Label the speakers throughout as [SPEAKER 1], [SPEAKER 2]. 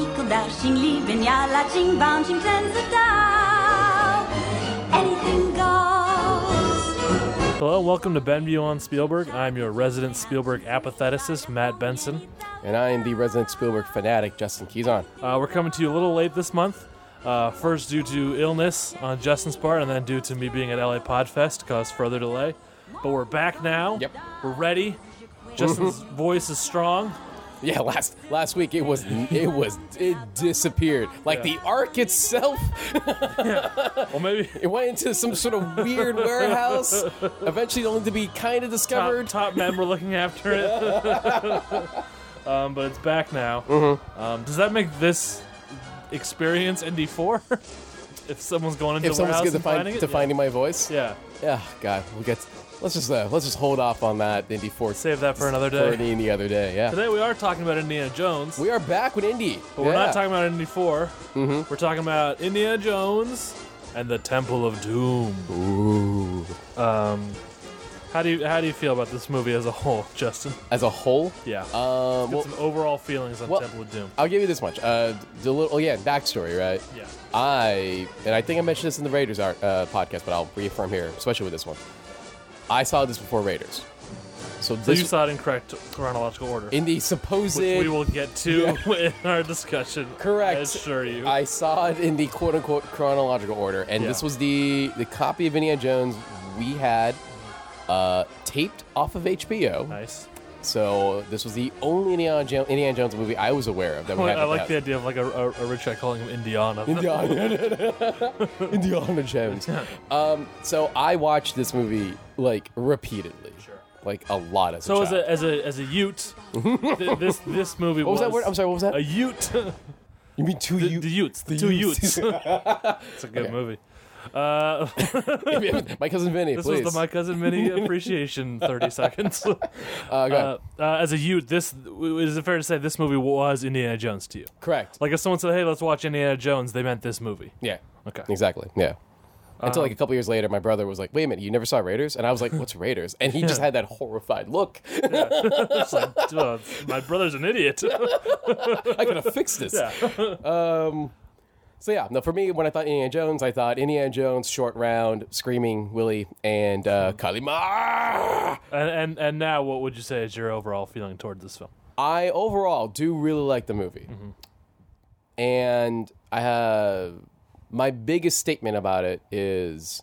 [SPEAKER 1] Latching, leaving, yeah, latching, bouncing, turns it down. Anything goes.
[SPEAKER 2] Hello, welcome to Benview on Spielberg. I'm your resident Spielberg apatheticist, Matt Benson.
[SPEAKER 3] And I am the resident Spielberg fanatic, Justin Keyson.
[SPEAKER 2] Uh, we're coming to you a little late this month. Uh, first, due to illness on Justin's part, and then due to me being at LA Podfest, caused further delay. But we're back now.
[SPEAKER 3] Yep.
[SPEAKER 2] We're ready. Justin's voice is strong.
[SPEAKER 3] Yeah, last last week it was it was it disappeared like
[SPEAKER 2] Yeah.
[SPEAKER 3] the ark itself.
[SPEAKER 2] Well, maybe
[SPEAKER 3] It went into some sort of weird warehouse, eventually only to be kind of
[SPEAKER 2] top,
[SPEAKER 3] discovered.
[SPEAKER 2] top men were looking after it. um, but it's back now.
[SPEAKER 3] Mm-hmm.
[SPEAKER 2] Um, does that make this experience Indy 4? if someone's going into
[SPEAKER 3] If
[SPEAKER 2] a
[SPEAKER 3] someone's
[SPEAKER 2] warehouse
[SPEAKER 3] good to
[SPEAKER 2] and
[SPEAKER 3] find
[SPEAKER 2] finding it?
[SPEAKER 3] to finding my voice,
[SPEAKER 2] yeah. yeah.
[SPEAKER 3] yeah, God, we get. Let's just uh, let's just hold off on that Indy Four.
[SPEAKER 2] Save that for another
[SPEAKER 3] for
[SPEAKER 2] day.
[SPEAKER 3] any the other day. Yeah,
[SPEAKER 2] Today we are talking about Indiana Jones,
[SPEAKER 3] we Mm-hmm. are back with Indy,
[SPEAKER 2] but we're not talking about Indy 4. We're talking about Indiana Jones and the Temple of Doom. Um,
[SPEAKER 3] Ooh,
[SPEAKER 2] How do you how do you feel about this movie as a whole, Justin?
[SPEAKER 3] as a whole.
[SPEAKER 2] Yeah.
[SPEAKER 3] Um,
[SPEAKER 2] Get
[SPEAKER 3] well,
[SPEAKER 2] some overall feelings on
[SPEAKER 3] well-
[SPEAKER 2] Temple of Doom.
[SPEAKER 3] I'll give you this much. Uh, the little again backstory, right?
[SPEAKER 2] Yeah.
[SPEAKER 3] I and I think I mentioned this in the Raiders art, uh, podcast, but I'll reaffirm here, especially with this one. I saw this before Raiders, so
[SPEAKER 2] So
[SPEAKER 3] this
[SPEAKER 2] you saw it in correct chronological order.
[SPEAKER 3] in the supposed
[SPEAKER 2] which we will get to in our discussion.
[SPEAKER 3] correct.
[SPEAKER 2] I assure you.
[SPEAKER 3] I saw it in the quote unquote chronological order, and
[SPEAKER 2] Yeah.
[SPEAKER 3] this was the the copy of Indiana Jones we had uh, taped off of HBO.
[SPEAKER 2] nice.
[SPEAKER 3] So this was the only Indiana, jo- Indiana Jones movie I was aware of that we had.
[SPEAKER 2] Oh, I like
[SPEAKER 3] have.
[SPEAKER 2] the idea of like a, a, a rich guy calling him Indiana.
[SPEAKER 3] Indiana, Indiana Jones. Um, so I watched this movie like repeatedly,
[SPEAKER 2] Sure.
[SPEAKER 3] like a lot as
[SPEAKER 2] so
[SPEAKER 3] a
[SPEAKER 2] as
[SPEAKER 3] child.
[SPEAKER 2] a as a as a Ute, th- this this movie
[SPEAKER 3] what was that word? I'm sorry, what was that?
[SPEAKER 2] A Ute,
[SPEAKER 3] you mean two
[SPEAKER 2] the,
[SPEAKER 3] you?
[SPEAKER 2] the Utes, the
[SPEAKER 3] the
[SPEAKER 2] two
[SPEAKER 3] Utes.
[SPEAKER 2] Utes. it's a good
[SPEAKER 3] Okay.
[SPEAKER 2] movie. Uh,
[SPEAKER 3] my cousin Vinny,
[SPEAKER 2] this
[SPEAKER 3] please.
[SPEAKER 2] was the my cousin Minnie appreciation thirty seconds.
[SPEAKER 3] uh, go ahead.
[SPEAKER 2] uh, uh, as a Ute, this is it fair to say this movie was Indiana Jones to you?
[SPEAKER 3] Correct.
[SPEAKER 2] Like if someone said, "Hey, let's watch Indiana Jones," they meant this movie.
[SPEAKER 3] yeah.
[SPEAKER 2] Okay.
[SPEAKER 3] Exactly. Yeah.
[SPEAKER 2] Uh-huh.
[SPEAKER 3] Until like a couple years later, my brother was like, "Wait a minute, you never saw Raiders?" And I was like, "What's Raiders?" And he just had that horrified look.
[SPEAKER 2] It's like, "Duh, my brother's an idiot.
[SPEAKER 3] I could have fixed this.
[SPEAKER 2] Yeah.
[SPEAKER 3] Um, so yeah, no. For me, when I thought Indiana Jones, I thought Indiana Jones, Short Round, Screaming Willie, and uh, Kalima.
[SPEAKER 2] And, and and now, what would you say is your overall feeling towards this film?
[SPEAKER 3] I overall do really like the movie, and I have my biggest statement about it is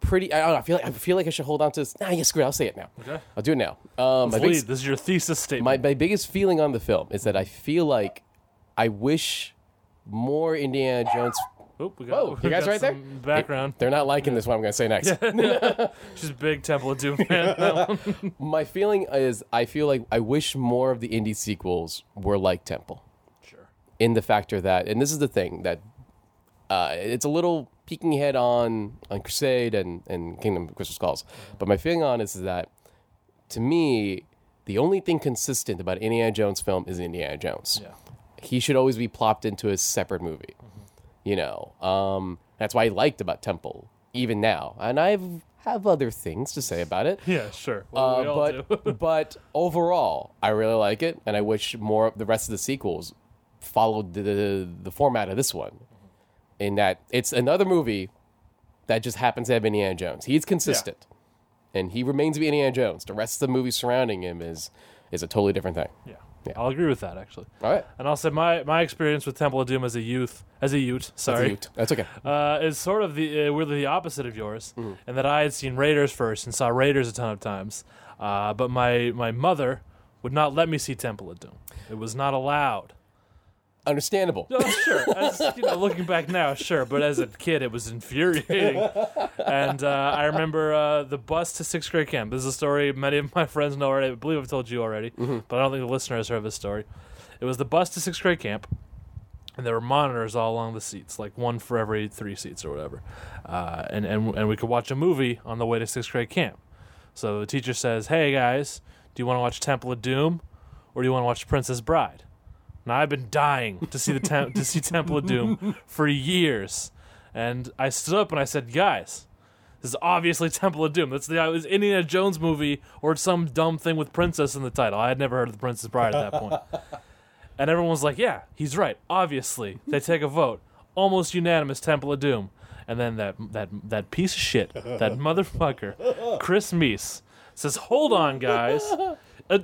[SPEAKER 3] pretty. I don't know. I feel like I feel like I should hold on to this. Nah, yeah, screw it. I'll say it now.
[SPEAKER 2] Okay.
[SPEAKER 3] I'll do it now. Um, my
[SPEAKER 2] Please,
[SPEAKER 3] biggest-
[SPEAKER 2] this is your thesis
[SPEAKER 3] my,
[SPEAKER 2] statement.
[SPEAKER 3] my biggest feeling on the film is that I feel like I wish more Indiana Jones.
[SPEAKER 2] Oop, we got,
[SPEAKER 3] Whoa,
[SPEAKER 2] we
[SPEAKER 3] you guys
[SPEAKER 2] got
[SPEAKER 3] right there?
[SPEAKER 2] some Background.
[SPEAKER 3] They're not liking this. What I'm going to say next.
[SPEAKER 2] She's a big Temple of Doom fan. That one.
[SPEAKER 3] My feeling is I feel like I wish more of the indie sequels were like Temple.
[SPEAKER 2] Sure.
[SPEAKER 3] in the factor that, and this is the thing that uh, it's a little peeking ahead on on Crusade and and Kingdom of Crystal Skulls,
[SPEAKER 2] Mm-hmm.
[SPEAKER 3] but my feeling on is that to me the only thing consistent about Indiana Jones film is Indiana Jones.
[SPEAKER 2] Yeah.
[SPEAKER 3] He should always be plopped into a separate movie.
[SPEAKER 2] Mm-hmm.
[SPEAKER 3] You know, um, that's why I liked about Temple even now, and I've have other things to say about it.
[SPEAKER 2] Yeah, sure. Well, we all
[SPEAKER 3] Uh,
[SPEAKER 2] do.
[SPEAKER 3] but but overall, I really like it, and I wish more of the rest of the sequels followed the the, the format of this one. In that it's another movie that just happens to have Indiana Jones. He's consistent, and he remains to be Indiana Jones. The rest of the movie surrounding him is is a totally different thing.
[SPEAKER 2] yeah.
[SPEAKER 3] Yeah.
[SPEAKER 2] I'll agree with that actually.
[SPEAKER 3] All right,
[SPEAKER 2] And I'll say my, my experience with Temple of Doom as a youth, as a Ute,
[SPEAKER 3] that's, a
[SPEAKER 2] sorry,
[SPEAKER 3] mute. that's okay.
[SPEAKER 2] uh, is sort of the uh, weirdly the opposite of yours,
[SPEAKER 3] Mm.
[SPEAKER 2] and that I had seen Raiders first and saw Raiders a ton of times, uh, but my my mother would not let me see Temple of Doom. It was not allowed.
[SPEAKER 3] Understandable.
[SPEAKER 2] No, Oh, sure. As, you know, looking back now, sure. But as a kid, it was infuriating. And uh, I remember uh, the bus to sixth grade camp. This is a story many of my friends know already. I believe I've told you already, but I don't think the listener has heard this story. It was the bus to sixth grade camp, and there were monitors all along the seats, like one for every three seats or whatever. Uh, and, and, and we could watch a movie on the way to sixth grade camp. So the teacher says, Hey guys, do you want to watch Temple of Doom or do you want to watch Princess Bride? Now I've been dying to see the tem- to see Temple of Doom for years, and I stood up and I said, "Guys, this is obviously Temple of Doom. That's the it was Indiana Jones movie or some dumb thing with princess in the title. I had never heard of the Princess Bride at that point." And everyone's like, yeah, he's right. Obviously, they take a vote, almost unanimous Temple of Doom. And then that that that piece of shit, that motherfucker, Chris Meese says, "Hold on, guys." Uh,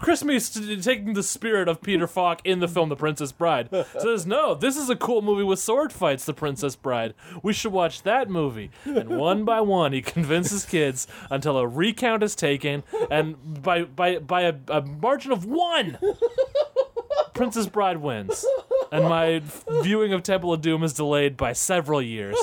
[SPEAKER 2] Chris Meese t- t- taking the spirit of Peter Falk in the film The Princess Bride says, "No, this is a cool movie with sword fights. The Princess Bride. We should watch that movie." And one by one, he convinces kids until a recount is taken, and by by by a, a margin of one, Princess Bride wins. And my f- viewing of Temple of Doom is delayed by several years.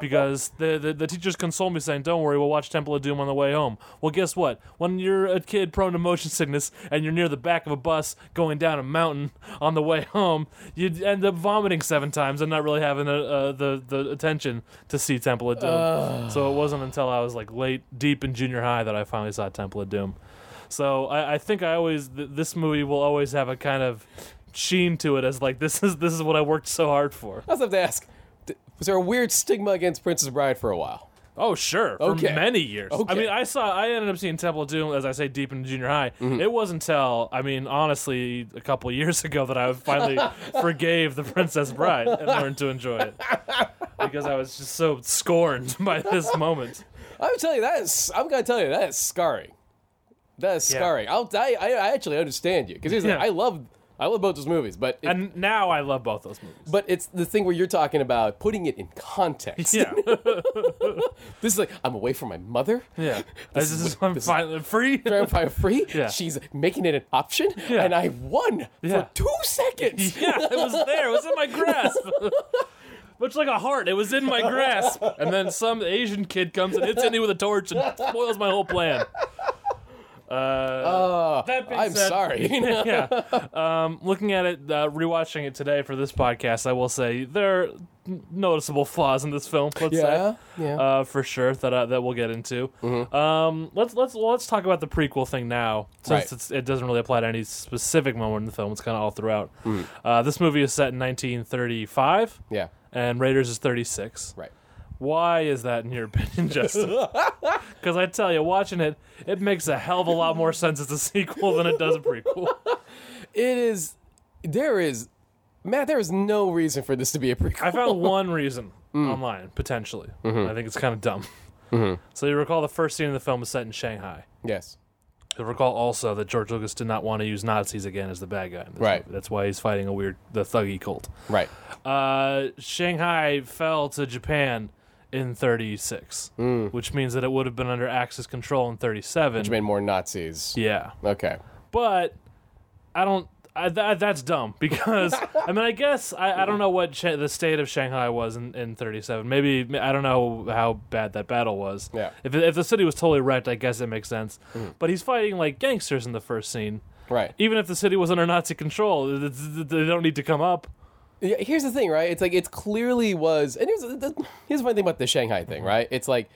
[SPEAKER 2] Because the, the, the teachers console me saying, Don't worry, we'll watch Temple of Doom on the way home. Well, guess what? When you're a kid prone to motion sickness and you're near the back of a bus going down a mountain on the way home, you'd end up vomiting seven times and not really having the uh, the, the attention to see Temple of Doom. so it wasn't until I was like late, deep in junior high that I finally saw Temple of Doom. So I, I think I always th- this movie will always have a kind of sheen to it as like this is this is what I worked so hard for.
[SPEAKER 3] I also have to ask, d- was there a weird stigma against Princess Bride for a while?
[SPEAKER 2] Oh sure, for
[SPEAKER 3] Okay.
[SPEAKER 2] many years.
[SPEAKER 3] Okay.
[SPEAKER 2] I mean, I saw I ended up seeing Temple of Doom as I say deep in junior high.
[SPEAKER 3] Mm-hmm.
[SPEAKER 2] It wasn't until I mean honestly a couple years ago that I finally forgave the Princess Bride and learned to enjoy it because I was just so scorned by this moment.
[SPEAKER 3] I'm telling you that is. I'm gonna tell you that is scarring. That is
[SPEAKER 2] Yeah.
[SPEAKER 3] scarring. I'll, I I I actually understand you because here's the thing,
[SPEAKER 2] Yeah.
[SPEAKER 3] I love I love both those movies, but it,
[SPEAKER 2] And now I love both those movies.
[SPEAKER 3] but it's the thing where you're talking about putting it in context.
[SPEAKER 2] Yeah,
[SPEAKER 3] this is like I'm away from my mother.
[SPEAKER 2] yeah. this,
[SPEAKER 3] is
[SPEAKER 2] is,
[SPEAKER 3] what-
[SPEAKER 2] I'm
[SPEAKER 3] this is-
[SPEAKER 2] finally free.
[SPEAKER 3] Grandpa free.
[SPEAKER 2] Yeah.
[SPEAKER 3] She's making it an option,
[SPEAKER 2] Yeah.
[SPEAKER 3] and I won
[SPEAKER 2] Yeah.
[SPEAKER 3] for two seconds.
[SPEAKER 2] Yeah, it was there. It was in my grasp. Much like a heart, it was in my grasp. And then some Asian kid comes and hits me with a torch and spoils my whole plan. Uh, that being
[SPEAKER 3] I'm
[SPEAKER 2] said-
[SPEAKER 3] sorry.
[SPEAKER 2] yeah. Um, looking at it, uh, rewatching it today for this podcast, I will say there are noticeable flaws in this film. Let's
[SPEAKER 3] Yeah,
[SPEAKER 2] say,
[SPEAKER 3] yeah. Mm-hmm.
[SPEAKER 2] uh, for sure that uh, that we'll get into. Um, let's let's well, let's talk about the prequel thing now, since
[SPEAKER 3] Right.
[SPEAKER 2] it's, it doesn't really apply to any specific moment in the film. It's kind of all throughout. Uh, this movie is set in 1935,
[SPEAKER 3] Mm. Yeah.
[SPEAKER 2] and Raiders is 36.
[SPEAKER 3] Right.
[SPEAKER 2] Why is that in your opinion, Justin? Because I tell you, watching it, it makes a hell of a lot more sense as a sequel than it does a prequel.
[SPEAKER 3] It is. There is. Matt, there is no reason for this to be a prequel.
[SPEAKER 2] I found one reason
[SPEAKER 3] Mm.
[SPEAKER 2] online, potentially.
[SPEAKER 3] Mm-hmm.
[SPEAKER 2] I think it's kind of dumb. So you recall the first scene of the film is set in Shanghai.
[SPEAKER 3] yes.
[SPEAKER 2] You recall also that George Lucas did not want to use Nazis again as the bad guy. in this
[SPEAKER 3] Right.
[SPEAKER 2] movie. That's why he's fighting a weird the thuggy cult.
[SPEAKER 3] Right.
[SPEAKER 2] Uh, Shanghai fell to Japan in 36, which means that it would have been under Axis control in 37.
[SPEAKER 3] Mm. Which made more Nazis.
[SPEAKER 2] yeah.
[SPEAKER 3] Okay.
[SPEAKER 2] but I don't. I, that, that's dumb because I mean I guess I, I don't know what Sha the state of Shanghai was in, in 37. Maybe I don't know how bad that battle was.
[SPEAKER 3] Yeah. Mm-hmm.
[SPEAKER 2] If if the city was totally wrecked, I guess it makes sense. But he's fighting like gangsters in the first scene.
[SPEAKER 3] Right.
[SPEAKER 2] Even if the city was under Nazi control, th- th- they don't need to come up.
[SPEAKER 3] Yeah, here's the thing, right? It's like it clearly was, and here's the, here's the funny thing about the Shanghai thing,
[SPEAKER 2] Mm-hmm.
[SPEAKER 3] right? It's like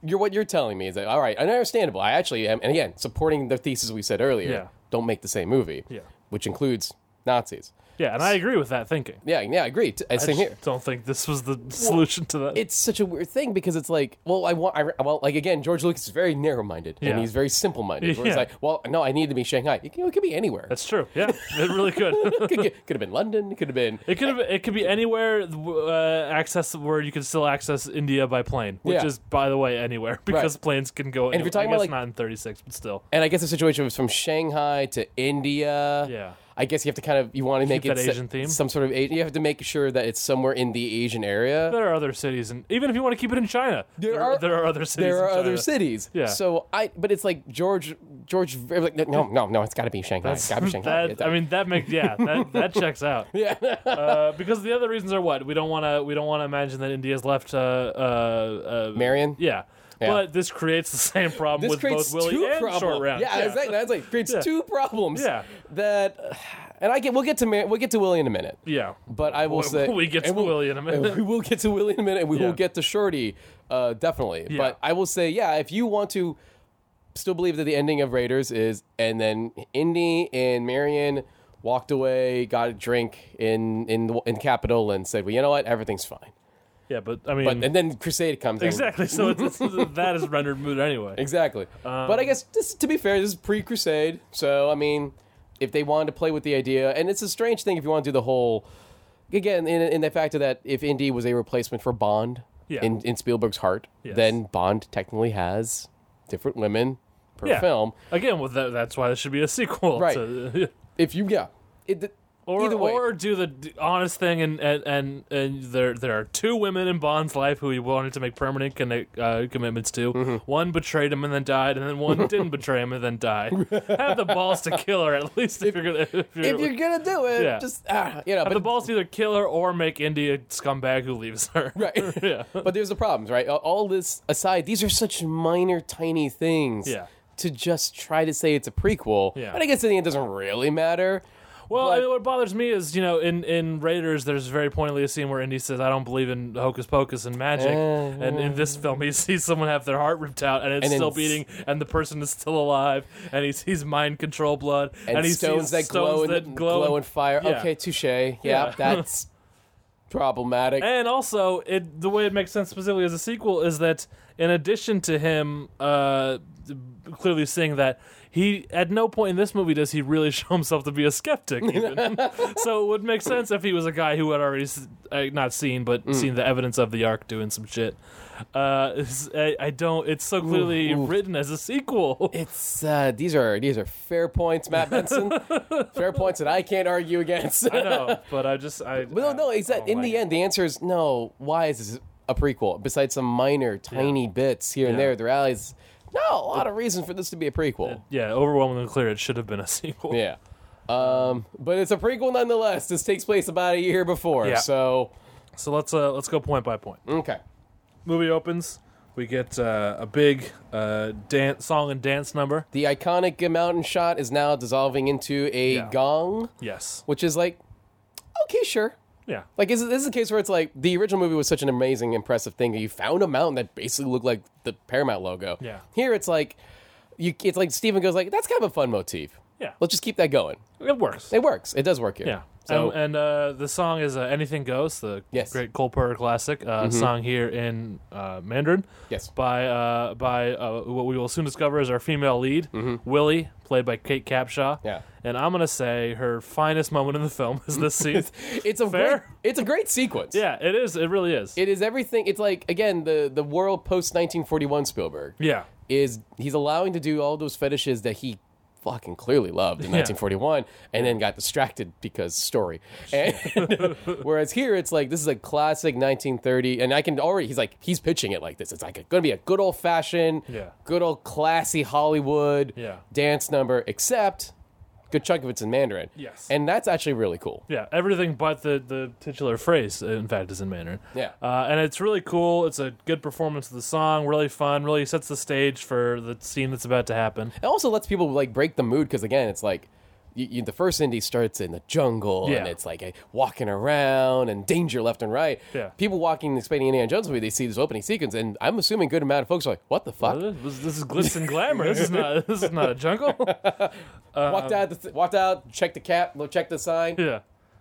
[SPEAKER 3] you're what you're telling me is that all right, and understandable. I actually am, and again, supporting the thesis we said earlier.
[SPEAKER 2] Yeah.
[SPEAKER 3] Don't make the same movie.
[SPEAKER 2] Yeah.
[SPEAKER 3] Which includes Nazis.
[SPEAKER 2] Yeah, and I agree with that thinking.
[SPEAKER 3] Yeah, yeah, I agree. T- Same here.
[SPEAKER 2] Don't think this was the solution to that.
[SPEAKER 3] It's such a weird thing because it's like, well, I want, I, well, like again, George Lucas is very narrow-minded
[SPEAKER 2] Yeah.
[SPEAKER 3] and he's very simple-minded. Where
[SPEAKER 2] Yeah.
[SPEAKER 3] It's like, well, no, I need to be Shanghai. It, can- it could be anywhere.
[SPEAKER 2] that's true. Yeah, it really could.
[SPEAKER 3] It could, it could have been London. It could have been
[SPEAKER 2] It could have, it could be anywhere uh, access where you can still access India by plane, which
[SPEAKER 3] Yeah.
[SPEAKER 2] is by the way anywhere because
[SPEAKER 3] Right.
[SPEAKER 2] planes can go. And
[SPEAKER 3] if you're talking
[SPEAKER 2] I guess
[SPEAKER 3] about, like-
[SPEAKER 2] not in 36, but still,
[SPEAKER 3] and I guess the situation was from Shanghai to India.
[SPEAKER 2] Yeah.
[SPEAKER 3] I guess you have to kind of you want to make
[SPEAKER 2] that
[SPEAKER 3] it se-
[SPEAKER 2] Asian theme.
[SPEAKER 3] some sort of Asian. You have to make sure that it's somewhere in the Asian area.
[SPEAKER 2] there are other cities, and even if you want to keep it in China, there,
[SPEAKER 3] are-
[SPEAKER 2] there are other cities.
[SPEAKER 3] There are
[SPEAKER 2] in China.
[SPEAKER 3] other cities.
[SPEAKER 2] Yeah.
[SPEAKER 3] So I, but it's like George, George, like, no, no, no, it's got to be Shanghai. It's got to be Shanghai.
[SPEAKER 2] That, I mean, that makes yeah, that, that checks out. Yeah, uh, because the other reasons are what we don't want to we don't want to imagine that India's left. Uh, uh, uh,
[SPEAKER 3] Marion.
[SPEAKER 2] yeah.
[SPEAKER 3] Yeah.
[SPEAKER 2] but this creates the same problem
[SPEAKER 3] This
[SPEAKER 2] with
[SPEAKER 3] creates
[SPEAKER 2] both Willie
[SPEAKER 3] two
[SPEAKER 2] and
[SPEAKER 3] problems.
[SPEAKER 2] Short Round.
[SPEAKER 3] Yeah, exactly. That's like creates
[SPEAKER 2] Yeah.
[SPEAKER 3] two problems.
[SPEAKER 2] Yeah.
[SPEAKER 3] That, and I get. We'll get to Mar- we'll get to Willie in a minute.
[SPEAKER 2] Yeah.
[SPEAKER 3] But I will
[SPEAKER 2] We-
[SPEAKER 3] say
[SPEAKER 2] we get
[SPEAKER 3] and
[SPEAKER 2] to Willie in a minute.
[SPEAKER 3] and We will get to Willie in a minute. and We
[SPEAKER 2] Yeah.
[SPEAKER 3] will get to Shorty, uh, definitely.
[SPEAKER 2] Yeah.
[SPEAKER 3] But I will say, yeah, if you want to still believe that the ending of Raiders is, and then Indy and Marion walked away, got a drink in in the- in Capitol, and said, well, you know what, everything's fine.
[SPEAKER 2] Yeah, but I mean,
[SPEAKER 3] But and then Crusade comes in.
[SPEAKER 2] Exactly. So it's, it's, that is rendered moot anyway. Um,
[SPEAKER 3] Exactly. but I guess this, to be fair, this is pre Crusade, so I mean, if they wanted to play with the idea, and it's a strange thing if you want to do the whole again in, in the fact of that if Indy was a replacement for Bond
[SPEAKER 2] Yeah.
[SPEAKER 3] in, in Spielberg's heart,
[SPEAKER 2] Yes.
[SPEAKER 3] then Bond technically has different women per
[SPEAKER 2] Yeah.
[SPEAKER 3] film.
[SPEAKER 2] Again, well, that, that's why there should be a sequel.
[SPEAKER 3] Right.
[SPEAKER 2] to-
[SPEAKER 3] If you yeah, it,
[SPEAKER 2] or,
[SPEAKER 3] either way,
[SPEAKER 2] or do the d- honest thing, and and, and and there there are two women in Bond's life who he wanted to make permanent conne- uh, commitments to.
[SPEAKER 3] Mm-hmm.
[SPEAKER 2] One betrayed him and then died, and then one didn't betray him and then died. Have the balls to kill her at least if, you're gonna. If you're,
[SPEAKER 3] if you're gonna do it,
[SPEAKER 2] Yeah.
[SPEAKER 3] just ah, you know,
[SPEAKER 2] have the
[SPEAKER 3] but
[SPEAKER 2] balls to either kill her or make India a scumbag who leaves her.
[SPEAKER 3] Right.
[SPEAKER 2] yeah.
[SPEAKER 3] but there's the problems, right? All- All this aside, these are such minor, tiny things.
[SPEAKER 2] Yeah.
[SPEAKER 3] To just try to say it's a prequel,
[SPEAKER 2] Yeah.
[SPEAKER 3] but I guess in the end, it doesn't really matter.
[SPEAKER 2] Well,
[SPEAKER 3] But-
[SPEAKER 2] I mean, what bothers me is, you know, in, in Raiders, there's very pointedly a scene where Indy says, I don't believe in hocus pocus and magic. and in this film, he sees someone have their heart ripped out and it's
[SPEAKER 3] Uh-huh. And then
[SPEAKER 2] still
[SPEAKER 3] s-
[SPEAKER 2] beating, and the person is still alive, and he sees mind control blood,
[SPEAKER 3] And,
[SPEAKER 2] he
[SPEAKER 3] stones
[SPEAKER 2] sees
[SPEAKER 3] that glow
[SPEAKER 2] stones
[SPEAKER 3] and
[SPEAKER 2] that glow.
[SPEAKER 3] in fire.
[SPEAKER 2] yeah.
[SPEAKER 3] Okay, touche. Yeah,
[SPEAKER 2] Yeah.
[SPEAKER 3] that's problematic.
[SPEAKER 2] and also, it the way it makes sense specifically as a sequel is that in addition to him uh, clearly seeing that, he at no point in this movie does he really show himself to be a skeptic. Even. so it would make sense if he was a guy who had already s- uh, not seen but
[SPEAKER 3] Mm.
[SPEAKER 2] seen the evidence of the ark doing some shit. Uh, it's- I, I don't. It's so clearly written as a sequel.
[SPEAKER 3] it's uh, these are these are fair points, Matt Benson. fair points that I can't argue against.
[SPEAKER 2] I know, but I just I.
[SPEAKER 3] But no, no,
[SPEAKER 2] I
[SPEAKER 3] is that
[SPEAKER 2] don't
[SPEAKER 3] in
[SPEAKER 2] like
[SPEAKER 3] the
[SPEAKER 2] it.
[SPEAKER 3] end the answer is no. Why is this a prequel? Besides some minor, tiny bits here and
[SPEAKER 2] Yeah.
[SPEAKER 3] there, at the rallies. No, a lot of reason for this to be a prequel.
[SPEAKER 2] Yeah, overwhelmingly clear. It should have been a sequel.
[SPEAKER 3] yeah, um, but it's a prequel nonetheless. This takes place about a year before,
[SPEAKER 2] Yeah.
[SPEAKER 3] so
[SPEAKER 2] So let's uh, let's go point by point.
[SPEAKER 3] okay.
[SPEAKER 2] movie opens. We get uh, a big uh, dance song and dance number.
[SPEAKER 3] The iconic mountain shot is now dissolving into a
[SPEAKER 2] Yeah.
[SPEAKER 3] gong,
[SPEAKER 2] Yes.
[SPEAKER 3] which is like, okay, sure.
[SPEAKER 2] Yeah.
[SPEAKER 3] Like, is it- this is a case where it's like the original movie was such an amazing, impressive thing that you found a mountain that basically looked like the Paramount logo.
[SPEAKER 2] Yeah.
[SPEAKER 3] Here it's like, you, it's like Steven goes like, that's kind of a fun motif.
[SPEAKER 2] Yeah.
[SPEAKER 3] Let's just keep that going.
[SPEAKER 2] It works.
[SPEAKER 3] It works. It does work here.
[SPEAKER 2] Yeah.
[SPEAKER 3] So
[SPEAKER 2] and and uh, the song is uh, "Anything Goes," the
[SPEAKER 3] Yes. Mm-hmm.
[SPEAKER 2] great Cole Porter classic uh, song here in uh, Mandarin.
[SPEAKER 3] Yes.
[SPEAKER 2] By uh, by uh, what we will soon discover is our female lead, Willie, played by Kate Capshaw.
[SPEAKER 3] Mm-hmm. Yeah.
[SPEAKER 2] And I'm gonna say her finest moment in the film is this scene.
[SPEAKER 3] it's a
[SPEAKER 2] Fair.
[SPEAKER 3] great, it's a great sequence.
[SPEAKER 2] yeah, it is. It really is.
[SPEAKER 3] It is everything. It's like again the the world post 1941 Spielberg.
[SPEAKER 2] yeah.
[SPEAKER 3] is he's allowing to do all those fetishes that he fucking clearly loved in 1941 and then got distracted because story. And whereas here it's like this is a classic 1930 and I can already he's like he's pitching it like this. It's like going to be a good old fashioned,
[SPEAKER 2] Yeah.
[SPEAKER 3] good old classy Hollywood
[SPEAKER 2] Yeah.
[SPEAKER 3] dance number except good chunk of it's in Mandarin.
[SPEAKER 2] Yes.
[SPEAKER 3] And that's actually really cool.
[SPEAKER 2] Yeah, everything but the, the titular phrase, in fact, is in Mandarin.
[SPEAKER 3] Yeah.
[SPEAKER 2] Uh, and it's really cool. It's a good performance of the song, really fun, really sets the stage for the scene that's about to happen.
[SPEAKER 3] It also lets people like break the mood because again, it's like you, you, the first indie starts in the jungle and
[SPEAKER 2] Yeah.
[SPEAKER 3] it's like a, walking around and danger left and right.
[SPEAKER 2] Yeah.
[SPEAKER 3] People walking expecting Indiana Jones movie, they see this opening sequence, and I'm assuming a good amount of folks are like, "What the fuck?"
[SPEAKER 2] Uh, This, this- this is glitz and glamour. This is not this is not a jungle.
[SPEAKER 3] walked out, the th- walked out, checked the cap, look, checked the sign.
[SPEAKER 2] Uh, Yeah.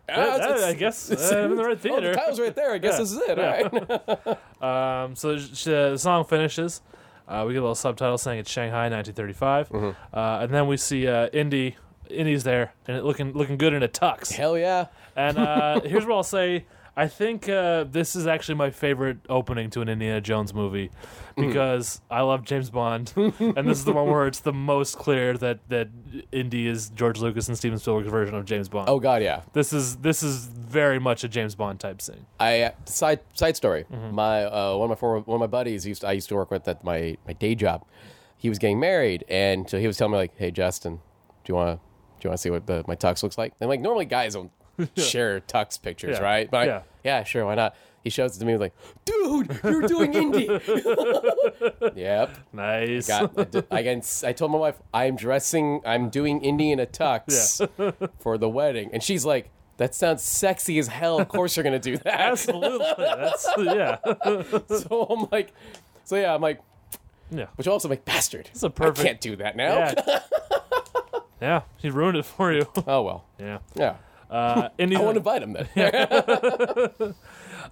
[SPEAKER 3] Ah, it's-
[SPEAKER 2] I- I
[SPEAKER 3] it's-
[SPEAKER 2] guess uh, I'm in the right
[SPEAKER 3] Oh, the
[SPEAKER 2] theater.
[SPEAKER 3] title's right there. I guess
[SPEAKER 2] Yeah.
[SPEAKER 3] this is it.
[SPEAKER 2] Yeah.
[SPEAKER 3] All right.
[SPEAKER 2] Um, so sh- sh- the song finishes. Uh, we get a little subtitle saying it's Shanghai 1935, uh, and then we see uh, Indy. Indy's there and it looking looking good in a tux.
[SPEAKER 3] Hell yeah.
[SPEAKER 2] And uh, here's what I'll say. I think uh, this is actually my favorite opening to an Indiana Jones movie
[SPEAKER 3] Mm.
[SPEAKER 2] because I love James Bond, and this is the one where it's the most clear that that Indy is George Lucas and Steven Spielberg's version of James Bond.
[SPEAKER 3] Oh god, yeah.
[SPEAKER 2] This is this is very much a James Bond type scene.
[SPEAKER 3] I uh, side side story.
[SPEAKER 2] Mm-hmm.
[SPEAKER 3] My uh, one of my former, one of my buddies used I used to work with at my my day job. He was getting married, and so he was telling me like, "Hey, Justin, do you want to do you want to see what the, my tux looks like?" And like normally guys don't share tux pictures,
[SPEAKER 2] Yeah.
[SPEAKER 3] right? But I-
[SPEAKER 2] Yeah.
[SPEAKER 3] yeah, sure, why not? He shows it to me like, "Dude, you're doing indie." yep,
[SPEAKER 2] Nice.
[SPEAKER 3] got. I, did- I, can- I told my wife I'm dressing. I'm doing indie in a tux for the wedding, and she's like. That sounds sexy as hell. Of course you're gonna do that.
[SPEAKER 2] Absolutely. That's yeah.
[SPEAKER 3] So I'm like, so yeah, I'm like,
[SPEAKER 2] Yeah.
[SPEAKER 3] which also I'm like bastard.
[SPEAKER 2] It's a perfect-
[SPEAKER 3] I can't do that now.
[SPEAKER 2] Yeah. Yeah. He ruined it for you.
[SPEAKER 3] Oh well.
[SPEAKER 2] Yeah.
[SPEAKER 3] Yeah.
[SPEAKER 2] Uh, Indy's
[SPEAKER 3] I
[SPEAKER 2] in
[SPEAKER 3] won't
[SPEAKER 2] a-
[SPEAKER 3] invite him then.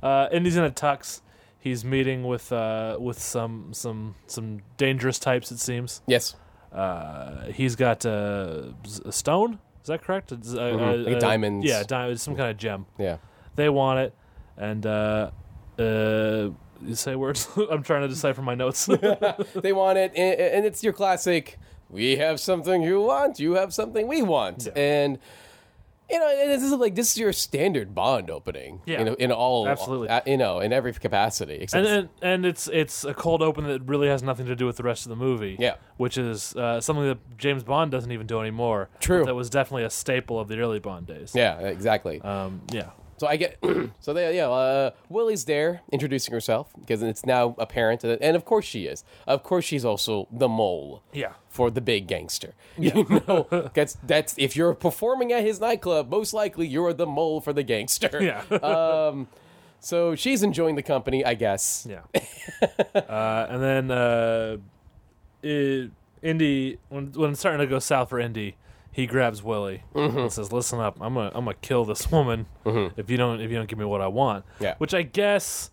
[SPEAKER 2] Uh, and he's in a tux. He's meeting with uh, with some some some dangerous types. It seems
[SPEAKER 3] yes.
[SPEAKER 2] uh, he's got uh, s- a stone. Is that correct? It's, uh, uh,
[SPEAKER 3] Mm-hmm. Like
[SPEAKER 2] uh,
[SPEAKER 3] diamonds.
[SPEAKER 2] Yeah, diamonds, some kind of gem.
[SPEAKER 3] Yeah.
[SPEAKER 2] They want it, and uh, uh, you say words. I'm trying to decipher my notes.
[SPEAKER 3] They want it, and, and it's your classic. We have something you want. You have something we want,
[SPEAKER 2] Yeah.
[SPEAKER 3] and you know and this is like this is your standard Bond opening.
[SPEAKER 2] Yeah.
[SPEAKER 3] you know, in all
[SPEAKER 2] Absolutely.
[SPEAKER 3] uh, you know, in every capacity. Except
[SPEAKER 2] and, and and it's it's a cold open that really has nothing to do with the rest of the movie.
[SPEAKER 3] Yeah.
[SPEAKER 2] which is uh, something that James Bond doesn't even do anymore.
[SPEAKER 3] True.
[SPEAKER 2] but That was definitely a staple of the early Bond days.
[SPEAKER 3] yeah, exactly.
[SPEAKER 2] Um, yeah.
[SPEAKER 3] So I get so they yeah uh, Willie's there introducing herself because it's now apparent that, and of course she is of course she's also the mole
[SPEAKER 2] Yeah.
[SPEAKER 3] for the big gangster you know that's that's if you're performing at his nightclub most likely you're the mole for the gangster
[SPEAKER 2] Yeah.
[SPEAKER 3] so she's enjoying the company I guess
[SPEAKER 2] Yeah. uh, and then uh, it, Indy, when when it's starting to go south for Indy, he grabs Willie
[SPEAKER 3] Mm-hmm.
[SPEAKER 2] and says, "Listen up, I'm gonna I'm gonna kill this woman if you don't if you don't give me what I want."
[SPEAKER 3] Yeah.
[SPEAKER 2] Which I guess.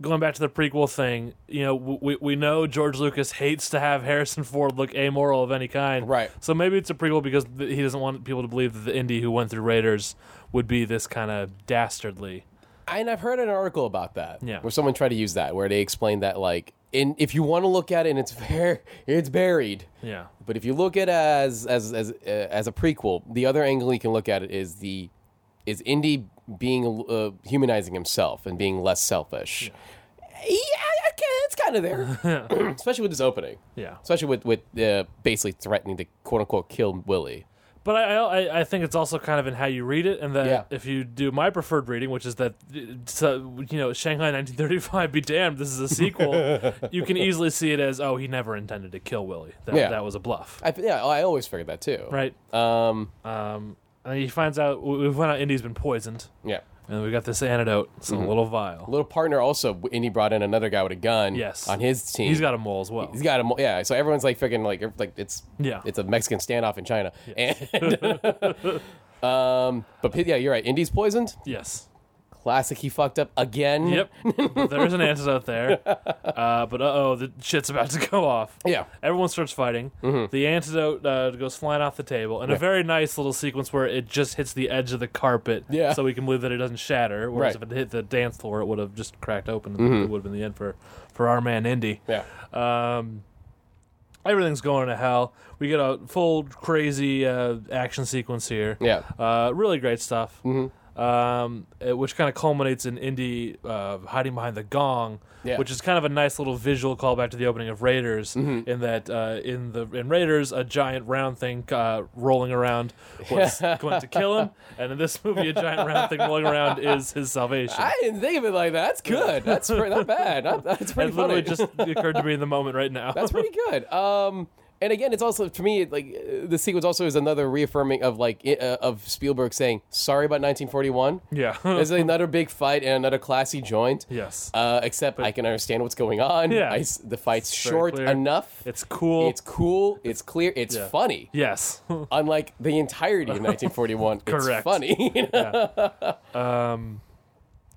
[SPEAKER 2] Going back to the prequel thing, you know, w- we we know George Lucas hates to have Harrison Ford look amoral of any kind,
[SPEAKER 3] Right.
[SPEAKER 2] So maybe it's a prequel because th- he doesn't want people to believe that the Indy who went through Raiders would be this kind of dastardly.
[SPEAKER 3] and I've heard an article about that
[SPEAKER 2] Yeah.
[SPEAKER 3] where someone tried to use that where they explained that like in if you want to look at it and it's ver- it's buried
[SPEAKER 2] Yeah,
[SPEAKER 3] But if you look at it as as as uh, as a prequel, the other angle you can look at it is the is Indy being uh, humanizing himself and being less selfish. Yeah, I- I can- it's kind of there, especially with this opening,
[SPEAKER 2] yeah.
[SPEAKER 3] especially with with uh, basically threatening to quote unquote kill Willie.
[SPEAKER 2] But I, I I think it's also kind of in how you read it, and that
[SPEAKER 3] Yeah.
[SPEAKER 2] if you do my preferred reading, which is that so, you know Shanghai 1935, be damned, this is a sequel. you can easily see it as oh he never intended to kill Willie. That
[SPEAKER 3] Yeah.
[SPEAKER 2] that was a bluff,
[SPEAKER 3] I, yeah, I always figured that too.
[SPEAKER 2] right?
[SPEAKER 3] Um.
[SPEAKER 2] Um, and he finds out we we find out Indy's been poisoned,
[SPEAKER 3] Yeah.
[SPEAKER 2] and we got this antidote. It's
[SPEAKER 3] Mm-hmm.
[SPEAKER 2] a little vial.
[SPEAKER 3] Little partner also, and he brought in another guy with a gun.
[SPEAKER 2] Yes.
[SPEAKER 3] On his team,
[SPEAKER 2] He's got a mole as well.
[SPEAKER 3] He's got a mo- yeah. So everyone's like freaking like ev- like it's
[SPEAKER 2] Yeah.
[SPEAKER 3] It's a Mexican standoff in China. And um, but Pit- yeah, you're right. Indy's poisoned.
[SPEAKER 2] yes.
[SPEAKER 3] Classic. He fucked up again.
[SPEAKER 2] Yep. But there is an antidote there. Uh, but uh oh, the shit's about to go off.
[SPEAKER 3] Yeah. Mm-hmm.
[SPEAKER 2] Everyone starts fighting. The antidote uh, goes flying off the table, and a very nice little sequence where it just hits the edge of the carpet.
[SPEAKER 3] Yeah.
[SPEAKER 2] So we can believe that it doesn't shatter. Whereas
[SPEAKER 3] Right. Mm-hmm.
[SPEAKER 2] if it hit the dance floor, it would have just cracked open. and It would have been the end for, for our man Indy.
[SPEAKER 3] Yeah.
[SPEAKER 2] Um, everything's going to hell. We get a full crazy uh, action sequence here.
[SPEAKER 3] Yeah. Mm-hmm.
[SPEAKER 2] Uh, really great stuff. Um, it- which kind of culminates in Indy uh, hiding behind the gong,
[SPEAKER 3] Yeah.
[SPEAKER 2] which is kind of a nice little visual callback to the opening of Raiders.
[SPEAKER 3] Mm-hmm.
[SPEAKER 2] In that, uh, in the in Raiders, a giant round thing uh, rolling around was going to kill him, and in this movie, a giant round thing rolling around is his salvation.
[SPEAKER 3] I didn't think of it like that. That's good. That's pre- not bad. Not, that's pretty
[SPEAKER 2] it literally
[SPEAKER 3] funny.
[SPEAKER 2] just occurred to me in the moment right now.
[SPEAKER 3] that's pretty good. Um, and again, it's also for me like uh, the sequence also is another reaffirming of like i- uh, of Spielberg saying sorry about 1941.
[SPEAKER 2] yeah.
[SPEAKER 3] There's another big fight and another classy joint.
[SPEAKER 2] Yes.
[SPEAKER 3] Uh, except I can understand what's going on.
[SPEAKER 2] Yeah.
[SPEAKER 3] I s- the fight's
[SPEAKER 2] It's very
[SPEAKER 3] short
[SPEAKER 2] clear.
[SPEAKER 3] enough.
[SPEAKER 2] It's cool.
[SPEAKER 3] It's cool. It's clear. It's
[SPEAKER 2] Yeah.
[SPEAKER 3] funny.
[SPEAKER 2] yes.
[SPEAKER 3] Unlike the entirety of 1941,
[SPEAKER 2] Correct.
[SPEAKER 3] it's funny. you know?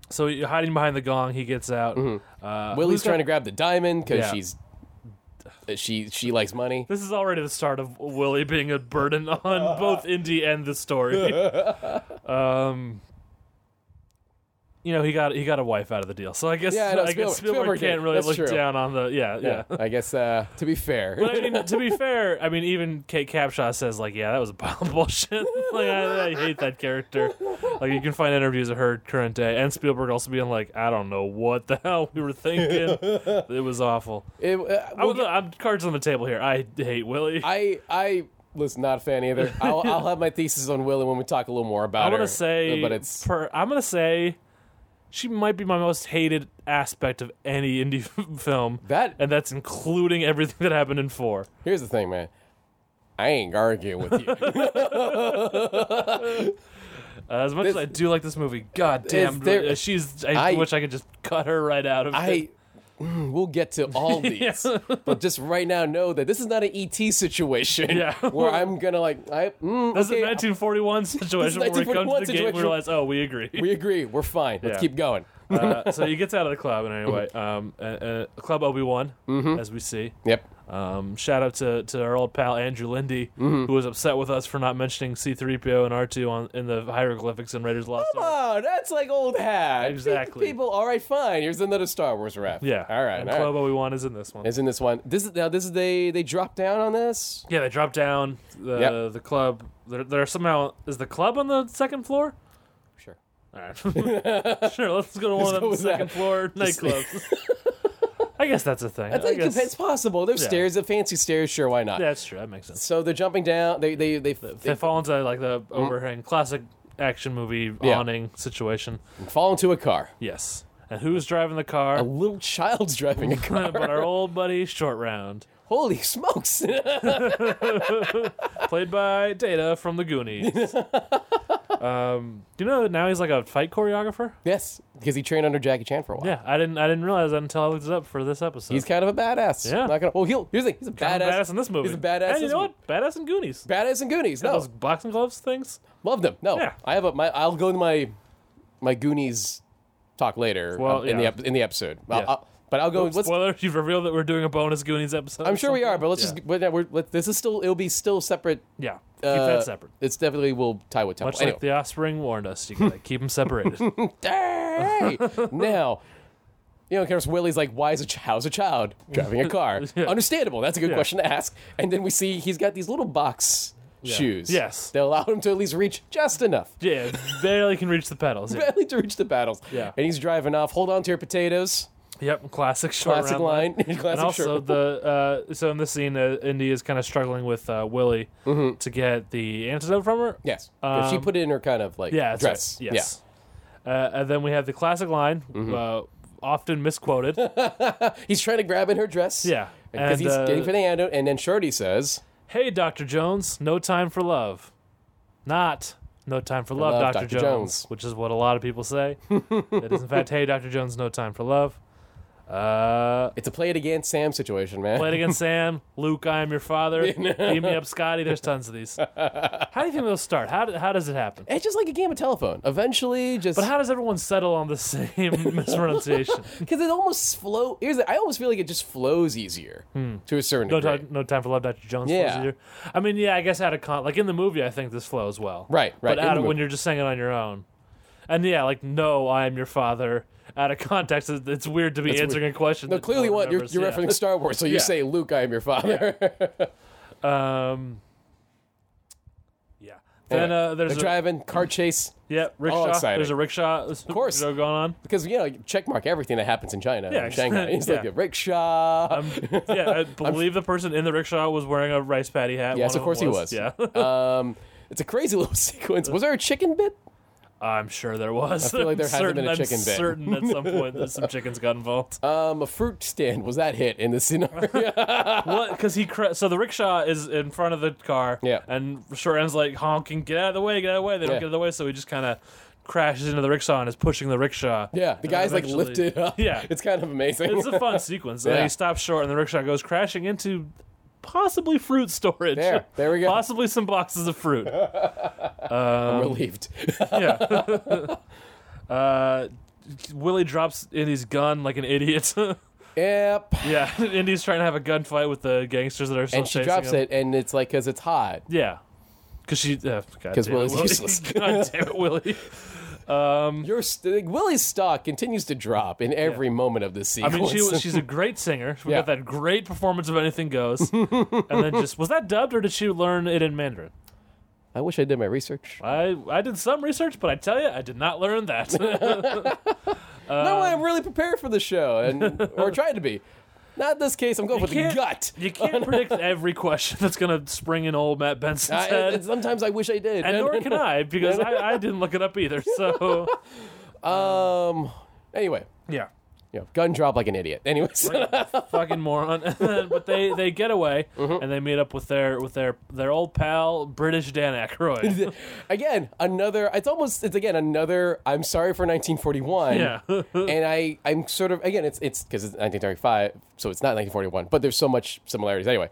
[SPEAKER 2] so you're hiding behind the gong, he gets out. Uh,
[SPEAKER 3] Mm-hmm. Willie's
[SPEAKER 2] who's got-
[SPEAKER 3] trying to grab the diamond because
[SPEAKER 2] Yeah.
[SPEAKER 3] she's she she likes money.
[SPEAKER 2] This is already the start of Willie being a burden on both Indy and the story. um, you know he got he got a wife out of the deal, so I guess
[SPEAKER 3] Yeah, I know,
[SPEAKER 2] I guess
[SPEAKER 3] Spielberg-
[SPEAKER 2] Spielberg,
[SPEAKER 3] Spielberg did.
[SPEAKER 2] can't really
[SPEAKER 3] That's
[SPEAKER 2] look
[SPEAKER 3] true.
[SPEAKER 2] down on the yeah yeah.
[SPEAKER 3] I guess uh, to be
[SPEAKER 2] But I
[SPEAKER 3] fair,
[SPEAKER 2] mean, to be fair, I mean, even Kate Capshaw says like, "Yeah, that was a pile of bullshit." like, I, I hate that character. Like, you can find interviews of her current day, and Spielberg also being like, "I don't know what the hell we were thinking. it was awful."
[SPEAKER 3] it, uh,
[SPEAKER 2] I would, I'm cards on the table here. I hate Willie. I,
[SPEAKER 3] I I was not a fan either. I'll, I'll have my thesis on Willie when we talk a little more about
[SPEAKER 2] am
[SPEAKER 3] her,
[SPEAKER 2] gonna say,
[SPEAKER 3] but it's
[SPEAKER 2] per, I'm gonna say, she might be my most hated aspect of any indie film.
[SPEAKER 3] That-
[SPEAKER 2] and that's including everything that happened in four.
[SPEAKER 3] here's the thing, man. I ain't arguing with you.
[SPEAKER 2] Uh, as much as
[SPEAKER 3] This-
[SPEAKER 2] I do like this movie, god damn,
[SPEAKER 3] there-
[SPEAKER 2] uh, she's. I,
[SPEAKER 3] I-
[SPEAKER 2] wish I could just cut her right out of
[SPEAKER 3] I
[SPEAKER 2] it.
[SPEAKER 3] mm, we'll get to all these, but just right now know that this is not an ET situation
[SPEAKER 2] Yeah.
[SPEAKER 3] where I'm gonna like I mm,
[SPEAKER 2] This
[SPEAKER 3] okay,
[SPEAKER 2] is a 1941 situation where we come to
[SPEAKER 3] 1941
[SPEAKER 2] the gate and we
[SPEAKER 3] situation.
[SPEAKER 2] realize, oh, we agree.
[SPEAKER 3] we agree we're fine let's
[SPEAKER 2] Yeah.
[SPEAKER 3] keep going
[SPEAKER 2] Uh, so he gets out of the club, and
[SPEAKER 3] Mm-hmm.
[SPEAKER 2] anyway, um, uh, uh, Club Obi Wan, as we see.
[SPEAKER 3] Yep.
[SPEAKER 2] Um, shout out to, to our old pal Andrew Lindy,
[SPEAKER 3] Mm-hmm.
[SPEAKER 2] who was upset with us for not mentioning C3PO and R2 on in the hieroglyphics in Raiders of the Lost Ark.
[SPEAKER 3] Oh, that's like old hat.
[SPEAKER 2] Exactly.
[SPEAKER 3] People, all right, fine. Here's another Star Wars ref.
[SPEAKER 2] Yeah.
[SPEAKER 3] All right.
[SPEAKER 2] And
[SPEAKER 3] All
[SPEAKER 2] Club
[SPEAKER 3] right.
[SPEAKER 2] Obi Wan is in this one.
[SPEAKER 3] Is in this one. This is now. This is they. They drop down on this.
[SPEAKER 2] yeah, they drop down the
[SPEAKER 3] Yep.
[SPEAKER 2] the club. They're, they're somehow is the club on the second floor.
[SPEAKER 3] Sure.
[SPEAKER 2] All right. sure, let's go to one of
[SPEAKER 3] Let's go
[SPEAKER 2] them
[SPEAKER 3] with that.
[SPEAKER 2] second floor nightclubs. I guess that's a thing. I,
[SPEAKER 3] I think
[SPEAKER 2] guess,
[SPEAKER 3] it's possible. There's
[SPEAKER 2] Yeah.
[SPEAKER 3] stairs. The fancy stairs. Sure. Why not?
[SPEAKER 2] yeah, that's true. That makes sense.
[SPEAKER 3] So they're jumping down. They they they,
[SPEAKER 2] They,
[SPEAKER 3] they
[SPEAKER 2] fall into like the overhang, classic action movie
[SPEAKER 3] Yeah.
[SPEAKER 2] awning situation.
[SPEAKER 3] fall into a car.
[SPEAKER 2] Yes. And who's driving the car?
[SPEAKER 3] A little child's driving a car.
[SPEAKER 2] but our old buddy Short Round,
[SPEAKER 3] Holy smokes!
[SPEAKER 2] played by Data from the Goonies. um, do you know that now he's like a fight choreographer?
[SPEAKER 3] yes, because he trained under Jackie Chan for a while.
[SPEAKER 2] Yeah, I didn't. I didn't realize that until I looked it up for this episode.
[SPEAKER 3] He's kind of a badass.
[SPEAKER 2] Yeah.
[SPEAKER 3] Not gonna, well, he'll, here's the thing. He's a
[SPEAKER 2] Kind of
[SPEAKER 3] badass.
[SPEAKER 2] in this movie.
[SPEAKER 3] He's a badass.
[SPEAKER 2] And
[SPEAKER 3] in
[SPEAKER 2] you know what? Badass in Goonies.
[SPEAKER 3] Badass in Goonies.
[SPEAKER 2] Got
[SPEAKER 3] No,
[SPEAKER 2] Those boxing gloves things.
[SPEAKER 3] Love them. No,
[SPEAKER 2] Yeah.
[SPEAKER 3] I have a my. I'll go to my my Goonies talk later.
[SPEAKER 2] Well,
[SPEAKER 3] um, in the
[SPEAKER 2] yeah.
[SPEAKER 3] ep- in the episode.
[SPEAKER 2] Yeah.
[SPEAKER 3] I'll, I'll, but I'll go. let's,
[SPEAKER 2] Spoiler: You've revealed that we're doing a bonus Goonies episode.
[SPEAKER 3] I'm
[SPEAKER 2] or
[SPEAKER 3] sure we are,
[SPEAKER 2] something.
[SPEAKER 3] but let's
[SPEAKER 2] yeah.
[SPEAKER 3] just. But yeah, we're, let, this is still. It'll be still separate.
[SPEAKER 2] yeah, keep
[SPEAKER 3] uh,
[SPEAKER 2] that separate.
[SPEAKER 3] It's definitely will tie with temple.
[SPEAKER 2] Much
[SPEAKER 3] anyway,
[SPEAKER 2] like the offspring warned us, you gotta keep them separated.
[SPEAKER 3] Hey! now, you know, of course, Willie's like, "Why is a ch- how's a child driving a car?"
[SPEAKER 2] Yeah.
[SPEAKER 3] Understandable. That's a good
[SPEAKER 2] Yeah.
[SPEAKER 3] question to ask. And then we see he's got these little box shoes.
[SPEAKER 2] Yes.
[SPEAKER 3] they allow him to at least reach just enough,
[SPEAKER 2] yeah, barely can reach the pedals. Yeah.
[SPEAKER 3] barely to reach the paddles.
[SPEAKER 2] Yeah.
[SPEAKER 3] and he's driving off. Hold on to your potatoes.
[SPEAKER 2] Yep, classic short
[SPEAKER 3] Classic
[SPEAKER 2] round
[SPEAKER 3] line. Classic
[SPEAKER 2] and also
[SPEAKER 3] short.
[SPEAKER 2] the uh, so in this scene, uh, Indy is kind of struggling with uh, Willie
[SPEAKER 3] Mm-hmm.
[SPEAKER 2] to get the antidote from her.
[SPEAKER 3] yes, But she
[SPEAKER 2] um,
[SPEAKER 3] put it in her kind of like
[SPEAKER 2] yeah, that's
[SPEAKER 3] dress.
[SPEAKER 2] Right. Yes. Uh, and then we have the classic line,
[SPEAKER 3] Mm-hmm.
[SPEAKER 2] uh, often misquoted.
[SPEAKER 3] Yeah, he's trying to grab in her dress.
[SPEAKER 2] Yeah.
[SPEAKER 3] because
[SPEAKER 2] And,
[SPEAKER 3] he's
[SPEAKER 2] uh,
[SPEAKER 3] getting for the antidote. And then Shorty says,
[SPEAKER 2] hey, Doctor Jones, no time for love, not no time for love,
[SPEAKER 3] love,
[SPEAKER 2] Doctor
[SPEAKER 3] Dr.
[SPEAKER 2] Jones,
[SPEAKER 3] Jones.
[SPEAKER 2] which is what a lot of people say. it is in fact, hey, Doctor Jones, no time for love. Uh,
[SPEAKER 3] "It's a play it against Sam situation, man."
[SPEAKER 2] Played against Sam, Luke, I am your father. Beat me up, Scotty. There's tons of these. How do you think they'll start? How, do, how does it happen?
[SPEAKER 3] it's just like a game of telephone. Eventually, just
[SPEAKER 2] But how does everyone settle on the same mispronunciation?
[SPEAKER 3] Because it almost flow. Here's the, I almost feel like it just flows easier to a certain
[SPEAKER 2] Hmm. No,
[SPEAKER 3] degree.
[SPEAKER 2] time, no time for love, Dr. Jones. flows
[SPEAKER 3] Yeah.
[SPEAKER 2] either. I mean, yeah, I guess out of con, like in the movie, I think this flows well.
[SPEAKER 3] Right, right,
[SPEAKER 2] But
[SPEAKER 3] in
[SPEAKER 2] out
[SPEAKER 3] the
[SPEAKER 2] of when
[SPEAKER 3] movie.
[SPEAKER 2] you're just saying it on your own, and yeah, like no, I am your father. Out of context, it- it's weird to be answering a question.
[SPEAKER 3] no,
[SPEAKER 2] that
[SPEAKER 3] clearly,
[SPEAKER 2] no one
[SPEAKER 3] what you're,
[SPEAKER 2] remembers.
[SPEAKER 3] you're
[SPEAKER 2] Yeah.
[SPEAKER 3] referencing Star Wars, so you
[SPEAKER 2] Yeah.
[SPEAKER 3] say, "Luke, I am your father."
[SPEAKER 2] Um, yeah. Then
[SPEAKER 3] Anyway,
[SPEAKER 2] uh, there's
[SPEAKER 3] they're
[SPEAKER 2] a,
[SPEAKER 3] driving car chase
[SPEAKER 2] Yeah, rickshaw.
[SPEAKER 3] exciting.
[SPEAKER 2] There's a rickshaw. Of
[SPEAKER 3] course.
[SPEAKER 2] going on.
[SPEAKER 3] because you know checkmark everything that happens in China,
[SPEAKER 2] Yeah,
[SPEAKER 3] in Shanghai. He's like
[SPEAKER 2] yeah. Um,
[SPEAKER 3] a rickshaw.
[SPEAKER 2] Yeah, I believe the person in the rickshaw was wearing a rice patty hat.
[SPEAKER 3] yes,
[SPEAKER 2] One
[SPEAKER 3] of course
[SPEAKER 2] them
[SPEAKER 3] he was.
[SPEAKER 2] Yeah,
[SPEAKER 3] um, it's a crazy little sequence. Was there a chicken bit?
[SPEAKER 2] I'm sure there was. I
[SPEAKER 3] feel like there hasn't
[SPEAKER 2] certain,
[SPEAKER 3] been a chicken
[SPEAKER 2] I'm
[SPEAKER 3] bit.
[SPEAKER 2] certain at some point that some chickens got involved.
[SPEAKER 3] Um, a fruit stand was that hit in this scenario?
[SPEAKER 2] what? Because he cra- so the rickshaw is in front of the car.
[SPEAKER 3] Yeah.
[SPEAKER 2] and short end's like honking, get out of the way, get out of the way. They don't
[SPEAKER 3] Yeah.
[SPEAKER 2] get out of the way, so he just kind of crashes into the rickshaw and is pushing the rickshaw.
[SPEAKER 3] yeah, the
[SPEAKER 2] And then
[SPEAKER 3] guy's like
[SPEAKER 2] eventually-
[SPEAKER 3] lifted up.
[SPEAKER 2] Yeah.
[SPEAKER 3] it's kind of amazing.
[SPEAKER 2] It's a fun sequence. And
[SPEAKER 3] Yeah.
[SPEAKER 2] then he stops short, and the rickshaw goes crashing into possibly fruit storage.
[SPEAKER 3] There, there we go.
[SPEAKER 2] Possibly some boxes of fruit.
[SPEAKER 3] I'm relieved.
[SPEAKER 2] yeah. uh, Willie drops Indy's gun like an idiot.
[SPEAKER 3] yep.
[SPEAKER 2] yeah, Indy's trying to have a gunfight with the gangsters that are still
[SPEAKER 3] And she
[SPEAKER 2] chasing
[SPEAKER 3] drops
[SPEAKER 2] him.
[SPEAKER 3] it, and it's like because it's hot.
[SPEAKER 2] Yeah, because she. uh, Because
[SPEAKER 3] 'Cause Willie's useless.
[SPEAKER 2] God damn it, Willie.
[SPEAKER 3] Your st- Willie's stock continues to drop in every moment of this
[SPEAKER 2] I
[SPEAKER 3] sequence.
[SPEAKER 2] mean, she was, she's a great singer. We
[SPEAKER 3] Yeah.
[SPEAKER 2] got that great performance of Anything Goes, and then just was that dubbed or did she learn it in Mandarin?
[SPEAKER 3] I wish I did my research.
[SPEAKER 2] I I did some research, but I tell you, I did not learn that. Um,
[SPEAKER 3] no, I'm really prepared for the show, and or tried to be. Not this case. I'm going with the
[SPEAKER 2] can't-
[SPEAKER 3] gut.
[SPEAKER 2] you can't predict every question that's gonna spring in old Matt Benson's
[SPEAKER 3] I-
[SPEAKER 2] head.
[SPEAKER 3] and sometimes I wish I did.
[SPEAKER 2] and nor can I because I, I didn't look it up either. So
[SPEAKER 3] Um. Anyway,
[SPEAKER 2] yeah,
[SPEAKER 3] you know, gun drop like an idiot. Anyways,
[SPEAKER 2] fucking moron. but they they get away
[SPEAKER 3] Mm-hmm.
[SPEAKER 2] and they meet up with their with their their old pal British Dan Aykroyd.
[SPEAKER 3] again, another. It's almost. It's again another. I'm sorry for 1941.
[SPEAKER 2] Yeah.
[SPEAKER 3] and I, I'm sort of again. It's it's because it's 1935, so it's not 1941. But there's so much similarities anyway.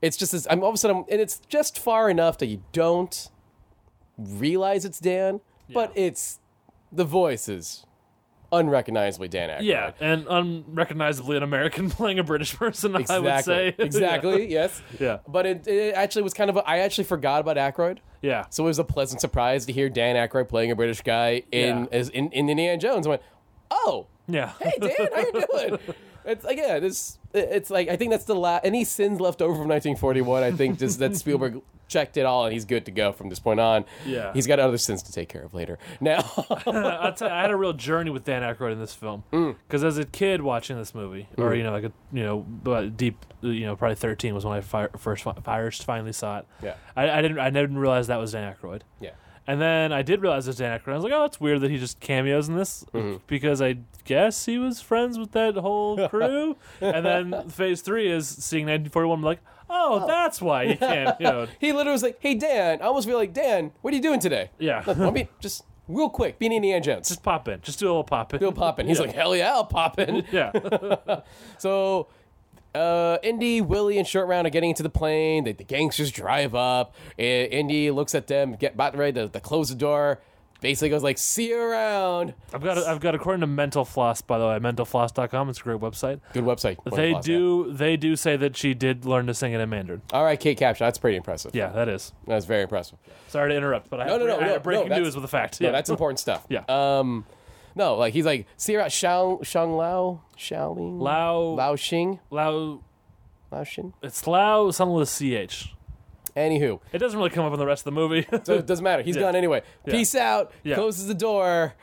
[SPEAKER 3] It's just this. I'm all of a sudden, and it's just far enough that you don't realize it's Dan, but it's the voices unrecognizably Dan Aykroyd.
[SPEAKER 2] Yeah, and unrecognizably an American playing a British person,
[SPEAKER 3] Exactly.
[SPEAKER 2] I would say. Yeah.
[SPEAKER 3] exactly. Yes.
[SPEAKER 2] Yeah.
[SPEAKER 3] But it, it actually was kind of. A, I actually forgot about Aykroyd,
[SPEAKER 2] Yeah.
[SPEAKER 3] so it was a pleasant surprise to hear Dan Aykroyd playing a British guy in
[SPEAKER 2] Yeah.
[SPEAKER 3] as in, in Indiana Jones. I went, oh,
[SPEAKER 2] yeah.
[SPEAKER 3] hey Dan, how you doing? It's like yeah, this. It's like I think that's the last any sins left over from 1941. I think just that Spielberg checked it all, and he's good to go from this point on.
[SPEAKER 2] Yeah.
[SPEAKER 3] he's got other sins to take care of later. Now,
[SPEAKER 2] I'll tell you, I had a real journey with Dan Aykroyd in this film
[SPEAKER 3] Hmm.
[SPEAKER 2] because as a kid watching this movie, or you know, like a you know, but deep, you know, probably thirteen was when I fi- first fi- first finally saw it.
[SPEAKER 3] Yeah.
[SPEAKER 2] I, I didn't, I didn't realize that was Dan Aykroyd.
[SPEAKER 3] yeah,
[SPEAKER 2] And then I did realize it was Dan Aykroyd. I was like, oh, it's weird that he just cameos in this
[SPEAKER 3] Mm-hmm.
[SPEAKER 2] because I guess he was friends with that whole crew. and then phase three is seeing 1941. I'm like, oh, that's why he cameoed.
[SPEAKER 3] he literally was like, "Hey Dan," I almost feel like Dan, what are you doing today?
[SPEAKER 2] yeah.
[SPEAKER 3] I mean, just real quick, being Indiana Jones.
[SPEAKER 2] just pop in. Just do a little pop in.
[SPEAKER 3] Bill Poppin. He's like, hell yeah, I'll pop in.
[SPEAKER 2] yeah.
[SPEAKER 3] So, uh, Indy, Willie, and Short Round are getting into the plane. The, the gangsters drive up. I- Indy looks at them, get about ready to, to close the door. Basically goes like, see you around.
[SPEAKER 2] I've got, a, I've got, according to Mental Floss, by the way, mentalfloss.com, it's a great website.
[SPEAKER 3] Good website.
[SPEAKER 2] They
[SPEAKER 3] Wonderful,
[SPEAKER 2] do, they do say that she did learn to sing it in Mandarin.
[SPEAKER 3] yeah. All right, Kate Capshaw. That's pretty impressive.
[SPEAKER 2] Yeah, that is.
[SPEAKER 3] That's very impressive.
[SPEAKER 2] Sorry to interrupt, but I have,
[SPEAKER 3] no, no,
[SPEAKER 2] I have
[SPEAKER 3] no, no,
[SPEAKER 2] breaking
[SPEAKER 3] that's-
[SPEAKER 2] news with a fact.
[SPEAKER 3] No,
[SPEAKER 2] yeah,
[SPEAKER 3] that's important stuff.
[SPEAKER 2] Yeah.
[SPEAKER 3] Um, no, like he's like, see you around. Shang, Shang Lao? Shaoling?
[SPEAKER 2] Lao, Lao,
[SPEAKER 3] Lao Xing?
[SPEAKER 2] Lao,
[SPEAKER 3] Lao Xing?
[SPEAKER 2] it's Lao, something with a CH.
[SPEAKER 3] Anywho.
[SPEAKER 2] It doesn't really come up in the rest of the movie.
[SPEAKER 3] So it doesn't matter. He's gone anyway. Peace out.
[SPEAKER 2] Yeah.
[SPEAKER 3] Closes the door.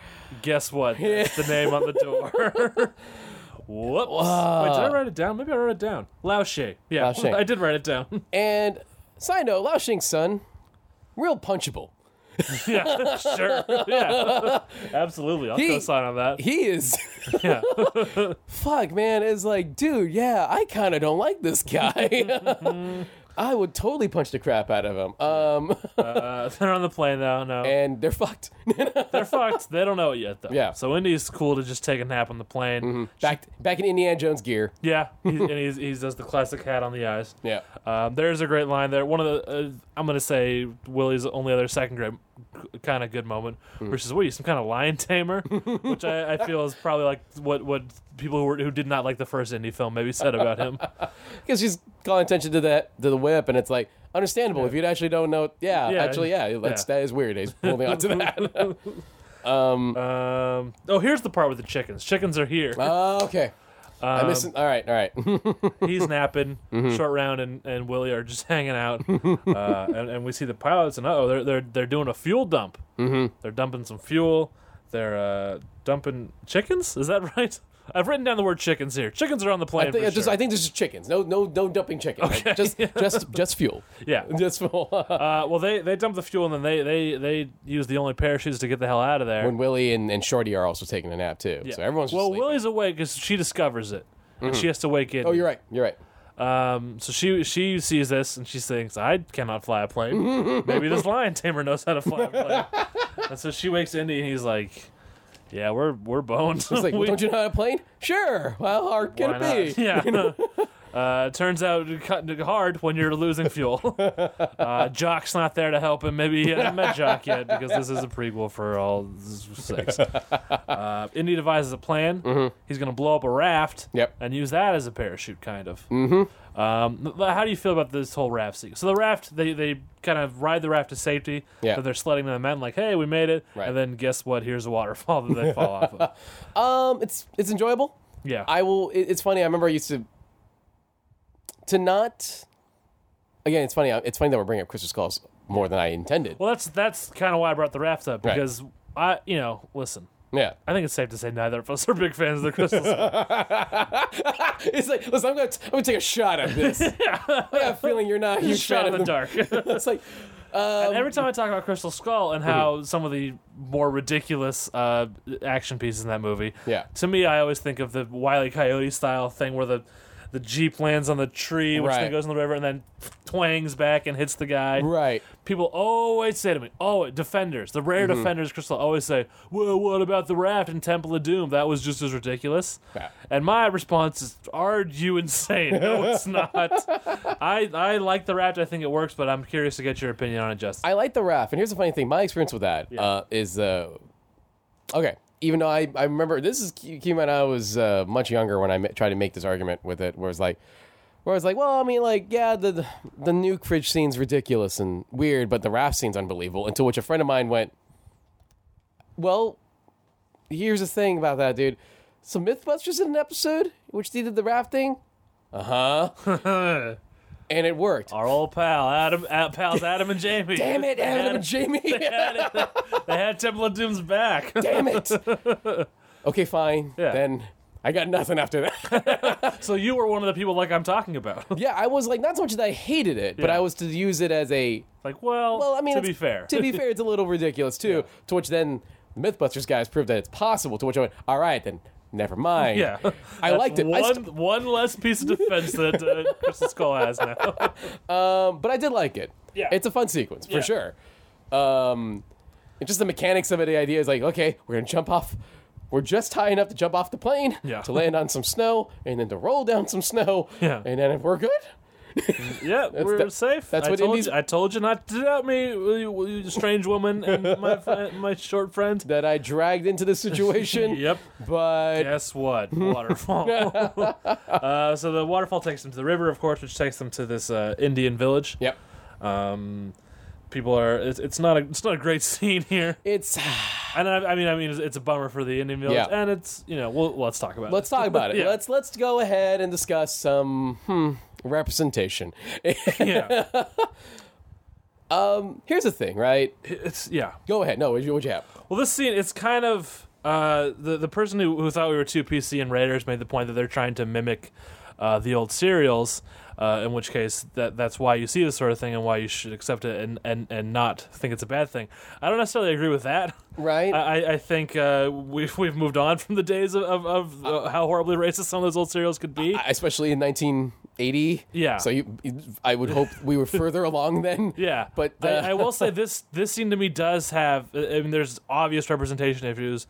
[SPEAKER 2] Guess what? That's the name on the door. Whoops. Wait, did I write it down? Maybe I wrote it down. Lao She. Yeah,
[SPEAKER 3] Lao She.
[SPEAKER 2] I did write it down.
[SPEAKER 3] And side note, Lao Xing's son, real punchable.
[SPEAKER 2] yeah, sure. Yeah, absolutely. I'll
[SPEAKER 3] He-
[SPEAKER 2] co-sign on that.
[SPEAKER 3] He is.
[SPEAKER 2] Yeah.
[SPEAKER 3] Fuck, man. It's like, dude, yeah, I kind of don't like this guy. I would totally punch the crap out of him. Um,
[SPEAKER 2] Uh, they're on the plane though. No,
[SPEAKER 3] and they're fucked.
[SPEAKER 2] they're fucked. They don't know it yet though.
[SPEAKER 3] Yeah. Mm-hmm.
[SPEAKER 2] So Indy's cool to just take a nap on the plane.
[SPEAKER 3] back back in Indiana Jones gear.
[SPEAKER 2] Yeah, he, and he's, he does the classic hat on the eyes.
[SPEAKER 3] Yeah.
[SPEAKER 2] Um, there's a great line there. One of the, uh, I'm going to say Willie's only other second grade kind of good moment, which is, what are you, some kind of lion tamer? which I, I feel is probably like what, what people who, were, who did not like the first indie film maybe said about him.
[SPEAKER 3] Because she's calling attention to that to the whip, and it's like understandable if you actually don't know. Yeah,
[SPEAKER 2] Yeah.
[SPEAKER 3] actually, yeah, that's, that is weird. He's holding on to that.
[SPEAKER 2] um, oh, here's the part with the chickens. Chickens are here.
[SPEAKER 3] Oh, okay. I miss. All right, all right.
[SPEAKER 2] He's napping.
[SPEAKER 3] Mm-hmm.
[SPEAKER 2] Short Round and, and Willie are just hanging out. uh, and, and we see the pilots, and oh, they're, they're, they're doing a fuel dump. Mm-hmm. They're dumping some fuel. They're uh, dumping chickens? Is that right? I've written down the word chickens here. Chickens are on the plane.
[SPEAKER 3] I think
[SPEAKER 2] for
[SPEAKER 3] it's just
[SPEAKER 2] sure.
[SPEAKER 3] I think this is chickens. No, no, no dumping chickens. right? Just, just, just fuel.
[SPEAKER 2] yeah.
[SPEAKER 3] Just fuel.
[SPEAKER 2] Uh, well, they, they dump the fuel and then they, they, they use the only parachutes to get the hell out of there.
[SPEAKER 3] when Willie and, and Shorty are also taking a nap too.
[SPEAKER 2] Yeah.
[SPEAKER 3] So everyone's just
[SPEAKER 2] well,
[SPEAKER 3] sleeping.
[SPEAKER 2] Willie's awake because she discovers it. And she has to wake in.
[SPEAKER 3] Oh, you're right. You're right.
[SPEAKER 2] Um, so she she sees this and she thinks, I cannot fly a plane. Maybe this lion tamer knows how to fly a plane. and so she wakes Indy and he's like, Yeah, we're we're boned.
[SPEAKER 3] It's like,
[SPEAKER 2] We-
[SPEAKER 3] don't you know how to plane? Sure. Well, how hard can
[SPEAKER 2] why
[SPEAKER 3] it
[SPEAKER 2] not?
[SPEAKER 3] be?
[SPEAKER 2] Yeah. Uh, turns out you're cutting it hard when you're losing fuel. uh, Jock's not there to help him. Maybe he hasn't met Jock yet because this is a prequel for all six. Uh, Indy devises a plan. He's going to blow up a raft
[SPEAKER 3] Mm-hmm. Yep.
[SPEAKER 2] and use that as a parachute, kind of. Mm-hmm. Um, but how do you feel about this whole raft sequence? So the raft, they, they kind of ride the raft to safety.
[SPEAKER 3] Yeah.
[SPEAKER 2] But they're sledding them out like, hey, we made it.
[SPEAKER 3] Right.
[SPEAKER 2] And then guess what? Here's a waterfall that they fall off of.
[SPEAKER 3] Um, it's it's enjoyable.
[SPEAKER 2] Yeah.
[SPEAKER 3] I will. It, it's funny. I remember I used to to not. Again, it's funny. It's funny that we're bringing up Crystal Skulls more than I intended.
[SPEAKER 2] Well, that's that's kind of why I brought the raft up
[SPEAKER 3] Right.
[SPEAKER 2] because I, you know, listen,
[SPEAKER 3] yeah.
[SPEAKER 2] I think it's safe to say neither of us are big fans of the Crystal Skull.
[SPEAKER 3] It's like, listen, I'm gonna t- I'm gonna take a shot at this. I got a feeling you're not a huge
[SPEAKER 2] Shot
[SPEAKER 3] fan
[SPEAKER 2] in the
[SPEAKER 3] of
[SPEAKER 2] dark.
[SPEAKER 3] them. It's like. Um,
[SPEAKER 2] and every time I talk about Crystal Skull and
[SPEAKER 3] Mm-hmm.
[SPEAKER 2] how some of the more ridiculous uh, action pieces in that movie,
[SPEAKER 3] Yeah.
[SPEAKER 2] to me, I always think of the Wile E. Coyote style thing where the the jeep lands on the tree, which
[SPEAKER 3] Right.
[SPEAKER 2] then goes in the river, and then twangs back and hits the guy.
[SPEAKER 3] Right.
[SPEAKER 2] People always say to me, "Oh, defenders, the rare
[SPEAKER 3] Mm-hmm.
[SPEAKER 2] defenders." Crystal always say, "Well, what about the raft in Temple of Doom? That was just as ridiculous."
[SPEAKER 3] Yeah.
[SPEAKER 2] And my response is, "Are you insane? No, it's not. I I like the raft. I think it works, but I'm curious to get your opinion on it, Justin.
[SPEAKER 3] I like the raft, and here's the funny thing. My experience with that uh, is, uh, okay, even though I, I remember this is Kima and I was uh, much younger when I ma- tried to make this argument with it, where it's like, where I was like, well, I mean, like, yeah, the the, the nuke fridge scene's ridiculous and weird, but the raft scene's unbelievable. And to which a friend of mine went, well, here's the thing about that, dude. So MythBusters did an episode which they did the rafting, uh huh, and it worked.
[SPEAKER 2] Our old pal Adam, uh, pals Adam and Jamie.
[SPEAKER 3] Damn it, Adam and
[SPEAKER 2] They
[SPEAKER 3] Jamie.
[SPEAKER 2] had it. They had Temple of Doom's back.
[SPEAKER 3] Damn it. okay, fine.
[SPEAKER 2] Yeah.
[SPEAKER 3] Then I got nothing after that.
[SPEAKER 2] so you were one of the people like I'm talking about.
[SPEAKER 3] yeah, I was like, not so much that I hated it, but
[SPEAKER 2] Yeah.
[SPEAKER 3] I was to use it as a.
[SPEAKER 2] like, well,
[SPEAKER 3] Well, I mean,
[SPEAKER 2] to
[SPEAKER 3] it's-
[SPEAKER 2] be fair,
[SPEAKER 3] to be fair, it's a little ridiculous too. To which then the MythBusters guys proved that it's possible. To which I went, all right, then never mind.
[SPEAKER 2] yeah,
[SPEAKER 3] I
[SPEAKER 2] That's
[SPEAKER 3] liked it. I
[SPEAKER 2] One,
[SPEAKER 3] st-
[SPEAKER 2] one less piece of defense that uh, Crystal Skull has now.
[SPEAKER 3] um, but I did like it.
[SPEAKER 2] Yeah.
[SPEAKER 3] it's a fun sequence for
[SPEAKER 2] Yeah.
[SPEAKER 3] sure. Um, it's just the mechanics of it. The idea is like, okay, we're gonna jump off. We're just high enough to jump off the plane
[SPEAKER 2] Yeah.
[SPEAKER 3] to land on some snow, and then to roll down some snow,
[SPEAKER 2] Yeah.
[SPEAKER 3] and then if we're good,
[SPEAKER 2] Yeah, we're
[SPEAKER 3] the-
[SPEAKER 2] safe.
[SPEAKER 3] that's
[SPEAKER 2] I
[SPEAKER 3] what
[SPEAKER 2] told
[SPEAKER 3] indies-
[SPEAKER 2] you. I told you not to doubt me, will you, will you strange woman and my fri- my short friend.
[SPEAKER 3] that I dragged into this situation.
[SPEAKER 2] Yep.
[SPEAKER 3] But
[SPEAKER 2] Guess what? Waterfall. uh, so the waterfall takes them to the river, of course, which takes them to this uh, Indian village.
[SPEAKER 3] yep.
[SPEAKER 2] Um, people are. It's, it's not a. It's not a great scene here.
[SPEAKER 3] It's
[SPEAKER 2] And I, I mean, I mean, it's, it's a bummer for the Indian village.
[SPEAKER 3] Yeah.
[SPEAKER 2] And it's you know, we'll, let's talk about
[SPEAKER 3] let's talk about it.
[SPEAKER 2] Yeah.
[SPEAKER 3] Let's let's go ahead and discuss some hmm, representation.
[SPEAKER 2] it. Yeah.
[SPEAKER 3] Here's the thing, right?
[SPEAKER 2] It's yeah.
[SPEAKER 3] Go ahead. No, what you, what you have?
[SPEAKER 2] Well, this scene, it's kind of uh, the the person who, who thought we were two PC and Raiders made the point that they're trying to mimic uh, the old serials. Uh, in which case, that that's why you see this sort of thing and why you should accept it and, and, and not think it's a bad thing. I don't necessarily agree with that.
[SPEAKER 3] Right.
[SPEAKER 2] I, I- I think uh, we've we've moved on from the days of of, of uh, how horribly racist some of those old serials could be.
[SPEAKER 3] Especially in 1980.
[SPEAKER 2] Yeah.
[SPEAKER 3] So you, I would hope we were further along then.
[SPEAKER 2] Yeah,
[SPEAKER 3] But uh,
[SPEAKER 2] I, I will say this: this scene to me does have. I I mean, there's obvious representation issues,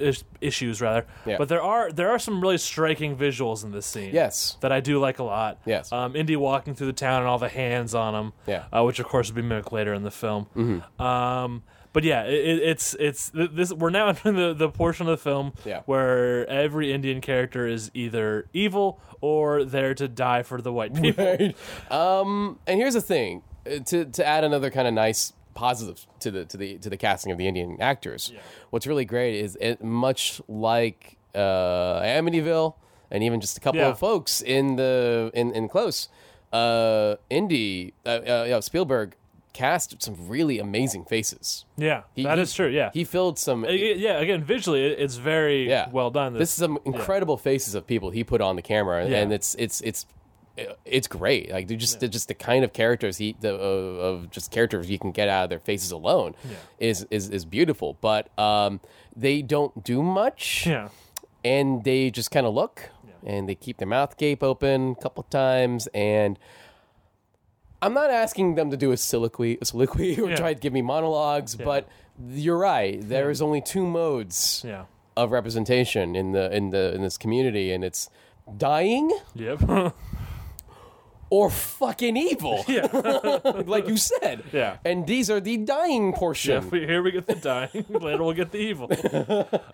[SPEAKER 2] is- issues rather.
[SPEAKER 3] Yeah.
[SPEAKER 2] But there are there are some really striking visuals in this scene.
[SPEAKER 3] Yes.
[SPEAKER 2] that I do like a lot.
[SPEAKER 3] Yes.
[SPEAKER 2] um, Indy walking through the town and all the hands on him.
[SPEAKER 3] Yeah. Mm-hmm.
[SPEAKER 2] uh, which of course would be mimicked later in the film. Um, but yeah, it, it- it's it's th- this. We're now entering the, the portion of the film
[SPEAKER 3] Yeah.
[SPEAKER 2] where every Indian character is either evil or there to die for the white people.
[SPEAKER 3] Right. Um, and here's the thing: uh, to to add another kind of nice positive to the to the to the casting of the Indian actors. What's really great is it much like uh, Amityville, and even just a couple
[SPEAKER 2] Yeah.
[SPEAKER 3] of folks in the in in close. Uh, Indy uh, uh, yeah, Spielberg cast some really amazing faces.
[SPEAKER 2] Yeah, that
[SPEAKER 3] He-
[SPEAKER 2] is
[SPEAKER 3] he-
[SPEAKER 2] true. Yeah,
[SPEAKER 3] He filled some.
[SPEAKER 2] Uh, yeah, again, visually, it- it's very
[SPEAKER 3] yeah.
[SPEAKER 2] well done.
[SPEAKER 3] This is some incredible faces of people he put on the camera,
[SPEAKER 2] Yeah.
[SPEAKER 3] and it's it's it's it's great. Like they're just they're just the kind of characters he the, of, of just characters you can get out of their faces alone is is is beautiful. But um, they don't do much,
[SPEAKER 2] yeah,
[SPEAKER 3] and they just kind of look, and they keep their mouth gape open a couple times, and. I'm not asking them to do a soliloquy, a soliloquy, or
[SPEAKER 2] Yeah.
[SPEAKER 3] try to give me monologues, but you're right. There is only two modes
[SPEAKER 2] yeah,
[SPEAKER 3] of representation in the in the in this community and it's dying
[SPEAKER 2] yep,
[SPEAKER 3] or fucking evil like you said
[SPEAKER 2] Yeah.
[SPEAKER 3] and these are the dying
[SPEAKER 2] yeah.
[SPEAKER 3] portion
[SPEAKER 2] we- Here we get the dying. Later we'll get the evil.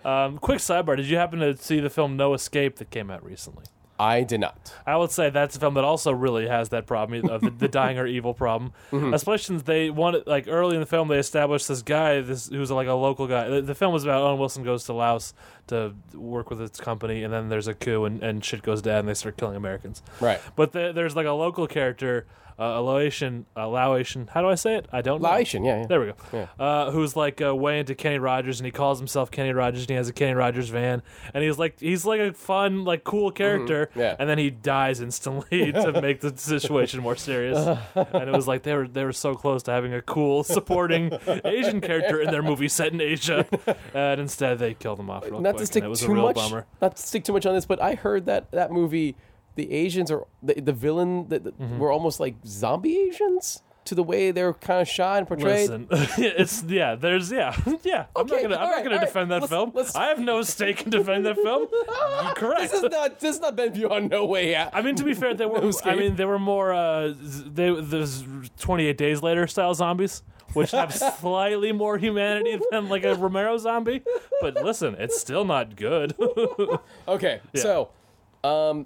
[SPEAKER 2] Um, quick sidebar: Did you happen to see the film No Escape that came out recently?
[SPEAKER 3] i did not
[SPEAKER 2] I would say that's a film that also really has that problem of the, the dying or evil problem.
[SPEAKER 3] Mm-hmm.
[SPEAKER 2] Especially since they wanted, like early in the film, they established this guy, this who's like a local guy. The, the film was about Owen Wilson goes to Laos to work with its company, and then there's a coup and, and shit goes down, and they start killing Americans.
[SPEAKER 3] Right.
[SPEAKER 2] But the, there's like a local character, uh, a Laotian, a Laotian. How do I say it? I don't know.
[SPEAKER 3] Laotian, yeah, yeah.
[SPEAKER 2] There we go. Uh, who's like uh, way into Kenny Rogers, and he calls himself Kenny Rogers, and he has a Kenny Rogers van, and he's like he's like a fun, like cool character,
[SPEAKER 3] Mm-hmm. Yeah.
[SPEAKER 2] and then he dies instantly to make the situation more serious. and it was like they were they were so close to having a cool supporting Asian character in their movie set in Asia, and instead they killed him off. Real quick,
[SPEAKER 3] not to
[SPEAKER 2] and
[SPEAKER 3] stick
[SPEAKER 2] it was
[SPEAKER 3] too
[SPEAKER 2] a real
[SPEAKER 3] much
[SPEAKER 2] bummer.
[SPEAKER 3] not to stick too much on this but i heard that that movie the asians are the, the villain the, the,
[SPEAKER 2] Mm-hmm.
[SPEAKER 3] were almost like zombie asians to the way they're kind of shot and portrayed
[SPEAKER 2] Listen, it's yeah. There's yeah, yeah. I'm not
[SPEAKER 3] Okay,
[SPEAKER 2] gonna. I'm
[SPEAKER 3] all
[SPEAKER 2] not
[SPEAKER 3] right,
[SPEAKER 2] gonna
[SPEAKER 3] all right.
[SPEAKER 2] defend that
[SPEAKER 3] Let's-
[SPEAKER 2] film.
[SPEAKER 3] let's-
[SPEAKER 2] I have no stake in defending that film. You're correct.
[SPEAKER 3] this is not this is not Ben Beyond No Way Out.
[SPEAKER 2] I mean, to be fair, they were.
[SPEAKER 3] No escape.
[SPEAKER 2] I mean, they were more. Uh, z- they there's 28 days later style zombies. which have slightly more humanity than like a Romero zombie. But listen, it's still not good.
[SPEAKER 3] Okay, so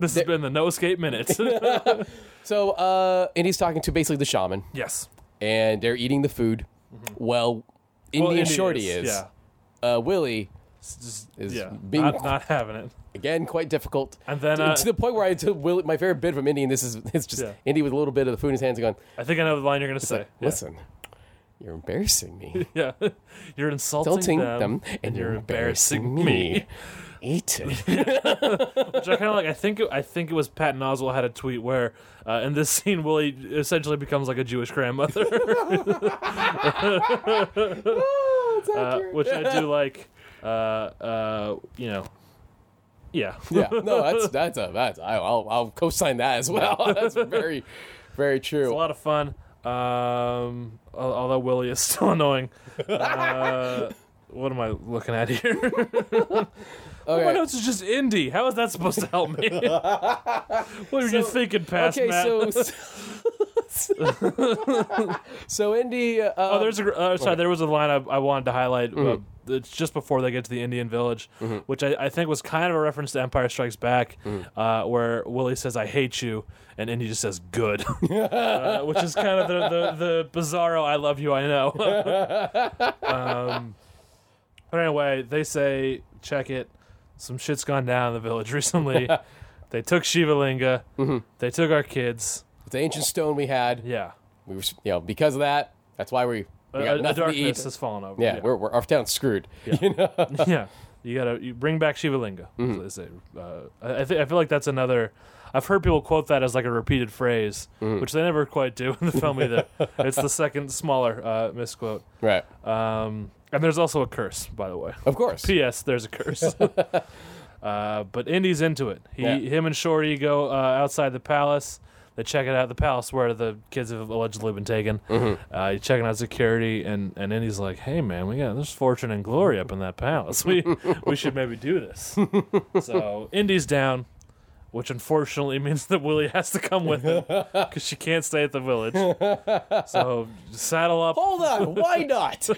[SPEAKER 2] this has been the No Escape Minutes.
[SPEAKER 3] so uh, and he's talking to basically the shaman,
[SPEAKER 2] yes.
[SPEAKER 3] and they're eating the food. Well,
[SPEAKER 2] Mm-hmm.
[SPEAKER 3] Indian
[SPEAKER 2] Well, Indy
[SPEAKER 3] Shorty is,
[SPEAKER 2] Yeah.
[SPEAKER 3] uh, Willie
[SPEAKER 2] It's just,
[SPEAKER 3] Is
[SPEAKER 2] yeah.
[SPEAKER 3] being-
[SPEAKER 2] not, not having it.
[SPEAKER 3] again quite difficult.
[SPEAKER 2] And then,
[SPEAKER 3] to,
[SPEAKER 2] uh,
[SPEAKER 3] to the point where I took Willie, my favorite bit from Indy, and this is it's just
[SPEAKER 2] Yeah.
[SPEAKER 3] Indy with a little bit of the food in his hands, and going,
[SPEAKER 2] I think I know the line you're gonna say. Yeah.
[SPEAKER 3] "Listen, you're embarrassing me."
[SPEAKER 2] Yeah. You're insulting,
[SPEAKER 3] insulting
[SPEAKER 2] them,
[SPEAKER 3] and you're embarrassing me. Eat it.
[SPEAKER 2] Which I kind of like. I think it, I think it was Patton Oswalt had a tweet where uh, in this scene Willie essentially becomes like a Jewish grandmother,
[SPEAKER 3] Oh,
[SPEAKER 2] uh, which I do like. Uh, uh, you know, yeah,
[SPEAKER 3] yeah, no, that's that's a that's I, I'll I'll co-sign that as well. That's very, very
[SPEAKER 2] a
[SPEAKER 3] true.
[SPEAKER 2] lot of fun. Um, al- although Willie is still annoying. Uh, what am I looking at here? My
[SPEAKER 3] Okay,
[SPEAKER 2] notes is just indie. How is that supposed to help me? what were you thinking, past
[SPEAKER 3] okay,
[SPEAKER 2] Matt?
[SPEAKER 3] so. so- so Indy, uh,
[SPEAKER 2] Oh, there's a gr- uh, sorry. There was a line I, I wanted to highlight.
[SPEAKER 3] Mm-hmm.
[SPEAKER 2] Uh, it's just before they get to the Indian village, which I, I think was kind of a reference to Empire Strikes Back,
[SPEAKER 3] Mm-hmm.
[SPEAKER 2] uh, where Willie says "I hate you" and Indy just says "good," uh, which is kind of the, the the bizarro "I love you, I know." um, but anyway, they say check it. Some shit's gone down in the village recently. they took Shivalinga.
[SPEAKER 3] Mm-hmm.
[SPEAKER 2] They took our kids.
[SPEAKER 3] the ancient stone we had.
[SPEAKER 2] Yeah,
[SPEAKER 3] We were, s- you know, because of that. That's why we we
[SPEAKER 2] Uh,
[SPEAKER 3] got
[SPEAKER 2] the
[SPEAKER 3] nothing to
[SPEAKER 2] darkness
[SPEAKER 3] eat.
[SPEAKER 2] has fallen over.
[SPEAKER 3] Yeah, We're, we're our town's screwed.
[SPEAKER 2] yeah, you gotta you bring back Shivalinga. is what they say. Uh, I, I thi- I feel like that's another. I've heard people quote that as like a repeated phrase, which they never quite do in the film either. it's the second smaller uh, misquote.
[SPEAKER 3] Right.
[SPEAKER 2] Um, and there's also a curse, by the way.
[SPEAKER 3] Of course.
[SPEAKER 2] P.S. There's a curse. uh, but Indy's into it. He,
[SPEAKER 3] Yeah.
[SPEAKER 2] him, and Shorty go uh, outside the palace. They check it out. The palace where the kids have allegedly been taken.
[SPEAKER 3] Mm-hmm.
[SPEAKER 2] Uh, he's checking out security, and, and Indy's like, "Hey, man, we got there's fortune and glory up in that palace. We we should maybe do this." so Indy's down, which unfortunately means that Willie has to come with him because she can't stay at the village. So saddle up.
[SPEAKER 3] Hold on, why not?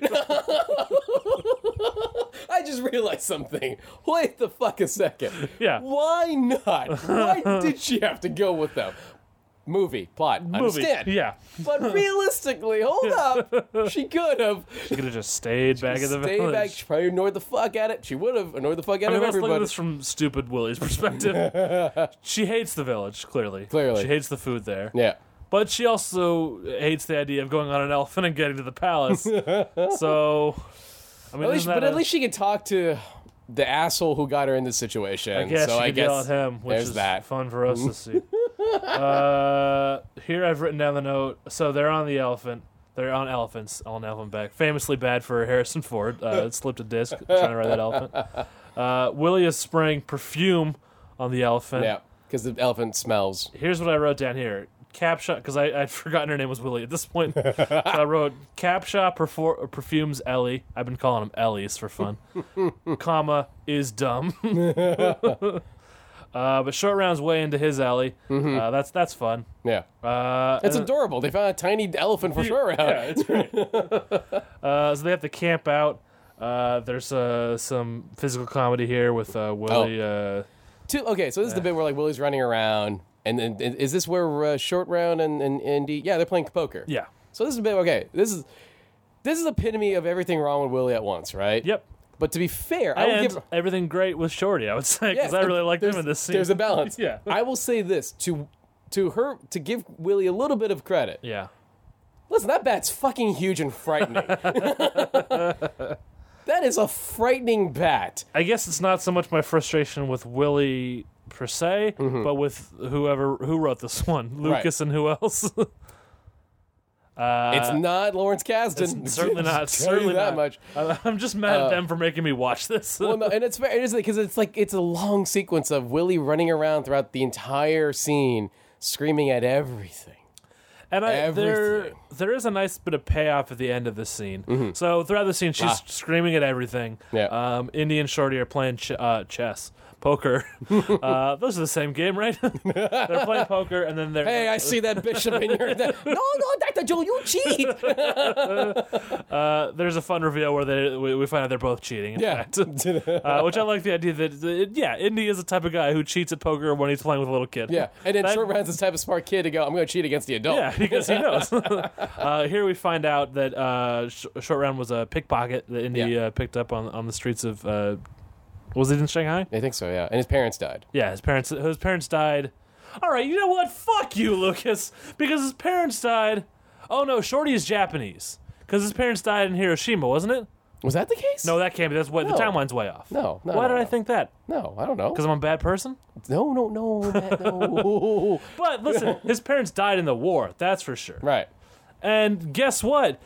[SPEAKER 3] I just realized something. Wait the fuck a second.
[SPEAKER 2] Yeah.
[SPEAKER 3] Why not? Why did she have to go with them? Movie plot.
[SPEAKER 2] Movie.
[SPEAKER 3] Understand.
[SPEAKER 2] Yeah,
[SPEAKER 3] But realistically, hold up. She could have
[SPEAKER 2] she could have just stayed back at the
[SPEAKER 3] stayed
[SPEAKER 2] village.
[SPEAKER 3] back. She probably annoyed the fuck out of it. She would have annoyed the fuck out
[SPEAKER 2] I mean,
[SPEAKER 3] of
[SPEAKER 2] let's look at
[SPEAKER 3] everybody.
[SPEAKER 2] this from stupid Willie's perspective. she hates the village, clearly.
[SPEAKER 3] Clearly.
[SPEAKER 2] She hates the food there.
[SPEAKER 3] Yeah.
[SPEAKER 2] But she also hates the idea of going on an elephant and getting to the palace. so, I mean,
[SPEAKER 3] At least,
[SPEAKER 2] isn't that
[SPEAKER 3] but at
[SPEAKER 2] a-
[SPEAKER 3] least she can talk to the asshole who got her in this situation.
[SPEAKER 2] I guess
[SPEAKER 3] so
[SPEAKER 2] she
[SPEAKER 3] I
[SPEAKER 2] could yell
[SPEAKER 3] guess
[SPEAKER 2] at him, which
[SPEAKER 3] there's
[SPEAKER 2] is
[SPEAKER 3] that.
[SPEAKER 2] fun for us to see. uh, here I've written down the note. So they're on the elephant. They're on elephants on elephant back. Famously bad for Harrison Ford. Uh, it slipped a disc trying to ride that elephant. Uh, Willie is spraying perfume on the elephant.
[SPEAKER 3] Yeah. Because the elephant smells.
[SPEAKER 2] here's what I wrote down here. Capshaw, because I'd forgotten her name was Willie at this point. so I wrote Capshaw perfor- perfumes Ellie. I've been calling him Ellie's for fun. comma is dumb. uh, but short rounds way into his alley. Uh, that's that's fun.
[SPEAKER 3] Yeah.
[SPEAKER 2] Uh,
[SPEAKER 3] Mm-hmm. That's
[SPEAKER 2] and-
[SPEAKER 3] adorable. They found a tiny elephant for sure around.
[SPEAKER 2] yeah, it's great. uh, so they have to camp out. Uh, there's uh, some physical comedy here with
[SPEAKER 3] Oh.
[SPEAKER 2] uh, Willie. Uh,
[SPEAKER 3] Two- okay, so this is the bit where like Willie's running around, and then and is this where uh, Short Round and, and Indy? Yeah, they're playing poker.
[SPEAKER 2] yeah.
[SPEAKER 3] So this is a bit okay. This is this is epitome of everything wrong with Willie at once, right?
[SPEAKER 2] Yep.
[SPEAKER 3] But to be fair, I will
[SPEAKER 2] And
[SPEAKER 3] give
[SPEAKER 2] everything great with Shorty, I would say, because I
[SPEAKER 3] Yes,
[SPEAKER 2] really like them in this scene.
[SPEAKER 3] there's a balance.
[SPEAKER 2] Yeah.
[SPEAKER 3] I will say this to to her to give Willie a little bit of credit.
[SPEAKER 2] Yeah.
[SPEAKER 3] Listen, that bat's fucking huge and frightening. that is a frightening bat.
[SPEAKER 2] I guess it's not so much my frustration with Willie per se,
[SPEAKER 3] Mm-hmm.
[SPEAKER 2] but with whoever who wrote this one, Lucas and who else?
[SPEAKER 3] it's not Lawrence Kasdan.
[SPEAKER 2] Uh, certainly not.
[SPEAKER 3] Just tell you
[SPEAKER 2] Certainly
[SPEAKER 3] that
[SPEAKER 2] not.
[SPEAKER 3] much.
[SPEAKER 2] I- I'm just mad at them for making me watch this.
[SPEAKER 3] uh, well, um, no, and it's fair, it is because it's like it's a long sequence of Willie running around throughout the entire scene, screaming at everything.
[SPEAKER 2] and I, there
[SPEAKER 3] everything. Mm-hmm.
[SPEAKER 2] there is a nice bit of payoff at the end of this scene. So throughout the scene, she's screaming at everything.
[SPEAKER 3] Ah. Yeah.
[SPEAKER 2] Um, Indy and Shorty are playing ch- uh, chess. poker. uh, those are the same game, right? they're playing poker, and then they're
[SPEAKER 3] Hey, I see that bishop in your. No, no, Doctor Joe, you cheat.
[SPEAKER 2] uh, there's a fun reveal where they we, we find out they're both cheating. in
[SPEAKER 3] Yeah.
[SPEAKER 2] fact. uh, which I like the idea that that- yeah, Indy is the type of guy who cheats at poker when he's playing with a little kid.
[SPEAKER 3] Yeah, and then
[SPEAKER 2] That-
[SPEAKER 3] short rounds is the type of smart kid to go. I'm going to cheat against the adult.
[SPEAKER 2] Yeah, because he knows. uh, here we find out that uh, Sh- Short Round was a pickpocket that Indy
[SPEAKER 3] Yeah.
[SPEAKER 2] uh, picked up on, on the streets of. Uh, was it in Shanghai?
[SPEAKER 3] I think so. Yeah, and his parents died.
[SPEAKER 2] Yeah, his parents his parents died. All right, you know what? Fuck you, Lucas, because his parents died. Oh no, Shorty is Japanese because his parents died in Hiroshima, wasn't it?
[SPEAKER 3] Was that the case?
[SPEAKER 2] No, that can't be. That's what the
[SPEAKER 3] No.
[SPEAKER 2] timeline's way off.
[SPEAKER 3] No, no,
[SPEAKER 2] Why
[SPEAKER 3] no,
[SPEAKER 2] did I
[SPEAKER 3] no.
[SPEAKER 2] think that?
[SPEAKER 3] no, I don't know.
[SPEAKER 2] Because I'm a bad person.
[SPEAKER 3] No, no, no, Matt, no.
[SPEAKER 2] But listen, his parents died in the war. That's for sure.
[SPEAKER 3] right.
[SPEAKER 2] And guess what?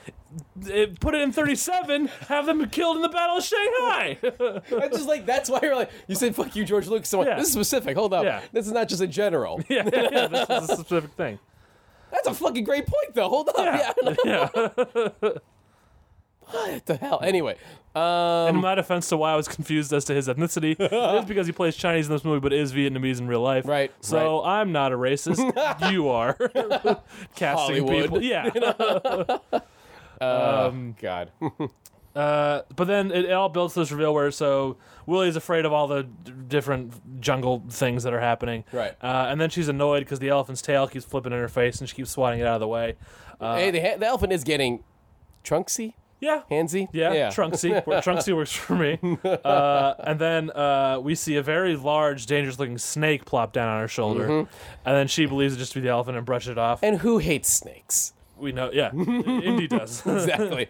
[SPEAKER 2] It- put it in 37. Have them killed in the Battle of Shanghai.
[SPEAKER 3] I'm just like that's why you're like you said fuck you George Lucas. I'm like,
[SPEAKER 2] Yeah.
[SPEAKER 3] This is specific. Hold up.
[SPEAKER 2] Yeah.
[SPEAKER 3] This is not just a general.
[SPEAKER 2] yeah, yeah, this is a specific thing.
[SPEAKER 3] That's a fucking great point though. Hold up. Yeah.
[SPEAKER 2] yeah.
[SPEAKER 3] what the hell? Anyway, um,
[SPEAKER 2] In my defense to why I was confused as to his ethnicity, it is because he plays Chinese in this movie, but is Vietnamese in real life.
[SPEAKER 3] Right,
[SPEAKER 2] So I'm not a racist. you are casting
[SPEAKER 3] Hollywood.
[SPEAKER 2] people. Yeah.
[SPEAKER 3] God.
[SPEAKER 2] Uh, but then it, it all builds to this reveal where so Willie's afraid of all the d- different jungle things that are happening.
[SPEAKER 3] Right.
[SPEAKER 2] Uh, and then she's annoyed because the elephant's tail keeps flipping in her face and she keeps swatting it out of the way. Uh,
[SPEAKER 3] hey, the, ha- the elephant is getting trunksy,
[SPEAKER 2] yeah.
[SPEAKER 3] handsy.
[SPEAKER 2] Yeah, Trunksy. Wor- Trunksy works for me. Uh, and then uh, we see a very large, dangerous-looking snake plop down on her shoulder, and then she believes it just to be the elephant and brushes it off.
[SPEAKER 3] And who hates snakes?
[SPEAKER 2] we know, yeah, Indy does.
[SPEAKER 3] Exactly.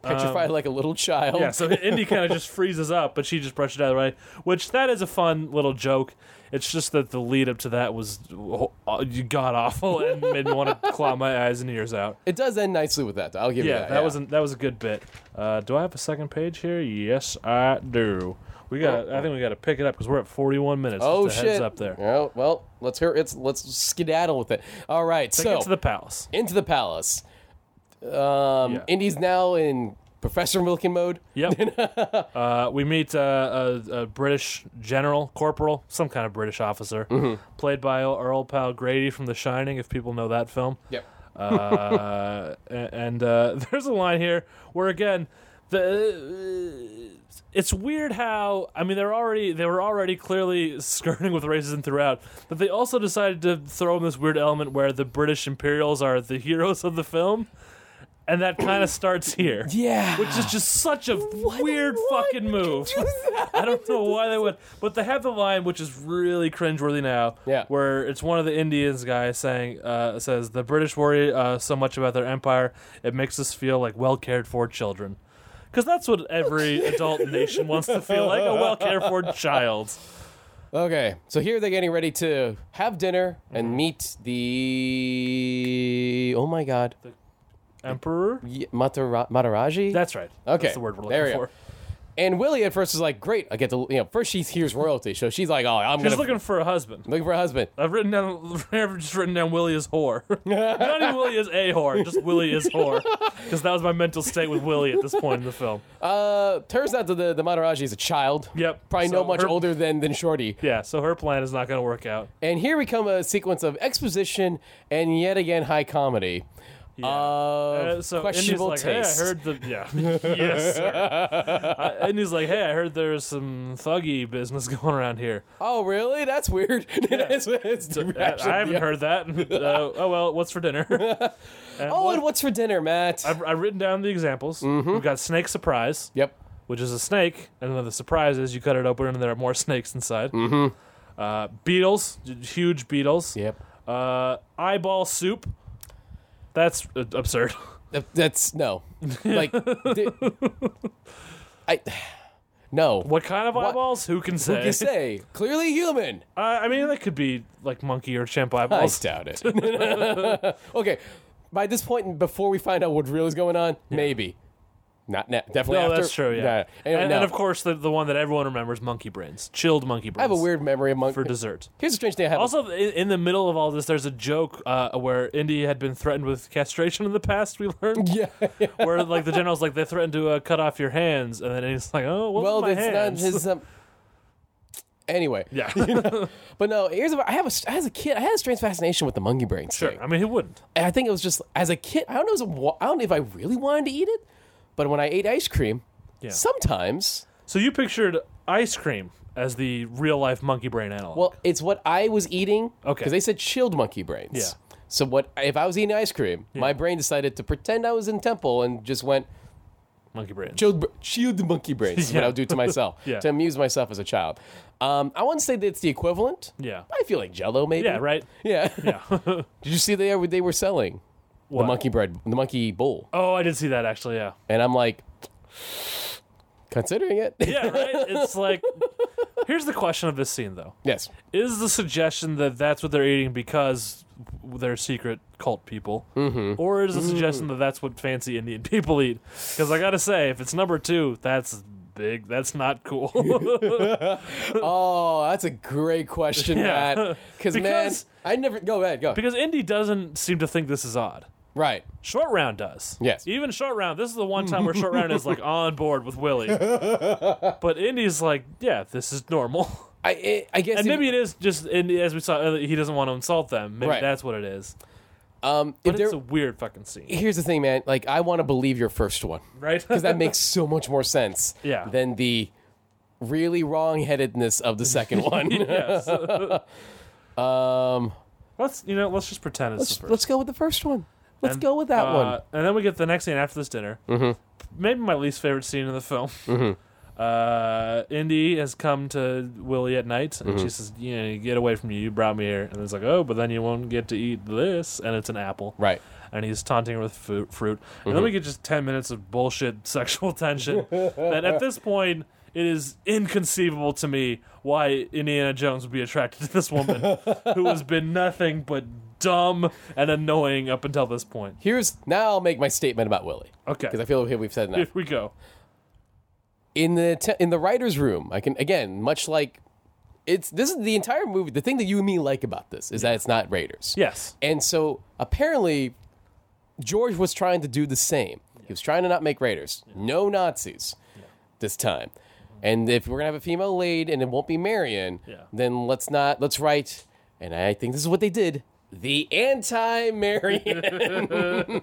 [SPEAKER 3] Petrified like a little child.
[SPEAKER 2] Um, yeah, so Indy kind of just freezes up, but she just brushed it out of the way. Which that is a fun little joke. It's just that the lead up to that was god awful and made me want to claw my eyes and ears out.
[SPEAKER 3] It does end nicely with that. Though. I'll give you
[SPEAKER 2] yeah,
[SPEAKER 3] that.
[SPEAKER 2] that was a, that was a good bit. Uh, do I have a second page here? Yes, I do. We got. I think we got to pick it up because we're at 41 minutes.
[SPEAKER 3] Oh
[SPEAKER 2] Just a
[SPEAKER 3] shit!
[SPEAKER 2] Heads up there.
[SPEAKER 3] Yeah, well, let's hear. It's let's skedaddle with it. All right,
[SPEAKER 2] Take
[SPEAKER 3] so
[SPEAKER 2] it to the palace.
[SPEAKER 3] into the palace. Um,
[SPEAKER 2] Yeah.
[SPEAKER 3] Indy's now in Professor Milken mode.
[SPEAKER 2] Yep. uh, we meet uh, a, a British general, corporal, some kind of British officer,
[SPEAKER 3] Mm-hmm.
[SPEAKER 2] played by our old pal Grady from The Shining. If people know that film.
[SPEAKER 3] Yep.
[SPEAKER 2] uh, and uh, there's a line here where again the it's weird how I mean they're already they were already clearly skirting with racism throughout, but they also decided to throw in this weird element where the British Imperials are the heroes of the film, and that kind of starts here.
[SPEAKER 3] Yeah.
[SPEAKER 2] which is just such a weird
[SPEAKER 3] why
[SPEAKER 2] fucking move. I don't know why they would, but they have the line which is really cringeworthy now.
[SPEAKER 3] Yeah.
[SPEAKER 2] where it's one of the Indians guys saying uh, says the British worry uh, so much about their empire it makes us feel like well cared for children. Because that's what every adult nation wants to feel like a well cared for child.
[SPEAKER 3] Okay, so here they're getting ready to have dinner
[SPEAKER 2] Mm-hmm.
[SPEAKER 3] and meet the. Oh my God,
[SPEAKER 2] Emperor?
[SPEAKER 3] Y- Matara- Mataraji.
[SPEAKER 2] That's right.
[SPEAKER 3] Okay,
[SPEAKER 2] That's the word we're looking
[SPEAKER 3] there we go.
[SPEAKER 2] for.
[SPEAKER 3] and Willie at first is like, "Great, I get to." You know, first she hears royalty, so she's like, "Oh, I'm
[SPEAKER 2] She's
[SPEAKER 3] gonna
[SPEAKER 2] looking for a husband.
[SPEAKER 3] looking for a husband."
[SPEAKER 2] I've written down, I've just written down Willie is whore. Not even Willie is a whore, just Willie is whore. Because that was my mental state with Willie at this point in the film.
[SPEAKER 3] Uh, turns out that the the Mataraji is a child.
[SPEAKER 2] Yep,
[SPEAKER 3] probably
[SPEAKER 2] so
[SPEAKER 3] no much
[SPEAKER 2] her-
[SPEAKER 3] older than than Shorty.
[SPEAKER 2] Yeah, so her plan is not going to work out.
[SPEAKER 3] And here we come a sequence of exposition and yet again high comedy. Of
[SPEAKER 2] Uh, so
[SPEAKER 3] questionable
[SPEAKER 2] Indy's like,
[SPEAKER 3] taste.
[SPEAKER 2] hey, I heard the yeah, yes, sir. Uh, Indy's like, hey, I heard there's some thuggy business going around here.
[SPEAKER 3] Oh, really? That's weird. It's- it's the
[SPEAKER 2] Uh,
[SPEAKER 3] reaction.
[SPEAKER 2] I haven't heard that. Uh, oh well, what's for dinner? And
[SPEAKER 3] Oh,
[SPEAKER 2] what-
[SPEAKER 3] and what's for dinner, Matt?
[SPEAKER 2] I've, I've written down the examples.
[SPEAKER 3] Mm-hmm.
[SPEAKER 2] We've got snake surprise,
[SPEAKER 3] yep.
[SPEAKER 2] which is a snake, and then the surprise is you cut it open and there are more snakes inside. Mm-hmm. Uh, beetles, j- huge beetles.
[SPEAKER 3] Yep.
[SPEAKER 2] Uh, eyeball soup. That's uh, absurd.
[SPEAKER 3] That- That's no. Like, di- I. No.
[SPEAKER 2] What kind of
[SPEAKER 3] What-
[SPEAKER 2] eyeballs? Who can say?
[SPEAKER 3] Who can say? Clearly human.
[SPEAKER 2] Uh, I mean, that could be like monkey or chimp
[SPEAKER 3] I
[SPEAKER 2] eyeballs.
[SPEAKER 3] doubt it. okay. By this point, and before we find out what really is going on, maybe. Not now. Definitely
[SPEAKER 2] No,
[SPEAKER 3] after.
[SPEAKER 2] that's true. Yeah,
[SPEAKER 3] Nah. Anyway,
[SPEAKER 2] and,
[SPEAKER 3] no.
[SPEAKER 2] and of course the the one that everyone remembers, monkey brains, chilled monkey brains.
[SPEAKER 3] I have a weird memory among.
[SPEAKER 2] for dessert.
[SPEAKER 3] Here's a strange thing I have.
[SPEAKER 2] Also, in, in the middle of all this, there's a joke uh, where Indy had been threatened with castration in the past. We learned
[SPEAKER 3] yeah.
[SPEAKER 2] where like the general's like they threatened to uh, cut off your hands, and then he's like, oh, well,
[SPEAKER 3] Well,
[SPEAKER 2] my
[SPEAKER 3] it's not
[SPEAKER 2] hands.
[SPEAKER 3] his. Um, Anyway,
[SPEAKER 2] Yeah.
[SPEAKER 3] but no, here's what I have. A, as a kid, I had a strange fascination with the monkey brains.
[SPEAKER 2] sure.
[SPEAKER 3] thing.
[SPEAKER 2] I mean, who wouldn't?
[SPEAKER 3] and I think it was just as a kid. I don't know. It was a wa- I don't know if I really wanted to eat it, but when I ate ice cream,
[SPEAKER 2] Yeah.
[SPEAKER 3] sometimes.
[SPEAKER 2] So you pictured ice cream as the real life monkey brain analog.
[SPEAKER 3] Well, it's what I was eating.
[SPEAKER 2] Okay.
[SPEAKER 3] Because they said chilled monkey brains.
[SPEAKER 2] Yeah.
[SPEAKER 3] So what if I was eating ice cream? My brain decided to pretend I was in temple and just went
[SPEAKER 2] monkey brain.
[SPEAKER 3] chilled, br- chilled monkey brains. Is what
[SPEAKER 2] Yeah.
[SPEAKER 3] I'll do to myself
[SPEAKER 2] Yeah.
[SPEAKER 3] to amuse myself as a child. Um, I wouldn't say that it's the equivalent.
[SPEAKER 2] Yeah.
[SPEAKER 3] I feel like Jello, maybe.
[SPEAKER 2] Yeah, right?
[SPEAKER 3] Yeah.
[SPEAKER 2] Yeah.
[SPEAKER 3] Did you see they were- they were selling
[SPEAKER 2] What?
[SPEAKER 3] the monkey bread, the monkey bowl?
[SPEAKER 2] Oh, I did see that actually. Yeah.
[SPEAKER 3] And I'm like, considering it.
[SPEAKER 2] Yeah, right? It's like. Here's the question of this scene, though.
[SPEAKER 3] yes.
[SPEAKER 2] Is the suggestion that that's what they're eating because they're secret cult people? Mm-hmm. Or is the suggestion
[SPEAKER 3] Mm.
[SPEAKER 2] that that's what fancy Indian people eat? Because I got to say, if it's number two, that's big. That's not cool.
[SPEAKER 3] Oh, that's a great question,
[SPEAKER 2] Yeah.
[SPEAKER 3] Matt. Cause man,
[SPEAKER 2] Because-
[SPEAKER 3] I never go ahead, go.
[SPEAKER 2] because Indy doesn't seem to think this is odd.
[SPEAKER 3] right.
[SPEAKER 2] Short Round does.
[SPEAKER 3] Yes.
[SPEAKER 2] Even Short Round, this is the one time where Short Round is like on board with Willie. but Indy's like, yeah, this is normal.
[SPEAKER 3] I I, I guess
[SPEAKER 2] And
[SPEAKER 3] if-
[SPEAKER 2] maybe it is just, and as we saw, uh, he doesn't want to insult them. Maybe
[SPEAKER 3] Right.
[SPEAKER 2] that's what it is.
[SPEAKER 3] um if
[SPEAKER 2] But
[SPEAKER 3] there,
[SPEAKER 2] it's a weird fucking scene,
[SPEAKER 3] here's the thing, man. Like I want to believe your first one
[SPEAKER 2] right?
[SPEAKER 3] because that makes so much more sense.
[SPEAKER 2] Yeah.
[SPEAKER 3] Than the really wrong-headedness of the second one.
[SPEAKER 2] yes.
[SPEAKER 3] Um,
[SPEAKER 2] let's you know, let's just pretend it's
[SPEAKER 3] let's,
[SPEAKER 2] the 1st
[SPEAKER 3] let's go with the first one. Let's go with that one. Mm-hmm.
[SPEAKER 2] And then we get the next scene after this dinner. Maybe my least favorite scene in the film. Uh, Indy has come to Willie at night, and
[SPEAKER 3] Mm-hmm.
[SPEAKER 2] she says, "You know, get away from you. You brought me here." And it's like, "Oh, but then you won't get to eat this." And it's an apple,
[SPEAKER 3] Right.
[SPEAKER 2] and he's taunting her with fu- fruit. And then we
[SPEAKER 3] Mm-hmm.
[SPEAKER 2] get just 10 minutes of bullshit sexual tension that at this point, it is inconceivable to me why Indiana Jones would be attracted to this woman who has been nothing but dumb and annoying up until this point.
[SPEAKER 3] Here's now I'll make my statement about Willie
[SPEAKER 2] Okay,
[SPEAKER 3] because I feel we've said enough.
[SPEAKER 2] here we go.
[SPEAKER 3] in the te- in the writers' room, I can again, much like it's this is the entire movie. The thing that you and me like about this is that it's not Raiders.
[SPEAKER 2] Yes.
[SPEAKER 3] And so apparently, George was trying to do the same. He was trying to not make Raiders, no Nazis, this time. And if we're gonna have a female lead and it won't be Marion,
[SPEAKER 2] Yeah.
[SPEAKER 3] then let's not let's write. And I think this is what they did: the anti-Marion.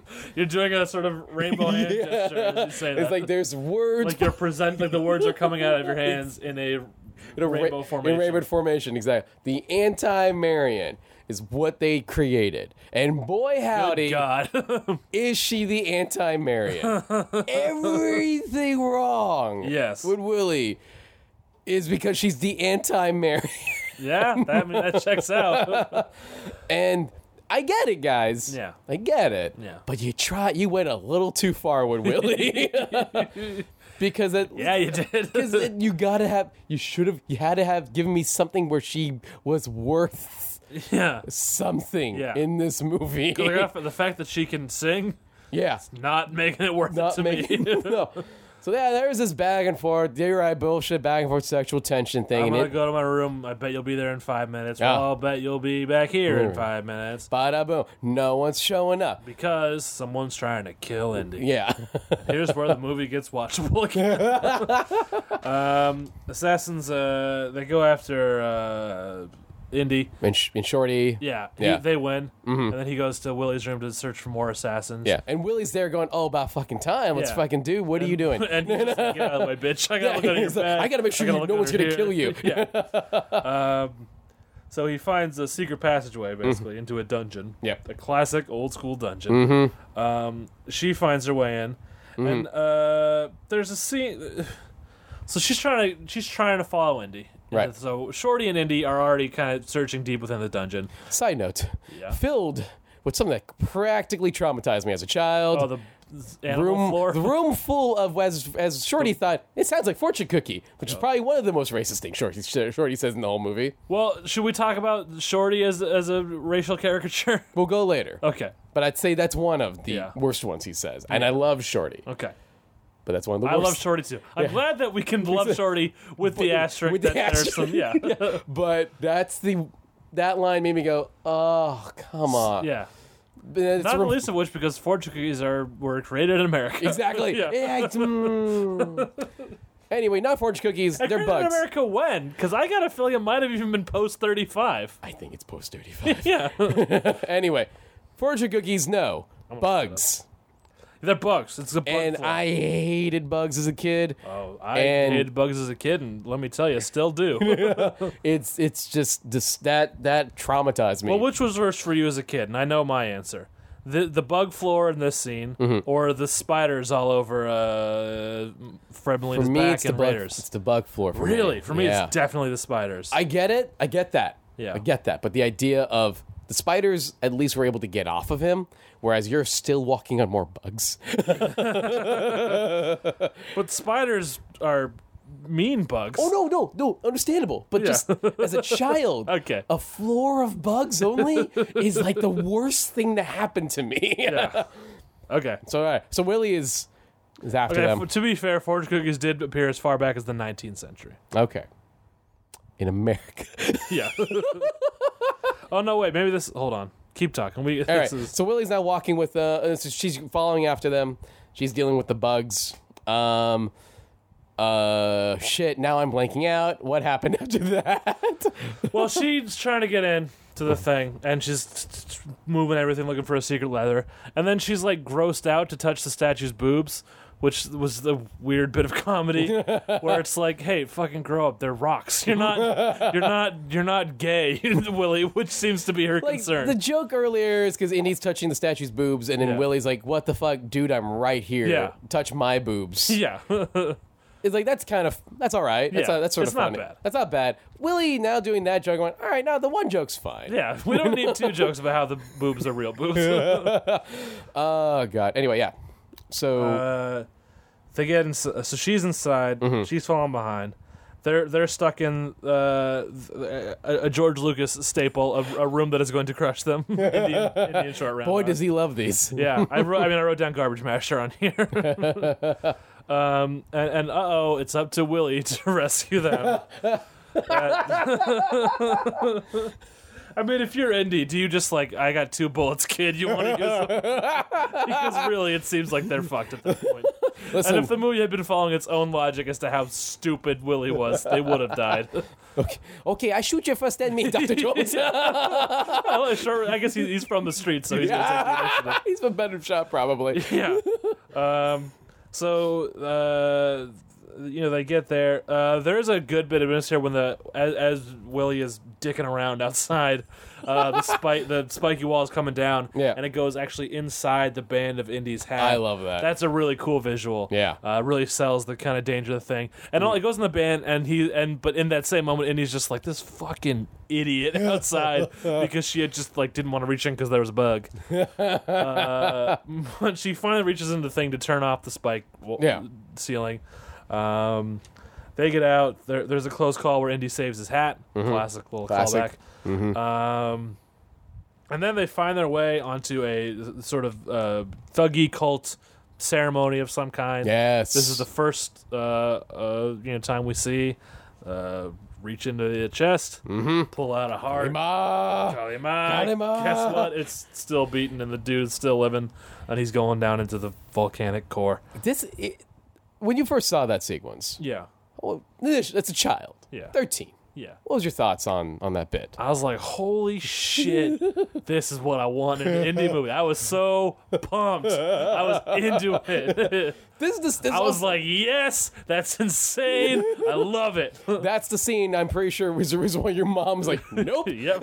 [SPEAKER 2] You're doing a sort of rainbow hand gesture as you say that.
[SPEAKER 3] it's like there's words
[SPEAKER 2] Like you're present, like the words are coming out of your hands in a,
[SPEAKER 3] in a ra-
[SPEAKER 2] rainbow
[SPEAKER 3] in
[SPEAKER 2] formation.
[SPEAKER 3] rainbow formation, exactly. The anti-Marion is what they created, and boy howdy,
[SPEAKER 2] God,
[SPEAKER 3] is she the anti-Marion? Everything wrong,
[SPEAKER 2] Yes.
[SPEAKER 3] with Willie is because she's the anti-Marion,
[SPEAKER 2] yeah, that, I mean that checks out.
[SPEAKER 3] and I get it, guys.
[SPEAKER 2] Yeah.
[SPEAKER 3] I get it.
[SPEAKER 2] Yeah.
[SPEAKER 3] but you try, you went a little too far with Willie, because it,
[SPEAKER 2] Yeah, you did.
[SPEAKER 3] Because then you gotta have, you should have, you had to have given me something where she was worth
[SPEAKER 2] Yeah.
[SPEAKER 3] something
[SPEAKER 2] Yeah.
[SPEAKER 3] in this movie.
[SPEAKER 2] Like, off- the fact that she can sing,
[SPEAKER 3] yeah,
[SPEAKER 2] not making it worth it
[SPEAKER 3] not
[SPEAKER 2] to
[SPEAKER 3] making
[SPEAKER 2] me.
[SPEAKER 3] no. So yeah, there's this back and forth, dear I bullshit, back and forth sexual tension thing,
[SPEAKER 2] I'm
[SPEAKER 3] and
[SPEAKER 2] gonna
[SPEAKER 3] it,
[SPEAKER 2] go to my room. I bet you'll be there in five minutes.
[SPEAKER 3] Yeah.
[SPEAKER 2] Well, I'll bet you'll be back here in
[SPEAKER 3] Mm.
[SPEAKER 2] five minutes
[SPEAKER 3] bada boom, no one's showing up.
[SPEAKER 2] because someone's trying to kill Indy.
[SPEAKER 3] Yeah,
[SPEAKER 2] Here's where the movie gets watchable again. um, assassins, uh, they go after uh, Indy.
[SPEAKER 3] and, sh- and Shorty,
[SPEAKER 2] Yeah, he-
[SPEAKER 3] Yeah. Mm-hmm.
[SPEAKER 2] they win, and then he goes to Willie's room to search for more assassins.
[SPEAKER 3] yeah, and Willie's there going, oh, about fucking time, let's
[SPEAKER 2] Yeah.
[SPEAKER 3] fucking do. What are you doing?
[SPEAKER 2] and he's just like, get out of the way, bitch. I gotta look under your
[SPEAKER 3] He's like,
[SPEAKER 2] back.
[SPEAKER 3] I gotta make sure you-
[SPEAKER 2] look
[SPEAKER 3] no one's
[SPEAKER 2] under
[SPEAKER 3] gonna
[SPEAKER 2] here."
[SPEAKER 3] kill you.
[SPEAKER 2] yeah. Um, so he finds a secret passageway,
[SPEAKER 3] Mm-hmm.
[SPEAKER 2] basically, into a dungeon.
[SPEAKER 3] Yep.
[SPEAKER 2] A classic old school dungeon.
[SPEAKER 3] Mm-hmm.
[SPEAKER 2] Um, she finds her way in, and uh, there's a scene. So she's trying to she's trying to follow Indy. And
[SPEAKER 3] Right.
[SPEAKER 2] So Shorty and Indy are already kind of searching deep within the dungeon.
[SPEAKER 3] Side note,
[SPEAKER 2] Yeah.
[SPEAKER 3] filled with something that practically traumatized me as a child.
[SPEAKER 2] Oh, the animal
[SPEAKER 3] room,
[SPEAKER 2] floor.
[SPEAKER 3] the room full of as as Shorty thought it sounds like fortune cookie, which is probably one of the most racist things Shorty Shorty says in the whole movie.
[SPEAKER 2] Well, should we talk about Shorty as as a racial caricature?
[SPEAKER 3] We'll go later,
[SPEAKER 2] Okay.
[SPEAKER 3] but I'd say that's one of the
[SPEAKER 2] Yeah.
[SPEAKER 3] worst ones he says, and I love Shorty,
[SPEAKER 2] Okay.
[SPEAKER 3] but that's one of the
[SPEAKER 2] I
[SPEAKER 3] worst.
[SPEAKER 2] love Shorty too. I'm glad that we can love Shorty with the asterisk
[SPEAKER 3] with the
[SPEAKER 2] that there's some yeah. yeah.
[SPEAKER 3] But that's the that line made me go, oh come on, But it's
[SPEAKER 2] Not the
[SPEAKER 3] a rem-
[SPEAKER 2] least of which because fortune cookies are were created in America.
[SPEAKER 3] exactly.
[SPEAKER 2] yeah.
[SPEAKER 3] Yeah, it's- mm. Anyway, not Forge Cookies.
[SPEAKER 2] Occurred
[SPEAKER 3] They're
[SPEAKER 2] in
[SPEAKER 3] bugs.
[SPEAKER 2] America when? Because I got a feeling it might have even been post 35.
[SPEAKER 3] I think it's post 35.
[SPEAKER 2] Yeah,
[SPEAKER 3] anyway, Forge Cookies, no. Bugs.
[SPEAKER 2] they're bugs. It's a bug
[SPEAKER 3] And
[SPEAKER 2] fly.
[SPEAKER 3] I hated bugs as a kid.
[SPEAKER 2] Oh, I
[SPEAKER 3] and-
[SPEAKER 2] hated bugs as a kid, and let me tell you, still do.
[SPEAKER 3] It's it's just dis- that that traumatized me.
[SPEAKER 2] well, which was worse for you as a kid? And I know my answer: the the bug floor in this scene,
[SPEAKER 3] Mm-hmm.
[SPEAKER 2] or the spiders all over uh, Fred Molina's
[SPEAKER 3] for me,
[SPEAKER 2] back
[SPEAKER 3] it's the
[SPEAKER 2] and
[SPEAKER 3] bug.
[SPEAKER 2] Raiders.
[SPEAKER 3] It's the bug floor. For
[SPEAKER 2] really,
[SPEAKER 3] me.
[SPEAKER 2] for me,
[SPEAKER 3] Yeah.
[SPEAKER 2] it's definitely the spiders.
[SPEAKER 3] I get it. I get that.
[SPEAKER 2] Yeah.
[SPEAKER 3] I get that. But the idea of the spiders at least were able to get off of him, whereas you're still walking on more bugs.
[SPEAKER 2] but spiders are mean bugs.
[SPEAKER 3] Oh no, no, no, understandable. But
[SPEAKER 2] Yeah.
[SPEAKER 3] just as a child,
[SPEAKER 2] Okay.
[SPEAKER 3] a floor of bugs only is like the worst thing to happen to me.
[SPEAKER 2] Yeah. Okay.
[SPEAKER 3] so all right. So Willie is is after
[SPEAKER 2] Okay,
[SPEAKER 3] them.
[SPEAKER 2] f- to be fair, fortune cookies did appear as far back as the 19th century.
[SPEAKER 3] okay. In America.
[SPEAKER 2] Yeah. oh no, wait. Maybe this. Hold on. Keep talking. We.
[SPEAKER 3] All
[SPEAKER 2] this
[SPEAKER 3] right.
[SPEAKER 2] is,
[SPEAKER 3] So Willie's now walking with uh so she's following after them. She's dealing with the bugs. Um uh shit, now I'm blanking out. What happened after that?
[SPEAKER 2] well, she's trying to get in to
[SPEAKER 3] Oh.
[SPEAKER 2] the thing, and she's t- t- t- moving everything, looking for a secret leather, and then she's like grossed out to touch the statue's boobs. Which was the weird bit of comedy where it's like, "Hey, fucking grow up! They're rocks. You're not, you're not, you're not gay, Willie." Which seems to be her
[SPEAKER 3] like
[SPEAKER 2] concern.
[SPEAKER 3] the joke earlier is cuz Indy's touching the statue's boobs and then
[SPEAKER 2] Yeah.
[SPEAKER 3] Willie's like, "What the fuck, dude, I'm right here.
[SPEAKER 2] Yeah.
[SPEAKER 3] Touch my boobs."
[SPEAKER 2] yeah,
[SPEAKER 3] It's like that's kind of that's all right. That's
[SPEAKER 2] Yeah,
[SPEAKER 3] not, that's sort
[SPEAKER 2] it's
[SPEAKER 3] of
[SPEAKER 2] not
[SPEAKER 3] funny.
[SPEAKER 2] bad.
[SPEAKER 3] That's not bad. Willie now doing that joke going, "All right, now the one joke's fine."
[SPEAKER 2] yeah. We don't need two jokes about how the boobs are real boobs.
[SPEAKER 3] Oh god. Anyway, yeah. So
[SPEAKER 2] uh, they get ins- so she's inside. She's falling behind. They're they're stuck in uh, th- a, a George Lucas staple, a, a room that is going to crush them. Indian, Indian short round.
[SPEAKER 3] boy does he love these.
[SPEAKER 2] Yeah, I, wrote, I mean, I wrote down garbage masher on here. um, and, and uh oh, it's up to Willie to rescue them. Uh, I mean, if you're Indy, do you just like I got two bullets, kid? You want to go? because really, it seems like they're fucked at this point.
[SPEAKER 3] Listen,
[SPEAKER 2] And if the movie had been following its own logic as to how stupid Willie was, they would have died.
[SPEAKER 3] Okay, okay, I shoot you first, then me, Doctor Jones.
[SPEAKER 2] Well, sure, I guess he- he's from the streets, so he's gonna take the initiative.
[SPEAKER 3] He's a better shot, probably.
[SPEAKER 2] yeah. Um, so uh, you know they get there. Uh, there is a good bit of minutes here when the as, as Willie is dicking around outside, uh, the spike the spiky wall is coming down.
[SPEAKER 3] Yeah.
[SPEAKER 2] and it goes actually inside the band of Indy's hat.
[SPEAKER 3] I love that.
[SPEAKER 2] That's a really cool visual.
[SPEAKER 3] Yeah.
[SPEAKER 2] uh, really sells the kind of danger of the thing. And all, it goes in the band, and he and but in that same moment, Indy's just like this fucking idiot outside because she had just like didn't want to reach in because there was a bug when she finally reaches into the thing to turn off the spike w-
[SPEAKER 3] Yeah.
[SPEAKER 2] ceiling, um, they get out. There, there's a close call where Indy saves his hat. Classic little
[SPEAKER 3] Mm-hmm. Classic. Mm-hmm.
[SPEAKER 2] callback. Um, and then they find their way onto a sort of uh, thuggy cult ceremony of some kind.
[SPEAKER 3] Yes.
[SPEAKER 2] This is the first uh, uh, you know time we see uh, reach into the chest,
[SPEAKER 3] Mm-hmm.
[SPEAKER 2] pull out a heart,
[SPEAKER 3] Ma.
[SPEAKER 2] Kalima.
[SPEAKER 3] Kalima.
[SPEAKER 2] Guess what? It's still beaten, and the dude's still living, and he's going down into the volcanic core.
[SPEAKER 3] This it, when you first saw that sequence,
[SPEAKER 2] Yeah,
[SPEAKER 3] well, this- that's a child,
[SPEAKER 2] Yeah.
[SPEAKER 3] thirteen.
[SPEAKER 2] yeah.
[SPEAKER 3] What was your thoughts on on that bit?
[SPEAKER 2] I was like, "Holy shit! this is what I want in an indie movie." I was so pumped. I was into it.
[SPEAKER 3] This is this. this
[SPEAKER 2] I was
[SPEAKER 3] was
[SPEAKER 2] like, "Yes, that's insane! I love it."
[SPEAKER 3] that's the scene. I'm pretty sure was the reason why your mom's like, nope.
[SPEAKER 2] yep,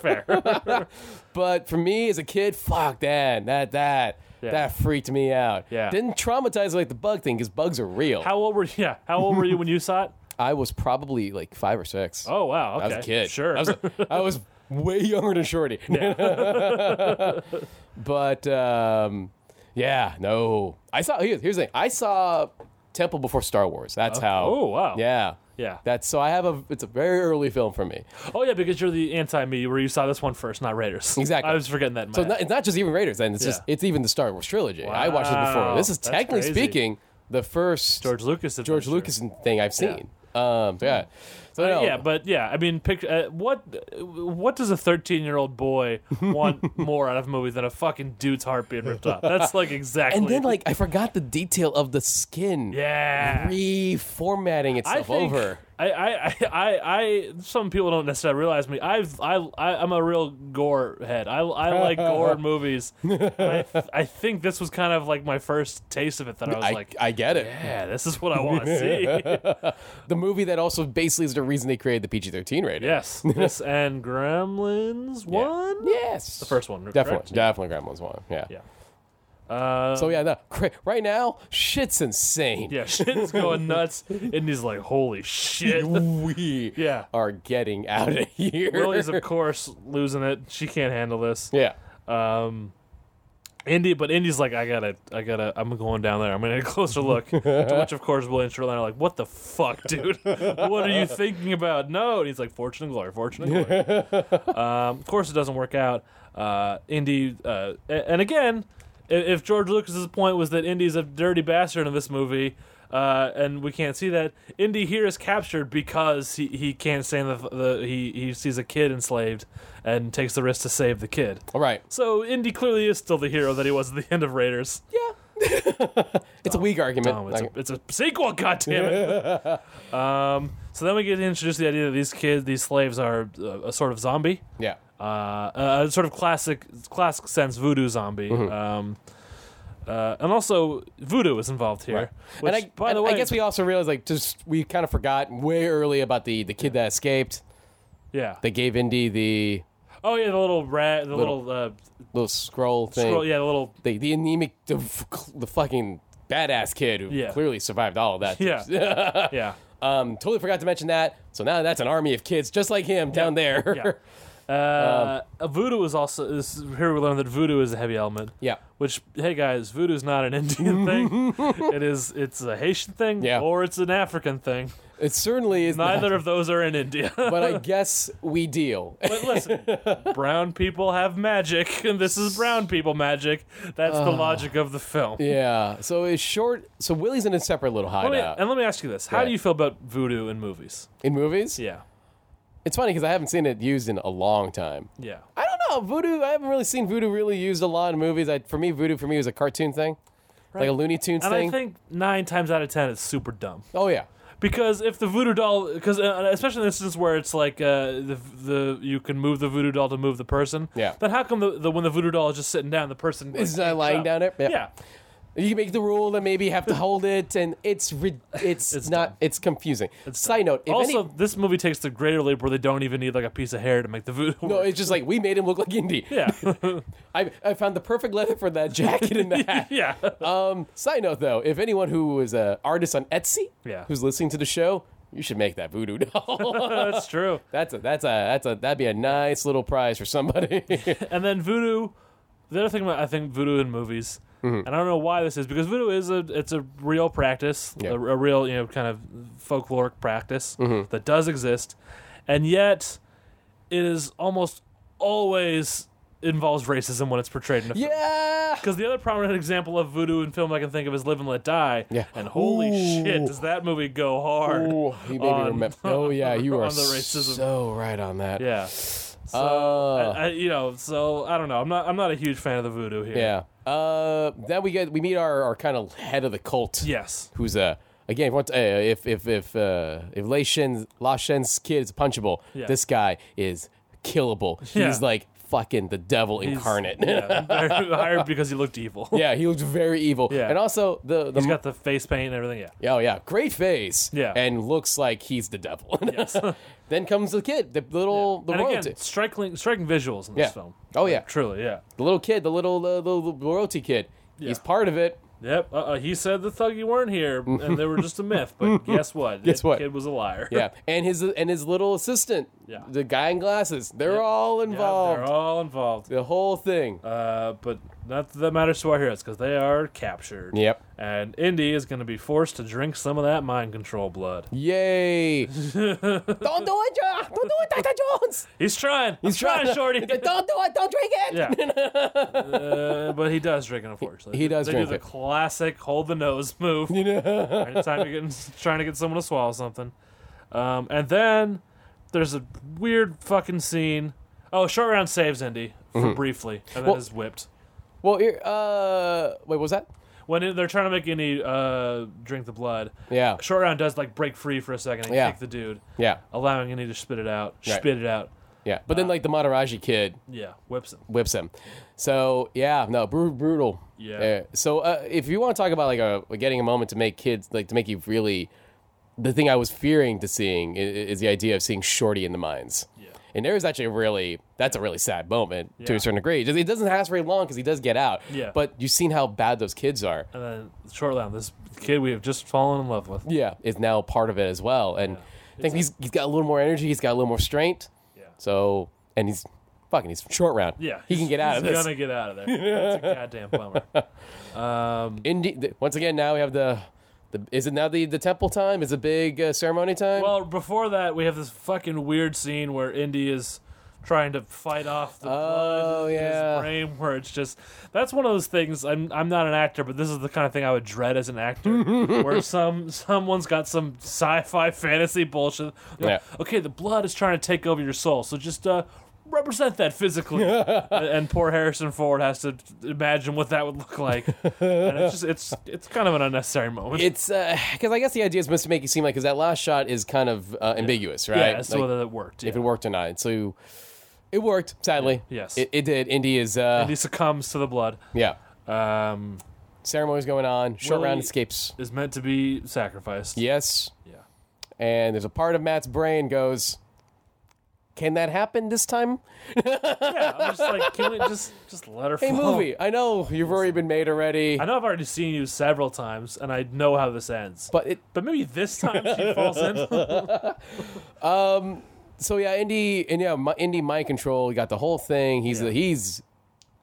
[SPEAKER 2] fair.
[SPEAKER 3] But for me as a kid, fuck that, that that
[SPEAKER 2] Yeah.
[SPEAKER 3] that freaked me out.
[SPEAKER 2] Yeah.
[SPEAKER 3] Didn't traumatize like the bug thing because bugs are real.
[SPEAKER 2] How old were yeah? How old were you when you saw it?
[SPEAKER 3] I was probably like five or six.
[SPEAKER 2] Oh wow, okay.
[SPEAKER 3] I was a kid.
[SPEAKER 2] Sure.
[SPEAKER 3] I was, I was way younger than Shorty. but um, yeah, no. I saw here's, here's the thing. I saw Temple before Star Wars. That's how.
[SPEAKER 2] oh, wow.
[SPEAKER 3] Yeah.
[SPEAKER 2] Yeah.
[SPEAKER 3] That's so I have a. It's a very early film for me.
[SPEAKER 2] Oh yeah, because you're the anti-me where you saw this one first, not Raiders.
[SPEAKER 3] Exactly.
[SPEAKER 2] I was forgetting that. in my
[SPEAKER 3] So
[SPEAKER 2] head.
[SPEAKER 3] not, it's not just even Raiders, and it's
[SPEAKER 2] Yeah.
[SPEAKER 3] just it's even the Star Wars trilogy. I watched it
[SPEAKER 2] Wow,
[SPEAKER 3] before. This is
[SPEAKER 2] that's
[SPEAKER 3] technically
[SPEAKER 2] crazy.
[SPEAKER 3] speaking the first
[SPEAKER 2] George Lucas.
[SPEAKER 3] George
[SPEAKER 2] adventure.
[SPEAKER 3] Lucas thing I've seen. Um, so yeah. So no,
[SPEAKER 2] Uh, yeah, but yeah, I mean, pic- uh, what what does a thirteen year old boy want more out of a movie than a fucking dude's heart being ripped off? That's like exactly.
[SPEAKER 3] and then like I forgot the detail of the skin.
[SPEAKER 2] yeah,
[SPEAKER 3] Reformatting
[SPEAKER 2] I
[SPEAKER 3] itself
[SPEAKER 2] think
[SPEAKER 3] over.
[SPEAKER 2] I, I, I, I, I, some people don't necessarily realize me. I've, I, I, I'm a real gore head. I, I like gore in movies. I, I think this was kind of like my first taste of it that I was
[SPEAKER 3] I,
[SPEAKER 2] like,
[SPEAKER 3] I get it.
[SPEAKER 2] yeah, this is what I want to see.
[SPEAKER 3] The movie that also basically is the reason they created the PG thirteen rating.
[SPEAKER 2] yes, this and Gremlins
[SPEAKER 3] Yeah.
[SPEAKER 2] one,
[SPEAKER 3] Yes. The
[SPEAKER 2] first one,
[SPEAKER 3] Definitely,
[SPEAKER 2] correct?
[SPEAKER 3] definitely Gremlins one. Yeah.
[SPEAKER 2] yeah. Uh,
[SPEAKER 3] So yeah, no, cra- right now shit's insane.
[SPEAKER 2] yeah, shit's going nuts, and he's like, "Holy shit!"
[SPEAKER 3] We
[SPEAKER 2] Yeah.
[SPEAKER 3] are getting out of here.
[SPEAKER 2] Willie's of course losing it. She can't handle this.
[SPEAKER 3] yeah.
[SPEAKER 2] Indy, but Indy's like, I gotta, I gotta, I'm going down there. I'm gonna get a closer look. to which, of course, Willie and Shoreline are like, What the fuck, dude? what are you thinking about? No. And he's like, Fortune and glory, fortune and glory. um, of course, it doesn't work out. Uh, Indy, uh, a- and again, i- if George Lucas's point was that Indy's a dirty bastard in this movie, uh, and we can't see that, Indy here is captured because he, he can't stand the, the he, he sees a kid enslaved and takes the risk to save the kid.
[SPEAKER 3] All right.
[SPEAKER 2] So Indy clearly is still the hero that he was at the end of Raiders.
[SPEAKER 3] Yeah. it's a weak argument.
[SPEAKER 2] Oh, it's,
[SPEAKER 3] Like,
[SPEAKER 2] a, it's a sequel, goddammit. um, so then we get introduced to the idea that these kids, these slaves, are uh, a sort of zombie,
[SPEAKER 3] yeah.
[SPEAKER 2] uh, a sort of classic, classic sense voodoo zombie.
[SPEAKER 3] Mm-hmm.
[SPEAKER 2] Um, uh, and also voodoo is involved here. Which,
[SPEAKER 3] and I,
[SPEAKER 2] by
[SPEAKER 3] and
[SPEAKER 2] the way,
[SPEAKER 3] I guess we also realized like just we kind of forgot way early about the the kid that escaped.
[SPEAKER 2] yeah.
[SPEAKER 3] They gave Indy the
[SPEAKER 2] oh yeah, the little rat, the little,
[SPEAKER 3] Little-
[SPEAKER 2] uh,
[SPEAKER 3] little scroll thing.
[SPEAKER 2] scroll. Yeah, the little.
[SPEAKER 3] The the anemic the, f- the fucking badass kid who
[SPEAKER 2] Yeah.
[SPEAKER 3] clearly survived all of that.
[SPEAKER 2] Yeah, yeah.
[SPEAKER 3] Um, totally forgot to mention that. So now that's an army of kids just like him down there.
[SPEAKER 2] Yeah. Uh, voodoo is also this, here. We learned that voodoo is a heavy element.
[SPEAKER 3] Yeah.
[SPEAKER 2] Which hey guys, voodoo is not an Indian thing. it is it's a Haitian thing,
[SPEAKER 3] Yeah.
[SPEAKER 2] or it's an African thing.
[SPEAKER 3] It certainly is not.
[SPEAKER 2] Neither of those are in India. but
[SPEAKER 3] But I guess we deal.
[SPEAKER 2] listen, brown people have magic, and this is brown people magic. That's the logic of the film.
[SPEAKER 3] yeah. So it's short. So Willie's in a separate little
[SPEAKER 2] Let me-
[SPEAKER 3] hideout
[SPEAKER 2] and let me ask you this: How
[SPEAKER 3] Yeah.
[SPEAKER 2] do you feel about voodoo in movies?
[SPEAKER 3] in movies.
[SPEAKER 2] Yeah,
[SPEAKER 3] It's funny because I haven't seen it used in a long time.
[SPEAKER 2] yeah.
[SPEAKER 3] I don't know voodoo. I haven't really seen voodoo really used a lot in movies. I, for me, voodoo for me was a cartoon thing, like a Looney Tunes
[SPEAKER 2] And
[SPEAKER 3] thing.
[SPEAKER 2] I think nine times out of ten, it's super dumb.
[SPEAKER 3] oh yeah,
[SPEAKER 2] because if the voodoo doll because uh, especially in instance where it's like uh, the the you can move the voodoo doll to move the person
[SPEAKER 3] Yeah.
[SPEAKER 2] then how come the, the when the voodoo doll is just sitting down the person
[SPEAKER 3] Is that lying
[SPEAKER 2] up?
[SPEAKER 3] down there?
[SPEAKER 2] uh, yeah,
[SPEAKER 3] Yeah. you make the rule that maybe you have to hold it, and it's rid it's, not it's confusing. Side note, if
[SPEAKER 2] also
[SPEAKER 3] any,
[SPEAKER 2] this movie takes the greater leap where they don't even need like a piece of hair to make the voodoo
[SPEAKER 3] no,
[SPEAKER 2] work.
[SPEAKER 3] it's just like we made him look like Indy.
[SPEAKER 2] yeah
[SPEAKER 3] I, I found the perfect leather for that jacket and the hat.
[SPEAKER 2] yeah
[SPEAKER 3] Um, side note though, if anyone who is an artist on Etsy,
[SPEAKER 2] Yeah.
[SPEAKER 3] who's listening to the show, you should make that voodoo doll.
[SPEAKER 2] that's true
[SPEAKER 3] that's a that's a that's a that'd be a nice little prize for somebody.
[SPEAKER 2] and then voodoo the other thing about i think voodoo in movies
[SPEAKER 3] Mm-hmm.
[SPEAKER 2] and i don't know why this is because voodoo is a it's a real practice
[SPEAKER 3] Yeah. Mm-hmm.
[SPEAKER 2] a, a real you know kind of folkloric practice that does exist and yet it is almost always involves racism when it's portrayed in a
[SPEAKER 3] yeah.
[SPEAKER 2] because the other prominent example of voodoo in film I can think of is *Live and Let Die*,
[SPEAKER 3] Yeah.
[SPEAKER 2] and holy shit,
[SPEAKER 3] Ooh.
[SPEAKER 2] does that movie go hard?
[SPEAKER 3] Ooh, he made me
[SPEAKER 2] on-
[SPEAKER 3] remember. Oh yeah, you are
[SPEAKER 2] on the racism.
[SPEAKER 3] so right on that.
[SPEAKER 2] Yeah,
[SPEAKER 3] So, Ah.
[SPEAKER 2] I, I, you know, so I don't know. I'm not. I'm not a huge fan of the voodoo here.
[SPEAKER 3] yeah. Uh, then we get we meet our, our kind of head of the cult.
[SPEAKER 2] Yes.
[SPEAKER 3] Who's uh again? What, uh, if if if uh, if Lei Shen's, La Shen's kid is punchable,
[SPEAKER 2] Yeah.
[SPEAKER 3] this guy is killable.
[SPEAKER 2] Yeah.
[SPEAKER 3] He's like fucking the devil
[SPEAKER 2] He's-
[SPEAKER 3] incarnate.
[SPEAKER 2] yeah, hired- hired because he looked evil.
[SPEAKER 3] Yeah, he looks very evil.
[SPEAKER 2] Yeah.
[SPEAKER 3] And also the the
[SPEAKER 2] He's got the face paint and everything. Yeah.
[SPEAKER 3] oh yeah, great face.
[SPEAKER 2] Yeah.
[SPEAKER 3] and looks like he's the devil.
[SPEAKER 2] Yes.
[SPEAKER 3] then comes the kid, the little the
[SPEAKER 2] and
[SPEAKER 3] royalty,
[SPEAKER 2] again, striking, striking visuals in this
[SPEAKER 3] Yeah.
[SPEAKER 2] film.
[SPEAKER 3] Oh, yeah.
[SPEAKER 2] Truly, yeah.
[SPEAKER 3] the little kid, the little uh, the, the royalty kid. He's part of it.
[SPEAKER 2] Yep. Uh, uh, he said the thuggy weren't here, and they were just a myth. But guess what?
[SPEAKER 3] Guess
[SPEAKER 2] That
[SPEAKER 3] what?
[SPEAKER 2] Kid was a liar.
[SPEAKER 3] Yeah, and his and his little assistant,
[SPEAKER 2] Yeah.
[SPEAKER 3] the guy in glasses. They're all
[SPEAKER 2] Yeah,
[SPEAKER 3] involved.
[SPEAKER 2] they're all involved.
[SPEAKER 3] the whole thing.
[SPEAKER 2] Uh, but not that, that matters to our heroes because they are captured.
[SPEAKER 3] Yep.
[SPEAKER 2] And Indy is going to be forced to drink some of that mind control blood.
[SPEAKER 3] Yay! don't do it, Ja! Don't do it, Dr. Jones.
[SPEAKER 2] He's trying. He's trying, Shorty.
[SPEAKER 3] He's like, don't do it. Don't drink it.
[SPEAKER 2] Yeah. Uh, but he does drink it, unfortunately.
[SPEAKER 3] He does
[SPEAKER 2] they
[SPEAKER 3] drink
[SPEAKER 2] do the
[SPEAKER 3] it.
[SPEAKER 2] classic hold the nose move. Anytime you're getting, trying to get someone to swallow something. Um, and then there's a weird fucking scene. Oh, short round saves Indy for briefly, and then
[SPEAKER 3] Mm-hmm. Well-
[SPEAKER 2] is whipped.
[SPEAKER 3] Well, here- uh, wait, what was that?
[SPEAKER 2] When they're trying to make Indy uh, drink the blood,
[SPEAKER 3] Yeah,
[SPEAKER 2] short round does like break free for a second and
[SPEAKER 3] Yeah.
[SPEAKER 2] kick the dude,
[SPEAKER 3] yeah,
[SPEAKER 2] allowing Indy to spit it out.
[SPEAKER 3] Right.
[SPEAKER 2] Spit it out.
[SPEAKER 3] yeah. But
[SPEAKER 2] Uh.
[SPEAKER 3] then like the Mataraji kid
[SPEAKER 2] Yeah, whips him.
[SPEAKER 3] whips him. So yeah, no, bru- brutal.
[SPEAKER 2] Yeah.
[SPEAKER 3] So uh, if you want to talk about like a getting a moment to make kids like to make you really, the thing I was fearing to seeing is, is the idea of seeing Shorty in the mines.
[SPEAKER 2] Yeah.
[SPEAKER 3] And there is actually a really that's a really sad moment to
[SPEAKER 2] Yeah.
[SPEAKER 3] a certain degree. It doesn't- It doesn't last very long because he does get out.
[SPEAKER 2] Yeah. Uh,
[SPEAKER 3] But you've seen how bad those kids are.
[SPEAKER 2] And then short round, this kid we have just fallen in love with.
[SPEAKER 3] Yeah. Is now part of it as well, and I think he's he's got a little more energy. He's got a little more strength.
[SPEAKER 2] Yeah.
[SPEAKER 3] So and he's fucking he's short round.
[SPEAKER 2] Yeah,
[SPEAKER 3] He can
[SPEAKER 2] he's-
[SPEAKER 3] get out of
[SPEAKER 2] he's
[SPEAKER 3] this.
[SPEAKER 2] Gonna get out of there. That's a goddamn bummer.
[SPEAKER 3] Indy, th- once again, now we have the, the is it now the, the temple time? Is it big uh, ceremony time?
[SPEAKER 2] Well, before that, we have this fucking weird scene where Indy is trying to fight off the blood
[SPEAKER 3] Oh,
[SPEAKER 2] in
[SPEAKER 3] yeah.
[SPEAKER 2] his brain, where it's just that's one of those things. I'm I'm not an actor, but this is the kind of thing I would dread as an actor, where some someone's got some sci-fi fantasy bullshit. They're like,
[SPEAKER 3] Yeah.
[SPEAKER 2] Okay, the blood is trying to take over your soul, so just. uh Represent that physically, and, and poor Harrison Ford has to imagine what that would look like. And it's just it's it's kind of an unnecessary moment.
[SPEAKER 3] it's because I guess the idea is supposed to make you seem like because that last shot is kind of uh, ambiguous,
[SPEAKER 2] yeah,
[SPEAKER 3] right?
[SPEAKER 2] as to
[SPEAKER 3] Like,
[SPEAKER 2] whether that worked.
[SPEAKER 3] if
[SPEAKER 2] yeah.
[SPEAKER 3] it worked or not. So it worked, sadly.
[SPEAKER 2] Yes.
[SPEAKER 3] it, it did. Indy is uh,
[SPEAKER 2] he succumbs to the blood.
[SPEAKER 3] yeah.
[SPEAKER 2] Um,
[SPEAKER 3] Ceremony's going on. Short
[SPEAKER 2] Willie-
[SPEAKER 3] round escapes.
[SPEAKER 2] is meant to be sacrificed.
[SPEAKER 3] Yes,
[SPEAKER 2] Yeah.
[SPEAKER 3] and there's a part of Matt's brain goes. Can that happen this
[SPEAKER 2] Oh.
[SPEAKER 3] time?
[SPEAKER 2] Yeah, I'm just like, can we just just let her
[SPEAKER 3] Hey,
[SPEAKER 2] fall?
[SPEAKER 3] movie. I know you've already been made already,
[SPEAKER 2] I know I've already seen you several times, and I know how this ends.
[SPEAKER 3] but it
[SPEAKER 2] but maybe this time she falls in.
[SPEAKER 3] so yeah, Indy and yeah, Mi- Indy mind control. He got the whole thing. He's
[SPEAKER 2] Yeah.
[SPEAKER 3] he's